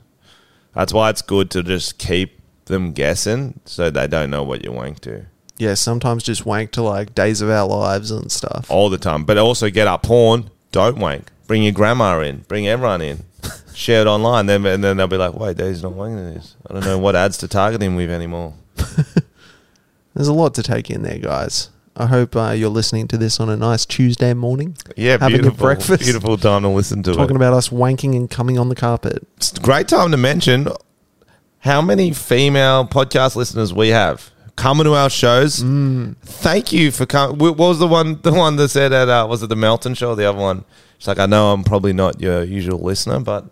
[SPEAKER 2] That's why it's good to just keep them guessing so they don't know what you're wank to
[SPEAKER 1] Yeah, sometimes just wank to like days of our lives and stuff.
[SPEAKER 2] all the time. But also get up porn, don't wank. Bring your grandma in, bring everyone in. Share it online, then and then they'll be like, "Wait, Dave's not wanking this. I don't know what ads to target him with anymore."
[SPEAKER 1] There's a lot to take in there, guys. I hope uh, you're listening to this on a nice Tuesday morning.
[SPEAKER 2] Yeah,
[SPEAKER 1] having
[SPEAKER 2] beautiful,
[SPEAKER 1] a breakfast,
[SPEAKER 2] beautiful time to listen to
[SPEAKER 1] talking
[SPEAKER 2] it.
[SPEAKER 1] about us wanking and coming on the carpet.
[SPEAKER 2] It's a great time to mention how many female podcast listeners we have coming to our shows.
[SPEAKER 1] Mm.
[SPEAKER 2] Thank you for coming. What was the one? The one that said at uh, was it the Melton show? Or the other one? She's like, I know I'm probably not your usual listener, but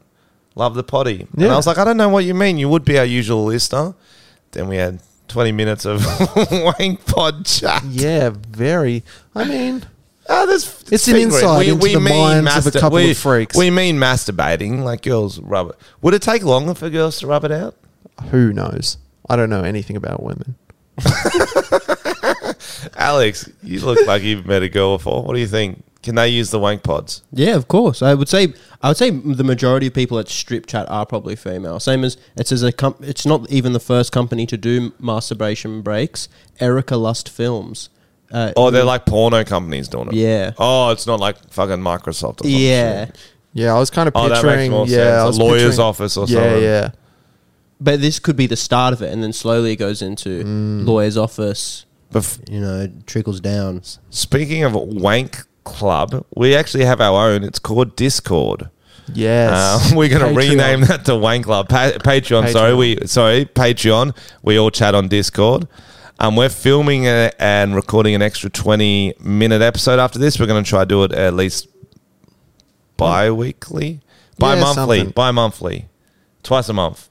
[SPEAKER 2] love the potty. And
[SPEAKER 1] Yeah.
[SPEAKER 2] I was like, I don't know what you mean. You would be our usual listener. Then we had 20 minutes of wank pod chat.
[SPEAKER 1] Yeah, very. I mean,
[SPEAKER 2] Ah, there's-
[SPEAKER 1] It's an
[SPEAKER 2] fingering.
[SPEAKER 1] insight into the minds of a couple
[SPEAKER 2] we-
[SPEAKER 1] of freaks.
[SPEAKER 2] We mean masturbating, like girls rub it. Would it take longer for girls to rub it out?
[SPEAKER 1] who knows? I don't know anything about women.
[SPEAKER 2] Alex, you look like you've met a girl before. What do you think? Can they use the wank pods?
[SPEAKER 3] Yeah, of course. I would say I would say the majority of people at Strip Chat are probably female. Same as it says a com- it's not even the first company to do masturbation breaks. Erica Lust Films. Uh,
[SPEAKER 2] Oh,
[SPEAKER 1] Mm.
[SPEAKER 2] they're like porno companies doing it.
[SPEAKER 3] Yeah.
[SPEAKER 2] Oh, it's not like fucking Microsoft. Or some
[SPEAKER 3] yeah,
[SPEAKER 2] shit.
[SPEAKER 1] Yeah, I was kind of
[SPEAKER 2] Oh, that makes
[SPEAKER 1] picturing.
[SPEAKER 2] more
[SPEAKER 1] yeah,
[SPEAKER 2] sense.
[SPEAKER 1] I
[SPEAKER 2] A
[SPEAKER 1] was
[SPEAKER 2] lawyer's
[SPEAKER 1] picturing-
[SPEAKER 2] office or
[SPEAKER 1] yeah,
[SPEAKER 2] something.
[SPEAKER 1] Yeah,
[SPEAKER 3] but this could be the start of it, and then slowly it goes into
[SPEAKER 2] Mm.
[SPEAKER 3] lawyer's office.
[SPEAKER 2] But f-
[SPEAKER 3] You know, it trickles down.
[SPEAKER 2] speaking of wank club, we actually have our own. It's called Discord.
[SPEAKER 1] Yes.
[SPEAKER 2] Uh, we're going to
[SPEAKER 1] Patreon.
[SPEAKER 2] rename that to Wayne Club pa- Patreon,
[SPEAKER 1] Patreon.
[SPEAKER 2] Sorry, we sorry Patreon. We all chat on Discord. Um, we're filming a, and recording an extra twenty minute episode after this. We're going to try do it at least bi-weekly, bi-monthly,
[SPEAKER 1] something.
[SPEAKER 2] bi-monthly, twice a month,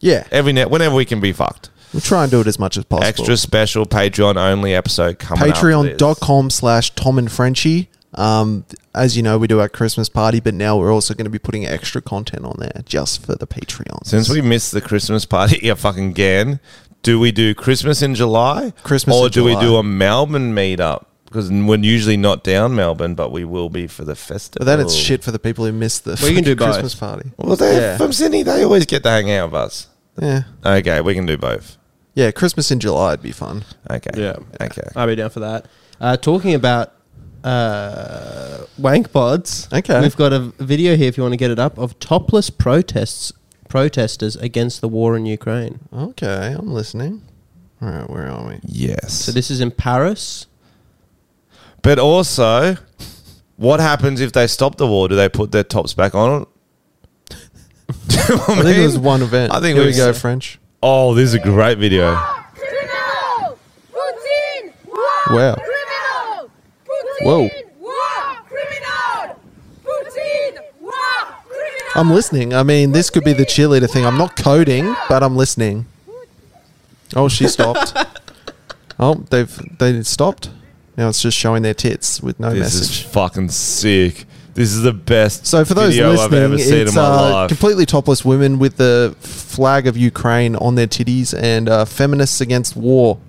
[SPEAKER 1] Yeah.
[SPEAKER 2] every net whenever we can be fucked.
[SPEAKER 1] We'll try and do it as much as possible.
[SPEAKER 2] Extra special Patreon only episode coming up, please.
[SPEAKER 1] patreon.com slash tom and frenchie um, as you know we do our christmas party but now we're also going to be putting extra content on there just for the patreon
[SPEAKER 2] Since we missed the Christmas party a fucking again, do we do Christmas in July?
[SPEAKER 1] Christmas
[SPEAKER 2] or
[SPEAKER 1] in
[SPEAKER 2] do
[SPEAKER 1] July.
[SPEAKER 2] we do a Melbourne meetup? Because we're usually not down Melbourne, but we will be for the festival.
[SPEAKER 1] but then it's shit for the people who missed the
[SPEAKER 3] We can
[SPEAKER 1] fucking
[SPEAKER 3] do both.
[SPEAKER 1] christmas party
[SPEAKER 2] Well, they
[SPEAKER 1] Yeah.
[SPEAKER 2] from Sydney. They always get to hang out with us.
[SPEAKER 1] yeah
[SPEAKER 2] Okay, we can do both.
[SPEAKER 1] yeah christmas in july would be fun
[SPEAKER 2] Okay.
[SPEAKER 3] Yeah.
[SPEAKER 2] Okay.
[SPEAKER 3] I'll be down for that. Uh, talking about uh, wank pods.
[SPEAKER 1] Okay.
[SPEAKER 3] We've got a video here if you want to get it up of topless protests protesters against the war in Ukraine.
[SPEAKER 1] okay i'm listening all right where are we
[SPEAKER 2] Yes.
[SPEAKER 3] So this is in Paris.
[SPEAKER 2] but also, what happens if they stop the war? Do they put their tops back on?
[SPEAKER 1] i think it was one event
[SPEAKER 2] I think
[SPEAKER 1] Here
[SPEAKER 2] we
[SPEAKER 1] we go
[SPEAKER 2] said-
[SPEAKER 1] french
[SPEAKER 2] Oh, this is a great video.
[SPEAKER 1] wow Whoa. i'm listening i mean this could be the cheerleader thing i'm not coding but i'm listening oh she stopped oh they've they stopped now it's just showing their tits with no
[SPEAKER 2] This
[SPEAKER 1] message
[SPEAKER 2] is fucking sick. This is the best.
[SPEAKER 1] So for those
[SPEAKER 2] video
[SPEAKER 1] listening,
[SPEAKER 2] I've ever seen
[SPEAKER 1] it's
[SPEAKER 2] in my
[SPEAKER 1] uh,
[SPEAKER 2] life.
[SPEAKER 1] completely topless women with the flag of Ukraine on their titties and uh, feminists against war.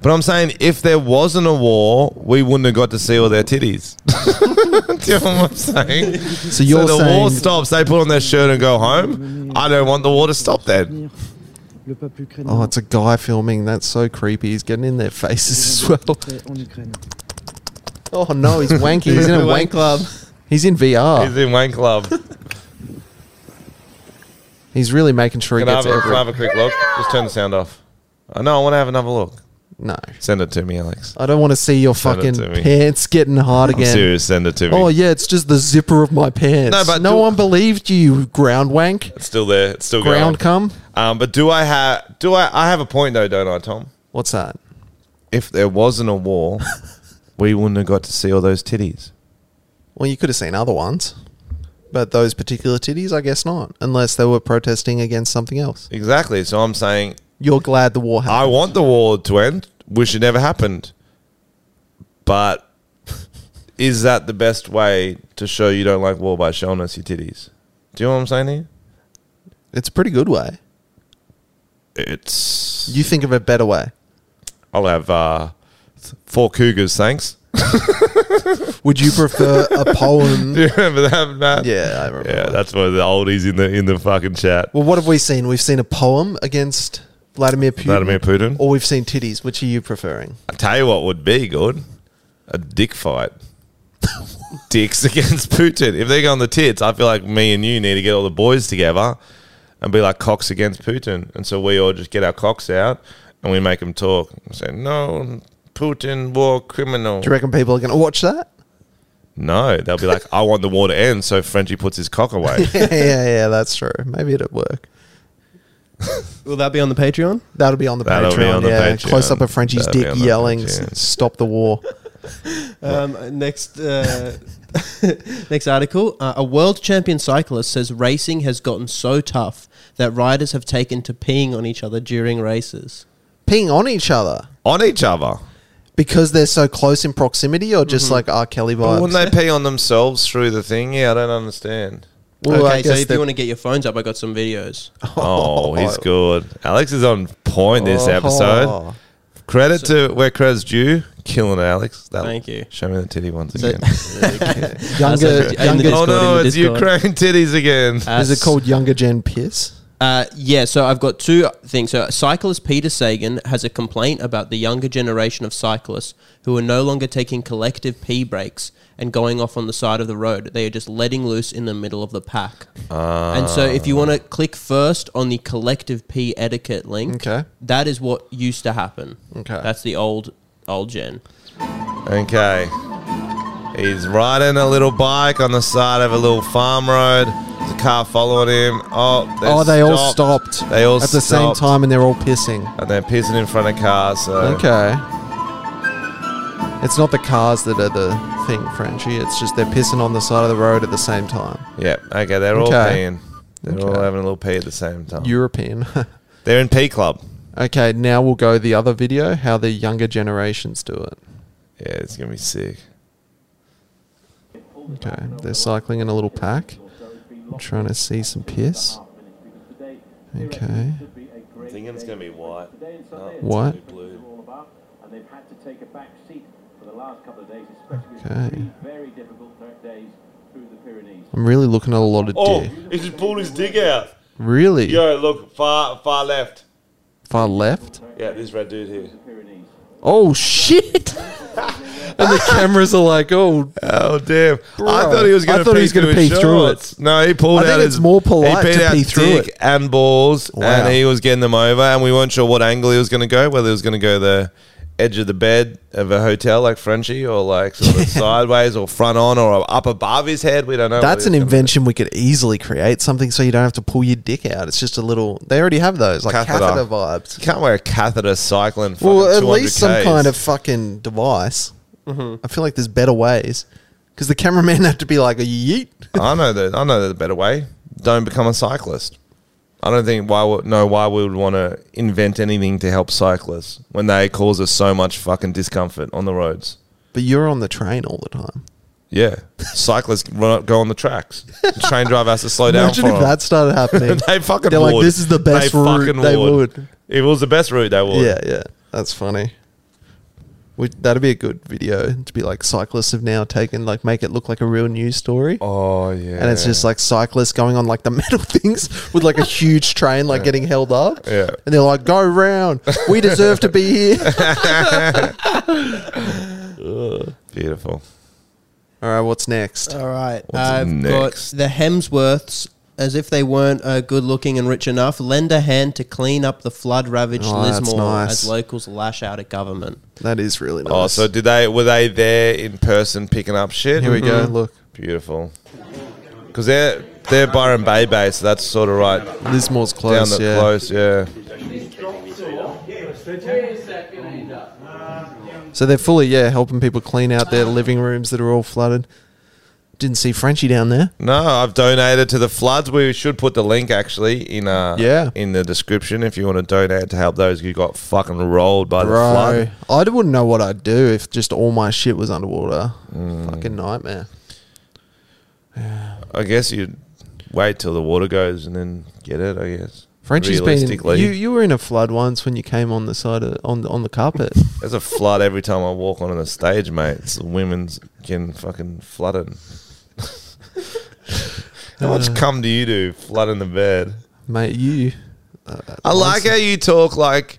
[SPEAKER 2] But I'm saying if there wasn't a war, we wouldn't have got to see all their titties. Do you know what I'm saying?
[SPEAKER 1] So you're
[SPEAKER 2] so the
[SPEAKER 1] saying
[SPEAKER 2] war stops, they put on their shirt and go home. I don't want the war to stop then.
[SPEAKER 1] Oh, it's a guy filming. That's so creepy. He's getting in their faces as well. Oh no, he's wanky. He's in a wank club. He's in
[SPEAKER 2] He's
[SPEAKER 1] VR.
[SPEAKER 2] in Wayne Club.
[SPEAKER 1] He's really making sure he
[SPEAKER 2] Can I, have
[SPEAKER 1] gets
[SPEAKER 2] a, can I have
[SPEAKER 1] every.
[SPEAKER 2] a quick look? Just turn the sound off. I know, I want to have another look.
[SPEAKER 1] No,
[SPEAKER 2] Send it to me, Alex.
[SPEAKER 1] I don't want to see your
[SPEAKER 2] Send
[SPEAKER 1] fucking
[SPEAKER 2] it to me.
[SPEAKER 1] pants getting hard
[SPEAKER 2] I'm
[SPEAKER 1] again.
[SPEAKER 2] serious, send it to me.
[SPEAKER 1] Oh yeah, it's just the zipper of my pants.
[SPEAKER 2] No, but
[SPEAKER 1] no
[SPEAKER 2] do-
[SPEAKER 1] one believed you, you ground wank,
[SPEAKER 2] It's still there. It's still
[SPEAKER 1] ground
[SPEAKER 2] going.
[SPEAKER 1] cum.
[SPEAKER 2] Um, but do I have do I I have a point though, don't I, Tom?
[SPEAKER 1] What's that?
[SPEAKER 2] If there wasn't a war, we wouldn't have got to see all those titties.
[SPEAKER 1] Well, you could have seen other ones, but those particular titties, I guess not, unless they were protesting against something else.
[SPEAKER 2] Exactly. So I'm saying
[SPEAKER 1] You're glad the war
[SPEAKER 2] I
[SPEAKER 1] happened.
[SPEAKER 2] want the war to end. Wish it never happened. But is that the best way to show you don't like war by showing us your titties? Do you know what I'm saying here?
[SPEAKER 1] it's a pretty good way.
[SPEAKER 2] It's
[SPEAKER 1] You think of a better way.
[SPEAKER 2] I'll have uh, th- four cougars, thanks.
[SPEAKER 1] Would you prefer a poem?
[SPEAKER 2] Do you remember that, Matt?
[SPEAKER 1] Yeah, I remember.
[SPEAKER 2] Yeah, that's why the oldies in the in the fucking chat.
[SPEAKER 1] Well, what have we seen? We've seen a poem against Vladimir Putin.
[SPEAKER 2] Vladimir Putin.
[SPEAKER 1] Or we've seen titties. Which are you preferring?
[SPEAKER 2] I tell you what would be good. A dick fight. Dicks against Putin. If they go on the tits, I feel like me and you need to get all the boys together and be like cocks against Putin. And so we all just get our cocks out and we make them talk. And say, no, Putin, war criminal.
[SPEAKER 1] Do you reckon people are going to watch that?
[SPEAKER 2] No, they'll be like, I want the war to end. So Frenchie puts his cock away.
[SPEAKER 1] yeah, yeah, that's true. Maybe it'll work.
[SPEAKER 3] Will that be on the Patreon?
[SPEAKER 1] That'll be on the
[SPEAKER 2] That'll
[SPEAKER 1] Patreon.
[SPEAKER 2] be on the
[SPEAKER 1] yeah,
[SPEAKER 2] Patreon.
[SPEAKER 1] close up of Frenchie's
[SPEAKER 2] That'll be
[SPEAKER 1] dick
[SPEAKER 2] on the
[SPEAKER 1] yelling,
[SPEAKER 2] Patreon.
[SPEAKER 1] "Stop the war."
[SPEAKER 3] Um, next, uh, next article. Uh, a world champion cyclist says racing has gotten so tough that riders have taken to peeing on each other during races.
[SPEAKER 1] Ping on each other.
[SPEAKER 2] on each other.
[SPEAKER 1] because they're so close in proximity, or
[SPEAKER 2] Mm-hmm.
[SPEAKER 1] just like R. Kelly vibes.
[SPEAKER 2] Wouldn't they pee on themselves through the thing? Yeah, I don't understand.
[SPEAKER 1] Well, I
[SPEAKER 3] okay, so
[SPEAKER 1] guess
[SPEAKER 3] if
[SPEAKER 1] they're-
[SPEAKER 3] you want to get your phones up, I got some videos.
[SPEAKER 2] Oh, he's good. Alex is on point this episode.
[SPEAKER 1] Oh.
[SPEAKER 2] Credit to where credit's due. Killing it, Alex. That-
[SPEAKER 3] Thank you.
[SPEAKER 2] Show me the titty once
[SPEAKER 3] So-
[SPEAKER 2] again.
[SPEAKER 1] Younger,
[SPEAKER 3] in the
[SPEAKER 1] younger
[SPEAKER 2] oh
[SPEAKER 3] Discord,
[SPEAKER 2] no,
[SPEAKER 3] in the
[SPEAKER 2] it's
[SPEAKER 3] Discord.
[SPEAKER 2] Ukraine titties again.
[SPEAKER 1] is it called younger gen piss?
[SPEAKER 3] Uh, yeah, so I've got two things. So, cyclist Peter Sagan has a complaint about the younger generation of cyclists who are no longer taking collective pee breaks and going off on the side of the road. They are just letting loose in the middle of the pack. and so, if you want to click first on the collective pee etiquette link,
[SPEAKER 1] Okay.
[SPEAKER 3] that is what used to happen.
[SPEAKER 1] Okay.
[SPEAKER 3] that's the old old gen.
[SPEAKER 2] Okay. He's riding a little bike on the side of a little farm road. There's a car following him. Oh, they
[SPEAKER 1] oh, they all
[SPEAKER 2] stopped.
[SPEAKER 1] stopped.
[SPEAKER 2] They all
[SPEAKER 1] at the
[SPEAKER 2] stopped.
[SPEAKER 1] same time, and they're all pissing.
[SPEAKER 2] And they're pissing in front of cars. So
[SPEAKER 1] Okay. It's not the cars that are the thing, Frenchie. It's just they're pissing on the side of the road at the same time.
[SPEAKER 2] Yeah. Okay. They're all
[SPEAKER 1] Okay.
[SPEAKER 2] peeing. They're all
[SPEAKER 1] Okay.
[SPEAKER 2] having a little pee at the same time.
[SPEAKER 1] European.
[SPEAKER 2] they're in pee club.
[SPEAKER 1] Okay, now we'll go the other video, how the younger generations do it.
[SPEAKER 2] Yeah, it's gonna be sick.
[SPEAKER 1] Okay, they're cycling in a little pack. I'm trying to see some piss. Okay.
[SPEAKER 2] I'm thinking it's gonna be white.
[SPEAKER 1] What?
[SPEAKER 2] Blue.
[SPEAKER 8] and they've had to take a back seat for the last couple of days, especially
[SPEAKER 1] Okay.
[SPEAKER 8] with three very difficult third days through the Pyrenees.
[SPEAKER 1] I'm really looking at a lot of
[SPEAKER 2] Oh,
[SPEAKER 1] dick.
[SPEAKER 2] he just pulled his dick out.
[SPEAKER 1] Really?
[SPEAKER 2] Yo, look, far far left.
[SPEAKER 1] Far left?
[SPEAKER 2] Yeah, this red dude here.
[SPEAKER 1] Oh, shit! and the cameras are like, oh,
[SPEAKER 2] Oh damn! I
[SPEAKER 1] Bro.
[SPEAKER 2] thought he was going
[SPEAKER 1] I
[SPEAKER 2] to.
[SPEAKER 1] thought he was gonna pee
[SPEAKER 2] pee
[SPEAKER 1] through
[SPEAKER 2] it. No, he pulled
[SPEAKER 1] I think
[SPEAKER 2] out
[SPEAKER 1] it's
[SPEAKER 2] his.
[SPEAKER 1] more polite
[SPEAKER 2] he peed
[SPEAKER 1] to
[SPEAKER 2] out
[SPEAKER 1] pee through
[SPEAKER 2] dick
[SPEAKER 1] it.
[SPEAKER 2] and balls,
[SPEAKER 1] Wow.
[SPEAKER 2] and he was getting them over, and we weren't sure what angle he was going to go. Whether he was going to go the edge of the bed of a hotel like Frenchie, or like sort of sideways, or front on, or up above his head. We don't know.
[SPEAKER 1] that's
[SPEAKER 2] what
[SPEAKER 1] an
[SPEAKER 2] he was gonna
[SPEAKER 1] invention we could easily create. Something so you don't have to pull your dick out. It's just a little. They already have those, like
[SPEAKER 2] Catheter.
[SPEAKER 1] catheter, vibes.
[SPEAKER 2] do. Can't wear a catheter cycling. fucking
[SPEAKER 1] Well, at least some
[SPEAKER 2] 200Ks.
[SPEAKER 1] kind of fucking device. I feel like there's better ways. Because the cameraman had to be like, yeet.
[SPEAKER 2] I know that. I know the better way. Don't become a cyclist. I don't think why would no why we would want to invent anything to help cyclists when they cause us so much fucking discomfort on the roads.
[SPEAKER 1] But you're on the train all the time.
[SPEAKER 2] Yeah, cyclists run, go on the tracks. Train driver has to slow down.
[SPEAKER 1] Imagine
[SPEAKER 2] for
[SPEAKER 1] if
[SPEAKER 2] 'em.
[SPEAKER 1] that started happening.
[SPEAKER 2] they fucking
[SPEAKER 1] They're
[SPEAKER 2] would.
[SPEAKER 1] like, this is the best route.
[SPEAKER 2] fucking
[SPEAKER 1] They would.
[SPEAKER 2] If it was the best route, they would.
[SPEAKER 1] Yeah, yeah. That's funny. We, that'd be a good video to be like cyclists have now taken like make it look like a real news story.
[SPEAKER 2] Oh yeah.
[SPEAKER 1] And it's just like cyclists going on like the metal things with like a huge train like getting held up.
[SPEAKER 2] Yeah.
[SPEAKER 1] And they're like, go round. We deserve to be here.
[SPEAKER 2] beautiful.
[SPEAKER 1] All right, what's next?
[SPEAKER 3] All right.
[SPEAKER 2] What's
[SPEAKER 3] I've
[SPEAKER 2] next?
[SPEAKER 3] got the Hemsworths, as if they weren't uh, good looking and rich enough, lend a hand to clean up the flood ravaged
[SPEAKER 1] Oh, that's
[SPEAKER 3] Lismore
[SPEAKER 1] nice.
[SPEAKER 3] as locals lash out at government.
[SPEAKER 1] That is really nice.
[SPEAKER 2] Oh, so did they? Were they there in person picking up shit?
[SPEAKER 1] here we go. Look,
[SPEAKER 2] Beautiful. Because they're they're Byron Bay based, so that's sort of right
[SPEAKER 1] Lismore's
[SPEAKER 2] down
[SPEAKER 1] close.
[SPEAKER 2] the
[SPEAKER 1] yeah.
[SPEAKER 2] close. Yeah.
[SPEAKER 1] So they're fully yeah helping people clean out their living rooms that are all flooded. Didn't see Frenchie down there.
[SPEAKER 2] No, I've donated to the floods. We should put the link actually in uh
[SPEAKER 1] Yeah.
[SPEAKER 2] in the description if you want to donate to help those who got fucking rolled by the
[SPEAKER 1] Bro,
[SPEAKER 2] flood.
[SPEAKER 1] I d- wouldn't know what I'd do if just all my shit was underwater.
[SPEAKER 2] Mm.
[SPEAKER 1] Fucking nightmare.
[SPEAKER 2] I guess you'd wait till the water goes and then get it. I guess.
[SPEAKER 1] Frenchie's been
[SPEAKER 2] Realistically,
[SPEAKER 1] you. You were in a flood once when you came on the side of on the, on the carpet.
[SPEAKER 2] there's a flood every time I walk onto the stage, mate. It's women's getting fucking flooded. How
[SPEAKER 1] Uh.
[SPEAKER 2] much cum do you do flooding the bed?
[SPEAKER 1] Mate, you. uh,
[SPEAKER 2] I like how you talk like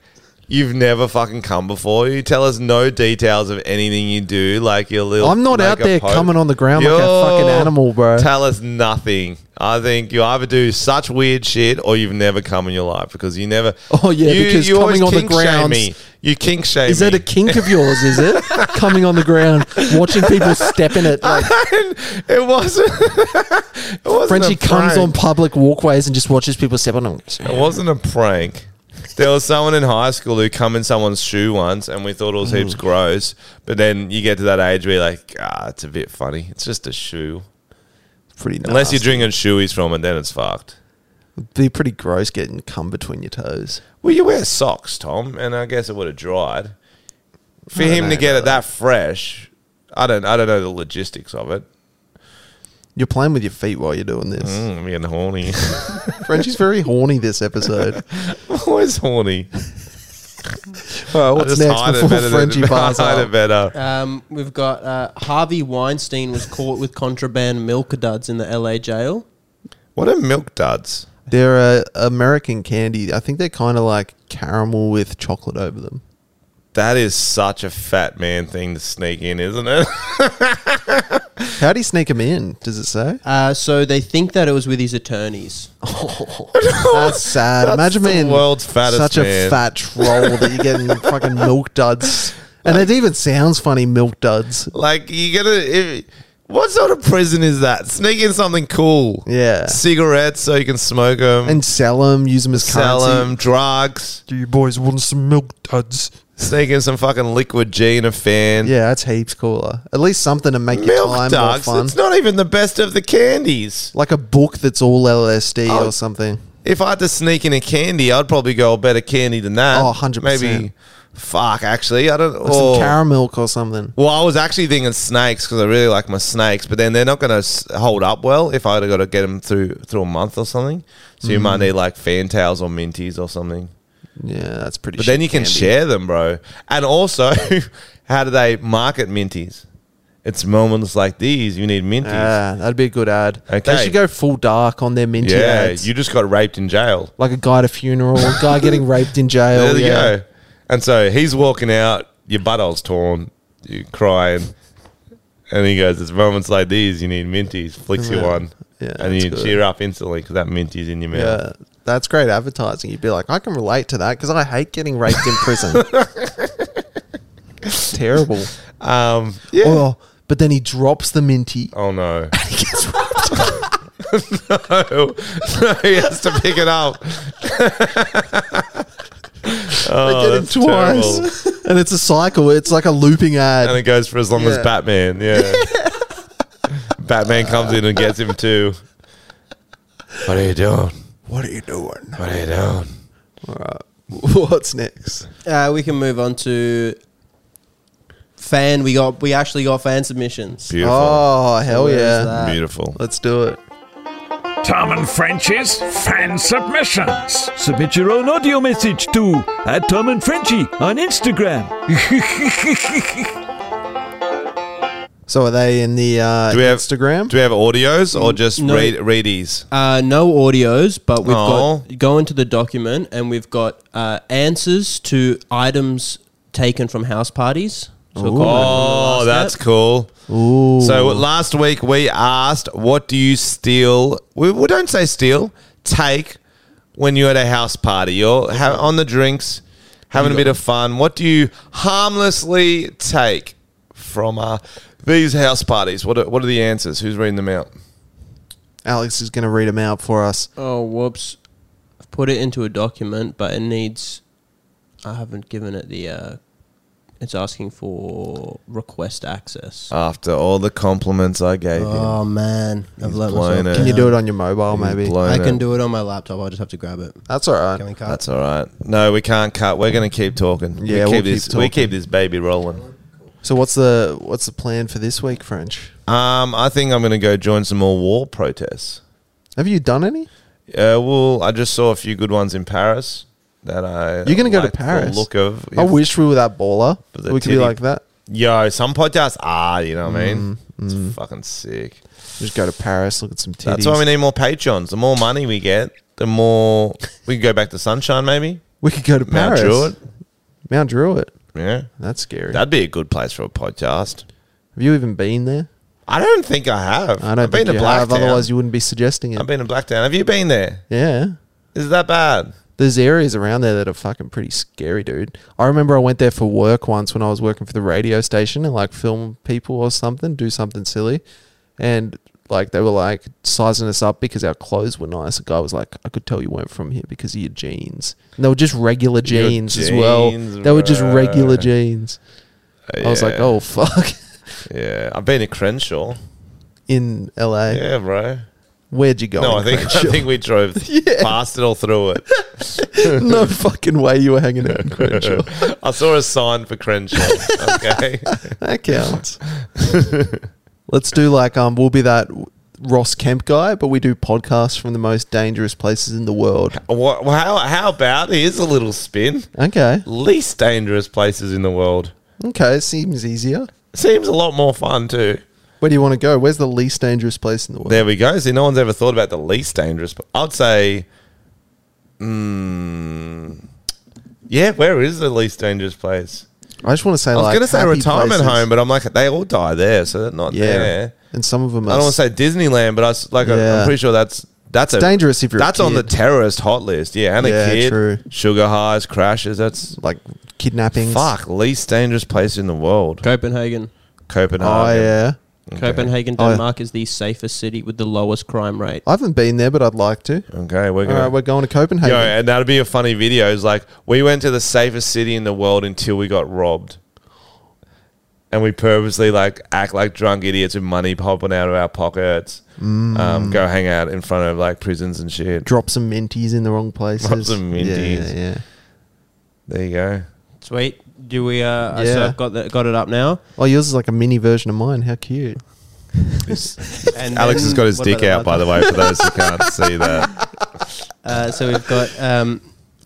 [SPEAKER 2] you've never fucking come before. You tell us no details of anything you do. Like your little.
[SPEAKER 1] I'm not
[SPEAKER 2] like
[SPEAKER 1] out
[SPEAKER 2] a
[SPEAKER 1] there
[SPEAKER 2] pope.
[SPEAKER 1] coming on the ground like
[SPEAKER 2] You're-
[SPEAKER 1] a fucking animal, bro.
[SPEAKER 2] Tell us nothing. I think you either do such weird shit or you've never come in your life because you never.
[SPEAKER 1] Oh, yeah,
[SPEAKER 2] you,
[SPEAKER 1] because
[SPEAKER 2] you always
[SPEAKER 1] coming on the
[SPEAKER 2] kink shame
[SPEAKER 1] grounds-
[SPEAKER 2] me. You kink shame.
[SPEAKER 1] is that
[SPEAKER 2] me.
[SPEAKER 1] a kink of yours? Is it coming on the ground, watching people step in it? Like,
[SPEAKER 2] it wasn't. it wasn't
[SPEAKER 1] Frenchie
[SPEAKER 2] a
[SPEAKER 1] comes on
[SPEAKER 2] prank.
[SPEAKER 1] public walkways and just watches people step on them.
[SPEAKER 2] It wasn't a prank. There was someone in high school who come in someone's shoe once, and we thought it was heaps gross. But then you get to that age where you're like, ah, it's a bit funny. It's just a shoe.
[SPEAKER 1] Pretty nasty.
[SPEAKER 2] Unless you're drinking shoeies from it, then it's fucked.
[SPEAKER 1] be pretty gross getting cum between your toes.
[SPEAKER 2] Well, you wear socks, Tom, and I guess it would have dried. For him to get it that fresh, I don't, I don't know the logistics of it.
[SPEAKER 1] You're playing with your feet while you're doing this.
[SPEAKER 2] Mm, I'm getting horny.
[SPEAKER 1] Frenchie's very horny this episode.
[SPEAKER 2] I'm always horny.
[SPEAKER 1] All right,
[SPEAKER 2] I
[SPEAKER 1] what's
[SPEAKER 2] just
[SPEAKER 1] next
[SPEAKER 2] hide it
[SPEAKER 1] before
[SPEAKER 2] better.
[SPEAKER 1] Frenchie
[SPEAKER 2] Than, I
[SPEAKER 1] bars
[SPEAKER 2] hide
[SPEAKER 1] up?
[SPEAKER 2] it better.
[SPEAKER 3] Um, we've got uh, Harvey Weinstein was caught with contraband milk duds in the LA jail.
[SPEAKER 2] What are milk duds?
[SPEAKER 1] They're uh, American candy. I think they're kind of like caramel with chocolate over them.
[SPEAKER 2] That is such a fat man thing to sneak in, isn't it?
[SPEAKER 1] How do you sneak them in? Does it say?
[SPEAKER 3] Uh, so they think that it was with his attorneys.
[SPEAKER 1] That's sad. Imagine
[SPEAKER 2] the
[SPEAKER 1] being
[SPEAKER 2] world's fattest
[SPEAKER 1] such a
[SPEAKER 2] man.
[SPEAKER 1] fat troll that you're getting fucking milk duds. And it even sounds funny, milk duds.
[SPEAKER 2] like you gotta. If, what sort of prison is that? Sneak in something cool.
[SPEAKER 1] Yeah.
[SPEAKER 2] Cigarettes so you can smoke them and
[SPEAKER 1] And sell them, use them as
[SPEAKER 2] sell
[SPEAKER 1] currency.
[SPEAKER 2] them. Drugs.
[SPEAKER 1] Do you boys want some milk duds?
[SPEAKER 2] Sneak in some fucking liquid G in a fan.
[SPEAKER 1] Yeah, that's heaps cooler. At least something to make your
[SPEAKER 2] Milk
[SPEAKER 1] time
[SPEAKER 2] duds.
[SPEAKER 1] more fun.
[SPEAKER 2] It's not even the best of the candies.
[SPEAKER 1] like a book that's all LSD
[SPEAKER 2] Oh.
[SPEAKER 1] or something.
[SPEAKER 2] If I had to sneak in a candy, I'd probably go a better candy than that.
[SPEAKER 1] Oh, 100%.
[SPEAKER 2] Maybe, fuck, actually. I don't know.
[SPEAKER 1] Like some caramel or something.
[SPEAKER 2] Well, I was actually thinking snakes because I really like my snakes, but then they're not going to hold up well if I'd have got to get them through through a month or something. So you
[SPEAKER 1] Mm.
[SPEAKER 2] might need like fantails or minties or something.
[SPEAKER 1] Yeah, that's pretty.
[SPEAKER 2] But
[SPEAKER 1] shit
[SPEAKER 2] then you can
[SPEAKER 1] candy.
[SPEAKER 2] share them, bro. And also, how do they market minties? It's moments like these you need minties.
[SPEAKER 1] Ah, that'd be a good ad. They
[SPEAKER 2] Okay.
[SPEAKER 1] should go full dark on their minty
[SPEAKER 2] yeah,
[SPEAKER 1] ads.
[SPEAKER 2] you just got raped in jail.
[SPEAKER 1] like a guy at a funeral, a guy getting raped in jail.
[SPEAKER 2] There you
[SPEAKER 1] yeah.
[SPEAKER 2] go. And so he's walking out, your butthole's torn, you crying. And he goes, It's moments like these, you need minties, flicks you
[SPEAKER 1] Yeah.
[SPEAKER 2] one.
[SPEAKER 1] Yeah,
[SPEAKER 2] and you
[SPEAKER 1] that's good.
[SPEAKER 2] cheer up instantly because that minty's in your mouth.
[SPEAKER 1] Yeah, that's great advertising. You'd be like, I can relate to that because I hate getting raped in prison. It's terrible.
[SPEAKER 2] Um, yeah.
[SPEAKER 1] Oh, but then he drops the minty.
[SPEAKER 2] oh, no. no. No, he has to pick it up. oh,
[SPEAKER 1] Get him
[SPEAKER 2] that's terrible.
[SPEAKER 1] twice. and it's a cycle. It's like a looping
[SPEAKER 2] And
[SPEAKER 1] ad.
[SPEAKER 2] it goes for as long as
[SPEAKER 1] Yeah.
[SPEAKER 2] Batman. Yeah. Batman comes in and gets him too. What are you doing?
[SPEAKER 1] What are you doing?
[SPEAKER 2] What are you doing?
[SPEAKER 1] What's next?
[SPEAKER 3] Uh, we can move on to fan. We got we actually got fan submissions.
[SPEAKER 2] Beautiful.
[SPEAKER 1] Oh, hell
[SPEAKER 3] Where is
[SPEAKER 1] yeah.
[SPEAKER 3] that?
[SPEAKER 2] Beautiful.
[SPEAKER 1] Let's do it.
[SPEAKER 6] Tom and French's fan submissions. Submit your own audio message to at Tom and Frenchie on Instagram.
[SPEAKER 1] So are they in the uh,
[SPEAKER 2] Do we have-
[SPEAKER 1] Instagram?
[SPEAKER 2] Do we have audios or just
[SPEAKER 3] No.
[SPEAKER 2] read readies?
[SPEAKER 3] Uh, no audios, but we've
[SPEAKER 2] Oh.
[SPEAKER 3] got go into the document and we've got uh, answers to items taken from house parties. So comment from the
[SPEAKER 2] Oh,
[SPEAKER 3] last
[SPEAKER 2] that's
[SPEAKER 3] app.
[SPEAKER 2] cool. So last week we asked, "What do you steal?" We, we don't say steal. Take when you're at a house party. You're ha- on the drinks, having a bit of fun. What do you harmlessly take from uh, these house parties? What are, What are the answers? Who's reading them out?
[SPEAKER 1] Alex is going to read them out for us.
[SPEAKER 3] Oh, whoops! I've put it into a document, but it needs. I haven't given it the. Uh, it's asking for request access.
[SPEAKER 2] After all the compliments I gave you,
[SPEAKER 3] Oh man, I've let
[SPEAKER 2] blown
[SPEAKER 3] myself.
[SPEAKER 2] it.
[SPEAKER 1] Can you
[SPEAKER 3] down.
[SPEAKER 1] do it on your mobile, maybe?
[SPEAKER 3] I can do it on my laptop. I'll just have to grab it.
[SPEAKER 1] That's all right.
[SPEAKER 3] Can we cut?
[SPEAKER 2] That's all right. No, we can't cut. We're going to keep talking.
[SPEAKER 1] Yeah, we'll
[SPEAKER 2] we keep
[SPEAKER 1] keep
[SPEAKER 2] this. We
[SPEAKER 1] talking.
[SPEAKER 2] keep this baby rolling.
[SPEAKER 1] So what's the what's the plan for this week, French?
[SPEAKER 2] Um, I think I'm going to go join some more war protests.
[SPEAKER 1] Have you done any?
[SPEAKER 2] Uh, well, I just saw a few good ones in Paris that I.
[SPEAKER 1] You're gonna go to
[SPEAKER 2] liked the
[SPEAKER 1] Paris?
[SPEAKER 2] look of.
[SPEAKER 1] I wish we were that baller. We
[SPEAKER 2] But the
[SPEAKER 1] could be
[SPEAKER 2] titty-
[SPEAKER 1] like that.
[SPEAKER 2] Yo, some podcasts are. You know what I
[SPEAKER 1] Mm,
[SPEAKER 2] mean? It's fucking sick.
[SPEAKER 1] Just go to Paris, look at some titties.
[SPEAKER 2] That's why we need more patrons. The more money we get, the more we can go back to sunshine. Maybe
[SPEAKER 1] we could go to
[SPEAKER 2] Mount
[SPEAKER 1] Paris.
[SPEAKER 2] Druitt.
[SPEAKER 1] Mount Druitt.
[SPEAKER 2] Yeah,
[SPEAKER 1] That's scary.
[SPEAKER 2] that'd be a good place for a podcast.
[SPEAKER 1] have you even been there?
[SPEAKER 2] I don't think I have.
[SPEAKER 1] I don't
[SPEAKER 2] I've
[SPEAKER 1] think
[SPEAKER 2] been to
[SPEAKER 1] you have.
[SPEAKER 2] Blacktown.
[SPEAKER 1] Otherwise, you wouldn't be suggesting it.
[SPEAKER 2] I've been to Blacktown. Have you been there?
[SPEAKER 1] yeah.
[SPEAKER 2] Is it that bad?
[SPEAKER 1] There's areas around there that are fucking pretty scary, dude. I remember I went there for work once when I was working for the radio station and like film people or something, do something silly. And like they were like sizing us up because our clothes were nice. A guy was like, I could tell you weren't from here because of your jeans. And they were just regular
[SPEAKER 2] Your
[SPEAKER 1] jeans, as well.
[SPEAKER 2] jeans,
[SPEAKER 1] They were just
[SPEAKER 2] bruh.
[SPEAKER 1] regular jeans. I was like,
[SPEAKER 2] Yeah.
[SPEAKER 1] oh, fuck.
[SPEAKER 2] Yeah, I've been to Crenshaw.
[SPEAKER 1] In LA.
[SPEAKER 2] Yeah, bro.
[SPEAKER 1] Where'd you go?
[SPEAKER 2] No,
[SPEAKER 1] in
[SPEAKER 2] I think
[SPEAKER 1] Crenshaw?
[SPEAKER 2] I think we drove past it all through it.
[SPEAKER 1] no fucking way you were hanging out in Crenshaw.
[SPEAKER 2] I saw a sign for Crenshaw. Okay,
[SPEAKER 1] That counts. Let's do like um, we'll be that Ross Kemp guy, but we do podcasts from the most dangerous places in the world.
[SPEAKER 2] what? well, How? How about here's a little spin.
[SPEAKER 1] Okay,
[SPEAKER 2] Least dangerous places in the world
[SPEAKER 1] okay, seems easier.
[SPEAKER 2] seems a lot more fun too.
[SPEAKER 1] Where do you want to go? Where's the least dangerous place in the world?
[SPEAKER 2] There we go. See, no one's ever thought about the least dangerous. But I'd say, mm, yeah, where is the least dangerous place?
[SPEAKER 1] I just want to say
[SPEAKER 2] I was
[SPEAKER 1] like
[SPEAKER 2] going to say
[SPEAKER 1] happy
[SPEAKER 2] retirement
[SPEAKER 1] places.
[SPEAKER 2] home, but I'm like they all die there, so they're not
[SPEAKER 1] yeah,
[SPEAKER 2] there.
[SPEAKER 1] and some of them. Are
[SPEAKER 2] I don't want to say Disneyland, but I s- like I-
[SPEAKER 1] Yeah.
[SPEAKER 2] I'm pretty sure that's that's
[SPEAKER 1] It's
[SPEAKER 2] a-
[SPEAKER 1] dangerous if you're a
[SPEAKER 2] that's on the
[SPEAKER 1] kid.
[SPEAKER 2] terrorist hot list. Yeah, and
[SPEAKER 1] Yeah,
[SPEAKER 2] a kid,
[SPEAKER 1] true.
[SPEAKER 2] sugar highs, crashes. That's
[SPEAKER 1] like kidnappings.
[SPEAKER 2] fuck least dangerous place in the world.
[SPEAKER 3] Copenhagen.
[SPEAKER 1] Oh
[SPEAKER 2] Copenhagen.
[SPEAKER 1] yeah,
[SPEAKER 3] Copenhagen,
[SPEAKER 1] Oh, yeah.
[SPEAKER 3] Denmark is the safest city with the lowest crime rate.
[SPEAKER 1] I haven't been there, but I'd like to.
[SPEAKER 2] Okay, we're
[SPEAKER 1] All
[SPEAKER 2] gonna.
[SPEAKER 1] right, we're going to Copenhagen.
[SPEAKER 2] Yo, and that'd be a funny video. It's like we went to the safest city in the world until we got robbed. and we purposely like act like drunk idiots with money popping out of our pockets. Um, go hang out in front of like prisons and shit.
[SPEAKER 1] Drop some minties in the wrong places.
[SPEAKER 2] some
[SPEAKER 1] Yeah, Yeah,
[SPEAKER 2] minties.
[SPEAKER 1] yeah.
[SPEAKER 2] There you go.
[SPEAKER 3] Sweet. Do we? Uh,
[SPEAKER 1] Yeah.
[SPEAKER 3] So I've got that, got it up now.
[SPEAKER 1] Oh, yours is like a mini version of mine. How cute.
[SPEAKER 3] And
[SPEAKER 2] Alex
[SPEAKER 3] then-
[SPEAKER 2] has got his
[SPEAKER 3] what
[SPEAKER 2] dick
[SPEAKER 3] about
[SPEAKER 2] out, by the way, for those who can't see that.
[SPEAKER 3] Uh, so we've got um,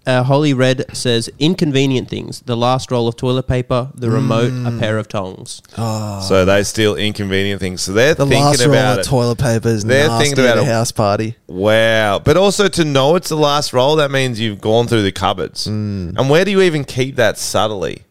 [SPEAKER 3] uh, Holly Red says inconvenient things: the last roll of toilet paper, the remote, a pair of tongs.
[SPEAKER 2] So they steal inconvenient things. So they're
[SPEAKER 1] The last
[SPEAKER 2] thinking
[SPEAKER 1] roll
[SPEAKER 2] about
[SPEAKER 1] of
[SPEAKER 2] it.
[SPEAKER 1] toilet paper is
[SPEAKER 2] They're
[SPEAKER 1] nasty
[SPEAKER 2] thinking
[SPEAKER 1] at
[SPEAKER 2] about Oh,
[SPEAKER 1] a
[SPEAKER 2] it.
[SPEAKER 1] house party.
[SPEAKER 2] Wow. But also to know it's the last roll, that means you've gone through the cupboards. Mm. And where do you even keep that subtly?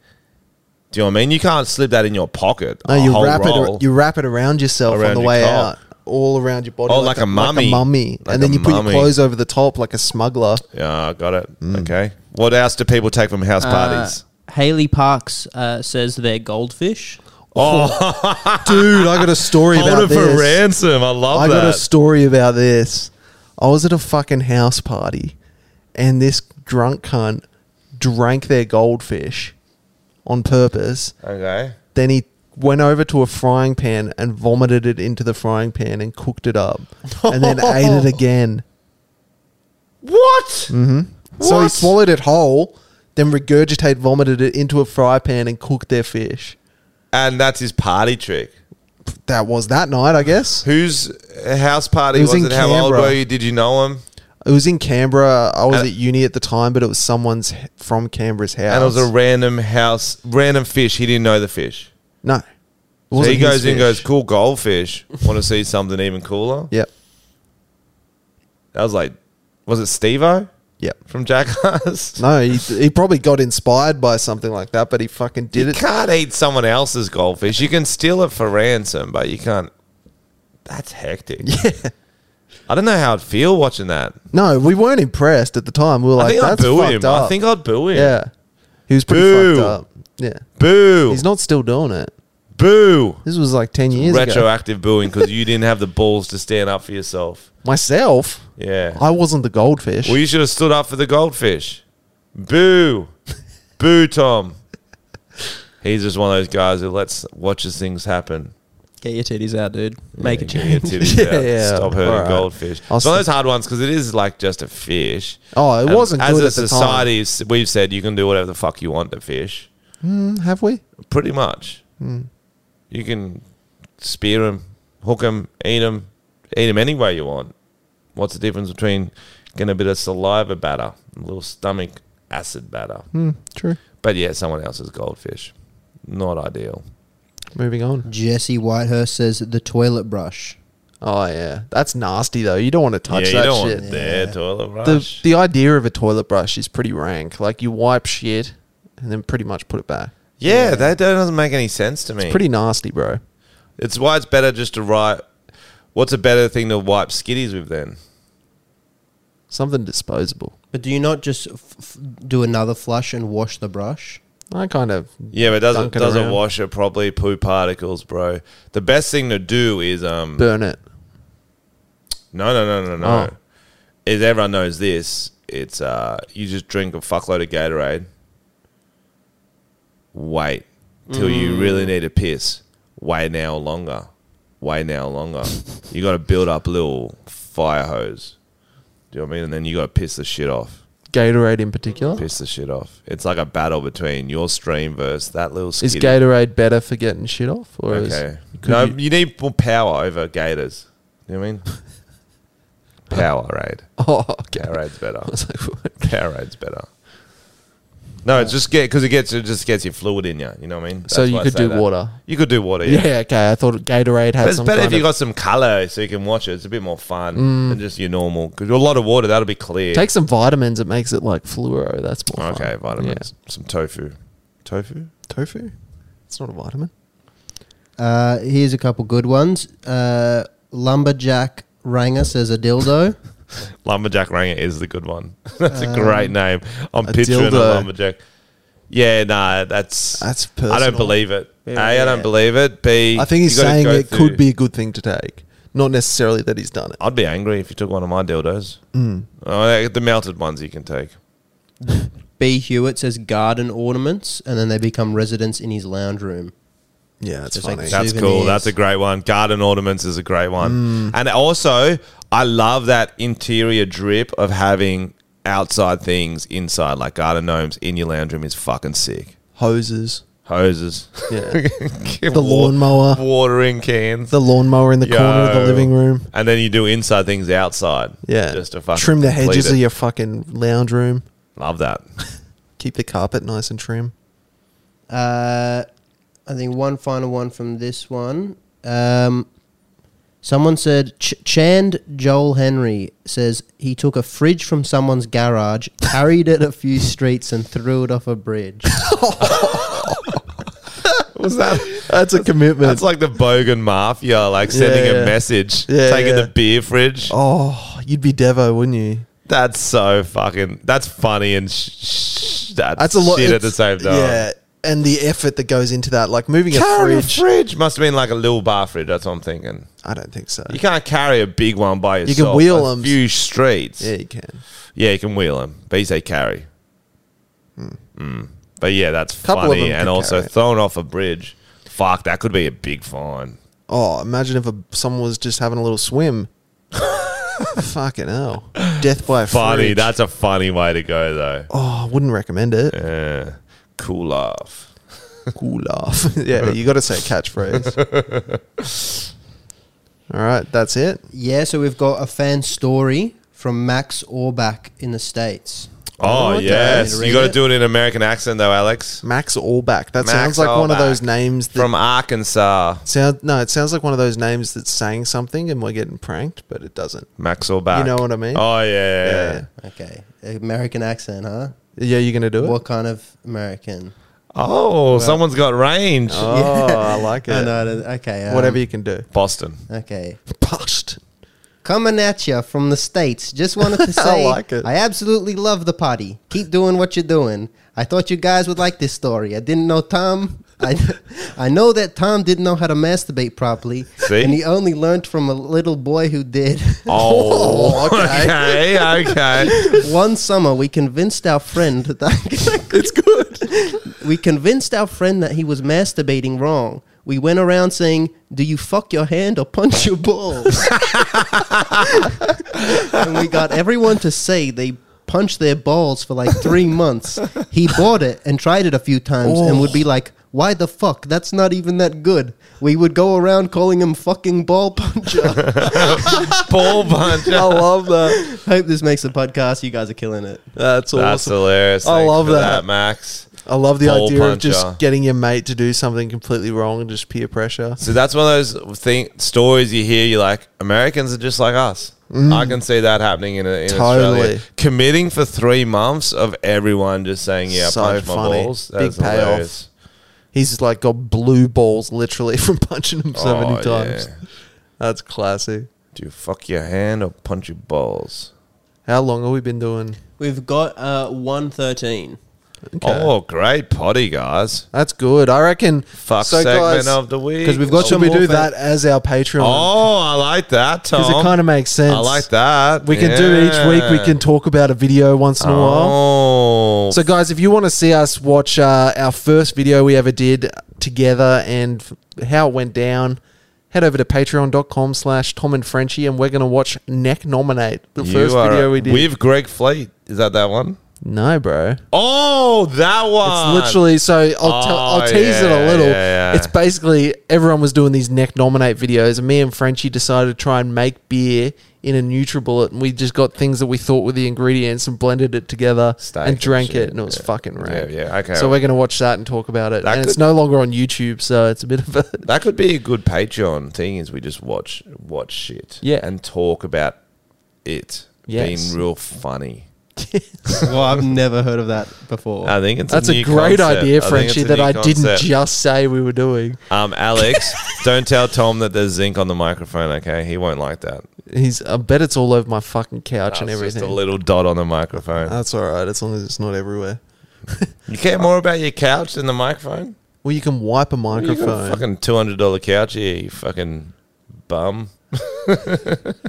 [SPEAKER 2] Do you know what I mean? You can't slip that in your pocket.
[SPEAKER 1] No,
[SPEAKER 2] a
[SPEAKER 1] you
[SPEAKER 2] whole
[SPEAKER 1] wrap
[SPEAKER 2] roll.
[SPEAKER 1] it. You wrap it around yourself
[SPEAKER 2] Around
[SPEAKER 1] on the
[SPEAKER 2] your
[SPEAKER 1] way
[SPEAKER 2] cock.
[SPEAKER 1] out, all around your body.
[SPEAKER 2] Oh, like a mummy.
[SPEAKER 1] like a mummy,
[SPEAKER 2] Like
[SPEAKER 1] and then
[SPEAKER 2] a
[SPEAKER 1] you put
[SPEAKER 2] mummy.
[SPEAKER 1] your clothes over the top like a smuggler.
[SPEAKER 2] yeah, I got it.
[SPEAKER 1] Mm.
[SPEAKER 2] Okay. What else do people take from house parties?
[SPEAKER 3] Uh, Haley Parks uh, says they're goldfish.
[SPEAKER 2] Oh,
[SPEAKER 1] Dude, I got a story
[SPEAKER 2] hold
[SPEAKER 1] about
[SPEAKER 2] it for
[SPEAKER 1] this.
[SPEAKER 2] ransom. I love
[SPEAKER 1] I
[SPEAKER 2] that.
[SPEAKER 1] got a story about this. I was at a fucking house party, and this drunk cunt drank their goldfish on purpose.
[SPEAKER 2] okay.
[SPEAKER 1] Then he went over to a frying pan and vomited it into the frying pan and cooked it up, and then ate it again. Mm-hmm.
[SPEAKER 2] What?
[SPEAKER 1] So he
[SPEAKER 2] What?
[SPEAKER 1] swallowed it whole, then regurgitate vomited it into a fry pan and cooked their fish.
[SPEAKER 2] And that's his party trick.
[SPEAKER 1] That was that night, I guess.
[SPEAKER 2] Whose house party
[SPEAKER 1] It
[SPEAKER 2] was,
[SPEAKER 1] was in
[SPEAKER 2] it? How old
[SPEAKER 1] Canberra.
[SPEAKER 2] were you? Did you know him?
[SPEAKER 1] It was in Canberra. I was
[SPEAKER 2] And-
[SPEAKER 1] at uni at the time, but it was someone's h- from Canberra's house.
[SPEAKER 2] Uh, And it was a random house, random fish. He didn't know the fish.
[SPEAKER 1] no. It
[SPEAKER 2] So
[SPEAKER 1] wasn't
[SPEAKER 2] he goes
[SPEAKER 1] his
[SPEAKER 2] in and goes,
[SPEAKER 1] fish.
[SPEAKER 2] cool goldfish. Want to see something even cooler?
[SPEAKER 1] Yep,
[SPEAKER 2] That was like, was it Steve-O
[SPEAKER 1] yep.
[SPEAKER 2] from Jackass?
[SPEAKER 1] No, he, he probably got inspired by something like that, but he fucking did
[SPEAKER 2] you
[SPEAKER 1] it.
[SPEAKER 2] can't eat someone else's goldfish. You can steal it for ransom, but you can't. That's hectic. Yeah. I don't know how I'd feel watching that.
[SPEAKER 1] No, we weren't impressed at the time. We were
[SPEAKER 2] I
[SPEAKER 1] like,
[SPEAKER 2] think I'd
[SPEAKER 1] "That's
[SPEAKER 2] boo
[SPEAKER 1] fucked
[SPEAKER 2] him.
[SPEAKER 1] up."
[SPEAKER 2] I think I'd boo him.
[SPEAKER 1] yeah, he was pretty
[SPEAKER 2] Boo.
[SPEAKER 1] fucked up. Yeah,
[SPEAKER 2] Boo.
[SPEAKER 1] he's not still doing it.
[SPEAKER 2] boo.
[SPEAKER 1] This was like ten years ago.
[SPEAKER 2] Retroactive booing because you didn't have the balls to stand up for yourself.
[SPEAKER 1] Myself,
[SPEAKER 2] Yeah.
[SPEAKER 1] I wasn't the goldfish.
[SPEAKER 2] Well, you should have stood up for the goldfish. Boo. Boo, Tom. He's just one of those guys who lets watches things happen.
[SPEAKER 3] Get your titties out, dude. Make a
[SPEAKER 2] Get your
[SPEAKER 3] change.
[SPEAKER 2] titties
[SPEAKER 1] Yeah,
[SPEAKER 2] out.
[SPEAKER 1] yeah.
[SPEAKER 2] Stop hurting
[SPEAKER 1] Alright.
[SPEAKER 2] goldfish.
[SPEAKER 1] I'll
[SPEAKER 2] it's one of those
[SPEAKER 1] st-
[SPEAKER 2] hard ones because it is like just a fish.
[SPEAKER 1] Oh, it
[SPEAKER 2] And
[SPEAKER 1] wasn't
[SPEAKER 2] As
[SPEAKER 1] good
[SPEAKER 2] a
[SPEAKER 1] at the time.
[SPEAKER 2] society, s- we've said you can do whatever the fuck you want to fish.
[SPEAKER 1] Have we?
[SPEAKER 2] Pretty much.
[SPEAKER 1] Hmm.
[SPEAKER 2] You can spear them, hook them, eat them, eat them any way you want. What's the difference between getting a bit of saliva batter, a little stomach acid batter?
[SPEAKER 1] Hmm. True.
[SPEAKER 2] But yeah, someone else's goldfish. Not ideal.
[SPEAKER 1] Moving on.
[SPEAKER 3] Jesse Whitehurst says the toilet brush.
[SPEAKER 1] Oh yeah, that's nasty though. You don't want to touch
[SPEAKER 2] yeah,
[SPEAKER 1] that
[SPEAKER 2] you don't
[SPEAKER 1] shit.
[SPEAKER 2] want their toilet
[SPEAKER 1] the
[SPEAKER 2] brush.
[SPEAKER 1] the idea of a toilet brush is pretty rank. Like you wipe shit and then pretty much put it back.
[SPEAKER 2] yeah, that that doesn't make any sense to me. It's,
[SPEAKER 1] Pretty nasty, bro.
[SPEAKER 2] why it's better just to write. What's a better thing to wipe skitties with then?
[SPEAKER 1] Something disposable.
[SPEAKER 3] But do you not just f- f- do another flush and wash the brush?
[SPEAKER 1] I kind of
[SPEAKER 2] Yeah, but it doesn't
[SPEAKER 1] Dunk it
[SPEAKER 2] doesn't
[SPEAKER 1] around.
[SPEAKER 2] wash it properly. Poo particles, bro. The best thing to do is um.
[SPEAKER 1] burn it.
[SPEAKER 2] No, no, no, no, no.
[SPEAKER 1] Oh.
[SPEAKER 2] Is everyone knows this? It's uh, you just drink a fuckload of Gatorade. Wait till
[SPEAKER 1] Mm.
[SPEAKER 2] you really need a piss. Wait now longer. Wait now longer. you got to build up a little fire hose. Do you know what I mean? And then you got to piss the shit off.
[SPEAKER 1] Gatorade in particular.
[SPEAKER 2] Piss the shit off. It's like a battle between your stream versus that little.
[SPEAKER 1] Is
[SPEAKER 2] skitty.
[SPEAKER 1] Gatorade better for getting shit off, or
[SPEAKER 2] Okay.
[SPEAKER 1] is
[SPEAKER 2] No,
[SPEAKER 1] no?
[SPEAKER 2] you, need more power over Gators. You know what I mean? Powerade.
[SPEAKER 1] oh, okay.
[SPEAKER 2] Powerade's better.
[SPEAKER 1] I was like, what?
[SPEAKER 2] Powerade's better. No, it's just get because it gets it just gets your fluid in you. You know what I mean?
[SPEAKER 1] So
[SPEAKER 2] That's
[SPEAKER 1] you
[SPEAKER 2] why I
[SPEAKER 1] could
[SPEAKER 2] say
[SPEAKER 1] do
[SPEAKER 2] that.
[SPEAKER 1] water.
[SPEAKER 2] You could do water. Yeah.
[SPEAKER 1] Yeah, okay. I thought Gatorade had
[SPEAKER 2] But it's
[SPEAKER 1] some
[SPEAKER 2] better
[SPEAKER 1] kind
[SPEAKER 2] if you
[SPEAKER 1] of- Mm.
[SPEAKER 2] got some color so you can watch it. It's a bit more fun than just your normal. Because a lot of water, that'll be clear. Oh,
[SPEAKER 1] Take some vitamins. It makes it like fluoro. That's more. fun.
[SPEAKER 2] okay, vitamins,
[SPEAKER 1] Yeah.
[SPEAKER 2] some tofu, tofu.
[SPEAKER 1] Tofu. It's not a vitamin.
[SPEAKER 3] Uh, here's a couple good ones. Uh, Lumberjack Ranger says a dildo.
[SPEAKER 2] Lumberjack Ranger is the good one. that's a great name. I'm picturing a
[SPEAKER 1] Um, dildo.
[SPEAKER 2] lumberjack. Yeah, nah, that's
[SPEAKER 1] That's
[SPEAKER 2] I don't
[SPEAKER 1] personal.
[SPEAKER 2] believe it. A, I
[SPEAKER 1] yeah.
[SPEAKER 2] don't believe it. B,
[SPEAKER 1] I think he's
[SPEAKER 2] you gotta
[SPEAKER 1] saying
[SPEAKER 2] go
[SPEAKER 1] it
[SPEAKER 2] through-
[SPEAKER 1] could be a good thing to take, not necessarily that he's done it.
[SPEAKER 2] I'd be angry if you took one of my dildos.
[SPEAKER 1] Mm.
[SPEAKER 2] Oh, the melted ones you can take.
[SPEAKER 3] B Hewitt says garden ornaments, and then they become residents in his lounge room.
[SPEAKER 1] Yeah, it's
[SPEAKER 3] Just like
[SPEAKER 1] funny.
[SPEAKER 3] that-
[SPEAKER 2] That's cool.
[SPEAKER 3] Souvenirs.
[SPEAKER 2] That's a great one. Garden ornaments is a great
[SPEAKER 1] Mm.
[SPEAKER 2] one. And also, I love that interior drip of having outside things inside, like garden gnomes in your lounge room is fucking sick.
[SPEAKER 1] Hoses.
[SPEAKER 2] Hoses.
[SPEAKER 1] Yeah.
[SPEAKER 2] the
[SPEAKER 1] lawnmower.
[SPEAKER 2] Watering cans.
[SPEAKER 1] the lawnmower in the corner of the
[SPEAKER 2] Yo.
[SPEAKER 1] living room.
[SPEAKER 2] And then you do inside things outside.
[SPEAKER 1] Yeah.
[SPEAKER 2] Just to fucking
[SPEAKER 1] trim the
[SPEAKER 2] complete
[SPEAKER 1] hedges
[SPEAKER 2] it.
[SPEAKER 1] of your fucking lounge room.
[SPEAKER 2] Love that.
[SPEAKER 1] Keep the carpet nice and trim.
[SPEAKER 3] Uh, I think one final one from this one. Um, someone said Ch- Chand Joel Henry says he took a fridge from someone's garage, carried it a few streets, and threw it off a bridge.
[SPEAKER 2] Was that?
[SPEAKER 1] That's a commitment.
[SPEAKER 2] That's like the Bogan Mafia, like sending
[SPEAKER 1] yeah.
[SPEAKER 2] a message,
[SPEAKER 1] Yeah,
[SPEAKER 2] taking
[SPEAKER 1] yeah.
[SPEAKER 2] the beer fridge.
[SPEAKER 1] oh, you'd be Devo, wouldn't you?
[SPEAKER 2] That's so fucking. That's funny and sh- sh- that's,
[SPEAKER 1] That's a lot.
[SPEAKER 2] shit at the
[SPEAKER 1] it's-
[SPEAKER 2] same time.
[SPEAKER 1] Yeah, and the effort that goes into that, like moving a
[SPEAKER 2] Carry a
[SPEAKER 1] fridge.
[SPEAKER 2] fridge must have been like a little bar fridge. That's what I'm thinking.
[SPEAKER 1] I don't think so.
[SPEAKER 2] You can't carry a big one by
[SPEAKER 1] can
[SPEAKER 2] yourself.
[SPEAKER 1] wheel
[SPEAKER 2] a
[SPEAKER 1] 'em.
[SPEAKER 2] Few streets.
[SPEAKER 1] yeah,
[SPEAKER 2] Yeah.
[SPEAKER 1] you can.
[SPEAKER 2] you can wheel them, but you say carry. Mm. But yeah, that's
[SPEAKER 1] Hmm. Couple of
[SPEAKER 2] funny
[SPEAKER 1] them
[SPEAKER 2] and
[SPEAKER 1] could
[SPEAKER 2] also
[SPEAKER 1] carry it.
[SPEAKER 2] thrown off a bridge. Fuck, that could be a big fine.
[SPEAKER 1] Oh, imagine if a, someone was just having a little swim. Fucking hell! Death by a
[SPEAKER 2] Funny.
[SPEAKER 1] fridge.
[SPEAKER 2] That's a funny way to go though.
[SPEAKER 1] oh, I wouldn't recommend it.
[SPEAKER 2] Yeah. Uh, Cool off.
[SPEAKER 1] Cool laugh. yeah, you got to say a catchphrase. All right, that's it.
[SPEAKER 3] yeah, so we've got a fan story from Max Orbach in the States.
[SPEAKER 2] Oh,
[SPEAKER 1] okay.
[SPEAKER 2] yes.
[SPEAKER 3] Read
[SPEAKER 2] You got to
[SPEAKER 3] it.
[SPEAKER 2] do it in American accent though, Alex.
[SPEAKER 1] Max Allback. That
[SPEAKER 2] Max
[SPEAKER 1] sounds like one of
[SPEAKER 2] Allback.
[SPEAKER 1] those names that
[SPEAKER 2] From Arkansas,
[SPEAKER 1] sound. No, it sounds like one of those names that's saying something, and we're getting pranked, but it doesn't.
[SPEAKER 2] Max Orbach.
[SPEAKER 1] You know what I mean?
[SPEAKER 2] Oh yeah. yeah, yeah.
[SPEAKER 3] Okay, American accent, huh?
[SPEAKER 1] Yeah, you're gonna do it.
[SPEAKER 3] What kind of American?
[SPEAKER 2] Oh, someone's got range.
[SPEAKER 1] Oh, I like it.
[SPEAKER 3] I know, I don't- okay, um,
[SPEAKER 1] Whatever you can do.
[SPEAKER 2] Boston.
[SPEAKER 3] Okay,
[SPEAKER 1] Bust.
[SPEAKER 3] Coming at you from the States. Just wanted to
[SPEAKER 1] I
[SPEAKER 3] say
[SPEAKER 1] like it.
[SPEAKER 3] I absolutely love the potty. Keep doing what you're doing. I thought you guys would like this story. I didn't know Tom. I, I know that Tom didn't know how to masturbate properly.
[SPEAKER 2] See?
[SPEAKER 3] And he only learned from a little boy who did.
[SPEAKER 2] Oh, okay, okay.
[SPEAKER 3] One summer, we convinced our friend that it's good. We convinced our friend that he was masturbating wrong. We went around saying, "Do you fuck your hand or punch your balls?" and we got everyone to say they punched their balls for like three months. He bought it and tried it a few times and would be like. Why the fuck? That's not even that good. We would go around calling him fucking ball puncher.
[SPEAKER 2] Ball punch.
[SPEAKER 1] I love that.
[SPEAKER 3] Hope this makes the podcast. You guys are killing it.
[SPEAKER 1] That's awesome.
[SPEAKER 2] That's hilarious.
[SPEAKER 1] I
[SPEAKER 2] Thanks
[SPEAKER 1] love
[SPEAKER 2] for
[SPEAKER 1] that.
[SPEAKER 2] Max.
[SPEAKER 1] I love the
[SPEAKER 2] Ball
[SPEAKER 1] idea of
[SPEAKER 2] puncher.
[SPEAKER 1] just getting your mate to do something completely wrong and just peer pressure.
[SPEAKER 2] So that's one of those thing stories you hear. You're like, Americans are just like us. I can see that happening in, in
[SPEAKER 1] Mm.
[SPEAKER 2] Australia.
[SPEAKER 1] Totally.
[SPEAKER 2] Committing for three months of everyone just saying, "Yeah,
[SPEAKER 1] So
[SPEAKER 2] punch my
[SPEAKER 1] funny.
[SPEAKER 2] balls."
[SPEAKER 1] Big payoff.
[SPEAKER 2] hilarious.
[SPEAKER 1] He's like got blue balls literally from punching him so
[SPEAKER 2] Oh,
[SPEAKER 1] many times.
[SPEAKER 2] yeah.
[SPEAKER 1] That's classy.
[SPEAKER 2] Do you fuck your hand or punch your balls?
[SPEAKER 1] How long have we been doing?
[SPEAKER 3] We've got uh, 113.
[SPEAKER 2] Oh, great potty, guys.
[SPEAKER 1] That's good. I reckon.
[SPEAKER 2] Fuck segment of the week.
[SPEAKER 3] Because we've got
[SPEAKER 1] Should
[SPEAKER 3] some
[SPEAKER 1] we
[SPEAKER 3] more
[SPEAKER 1] do
[SPEAKER 3] fa-
[SPEAKER 1] that as our Patreon?
[SPEAKER 2] Oh, I like that, Tom.
[SPEAKER 1] Because it kind of makes sense.
[SPEAKER 2] Oh, I like that.
[SPEAKER 1] We can do each week. We can talk about a video once in a while.
[SPEAKER 2] Oh,
[SPEAKER 1] So, guys, if you want to see us watch uh, our first video we ever did together and f- how it went down, head over to patreon.com slash Tom and Frenchie and we're going to watch Neck Nominate, the
[SPEAKER 2] you
[SPEAKER 1] first
[SPEAKER 2] are-
[SPEAKER 1] video we did.
[SPEAKER 2] with Greg Fleet. Is that that one?
[SPEAKER 1] no, bro. It's
[SPEAKER 2] Oh, that one.
[SPEAKER 1] literally, so I'll, tell I'll
[SPEAKER 2] Oh,
[SPEAKER 1] tease it a
[SPEAKER 2] yeah,
[SPEAKER 1] little.
[SPEAKER 2] yeah, yeah.
[SPEAKER 1] It's basically everyone was doing these Neck Nominate videos and me and Frenchie decided to try and make beer in a Nutribullet and we just got things that we thought were the ingredients and blended it together
[SPEAKER 2] Steak
[SPEAKER 1] and
[SPEAKER 2] and
[SPEAKER 1] drank
[SPEAKER 2] shit,
[SPEAKER 1] it and it was
[SPEAKER 2] yeah.
[SPEAKER 1] fucking rank.
[SPEAKER 2] Yeah, yeah. Okay.
[SPEAKER 1] So we're going to watch that and talk about it.
[SPEAKER 2] That
[SPEAKER 1] and it's
[SPEAKER 2] could-
[SPEAKER 1] no longer on YouTube, so it's a bit of a.
[SPEAKER 2] that could be a good Patreon thing. Is we just watch watch shit.
[SPEAKER 1] Yeah.
[SPEAKER 2] and talk about it
[SPEAKER 1] Yes.
[SPEAKER 2] being real funny.
[SPEAKER 3] well, I've never heard of that before.
[SPEAKER 2] I think it's
[SPEAKER 1] That's a,
[SPEAKER 2] new
[SPEAKER 1] great
[SPEAKER 2] concept. I
[SPEAKER 1] idea,
[SPEAKER 2] think it's
[SPEAKER 1] Frenchie,
[SPEAKER 2] a
[SPEAKER 1] that
[SPEAKER 2] new
[SPEAKER 1] I didn't
[SPEAKER 2] concept.
[SPEAKER 1] just say we were doing.
[SPEAKER 2] Um, Alex, don't tell Tom that there's zinc on the microphone. Okay, he won't like that.
[SPEAKER 1] He's. I bet it's all over my fucking couch and Uh,
[SPEAKER 2] That's just
[SPEAKER 1] everything.
[SPEAKER 2] a little dot on the microphone.
[SPEAKER 1] That's all right, as long as it's not everywhere.
[SPEAKER 2] You care more about your couch than the microphone?
[SPEAKER 1] Well, you can wipe a
[SPEAKER 2] You got a
[SPEAKER 1] microphone.
[SPEAKER 2] fucking two hundred dollar couch here, you fucking bum.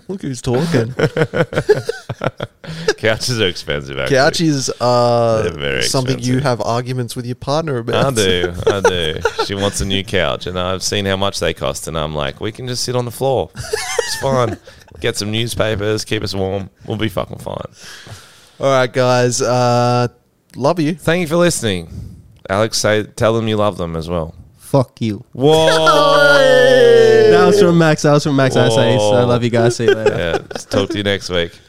[SPEAKER 1] Look who's talking.
[SPEAKER 2] Couches are expensive, actually.
[SPEAKER 1] Couches are
[SPEAKER 2] They're very
[SPEAKER 1] uh, something you
[SPEAKER 2] expensive.
[SPEAKER 1] have arguments with your partner
[SPEAKER 2] I
[SPEAKER 1] about.
[SPEAKER 2] do. I do. She wants a new couch, and I've seen how much they cost, and I'm like, we can just sit on the floor. It's fine. Get some newspapers, keep us warm. We'll be fucking fine.
[SPEAKER 1] All right, guys. Uh, love you.
[SPEAKER 2] Thank you for listening. Alex, say, tell them you love them as well.
[SPEAKER 3] Fuck you.
[SPEAKER 2] Whoa!
[SPEAKER 3] That was from Max. That was from Max. I say, I
[SPEAKER 2] Whoa.
[SPEAKER 3] love you guys. See you later.
[SPEAKER 2] yeah, talk to you next week.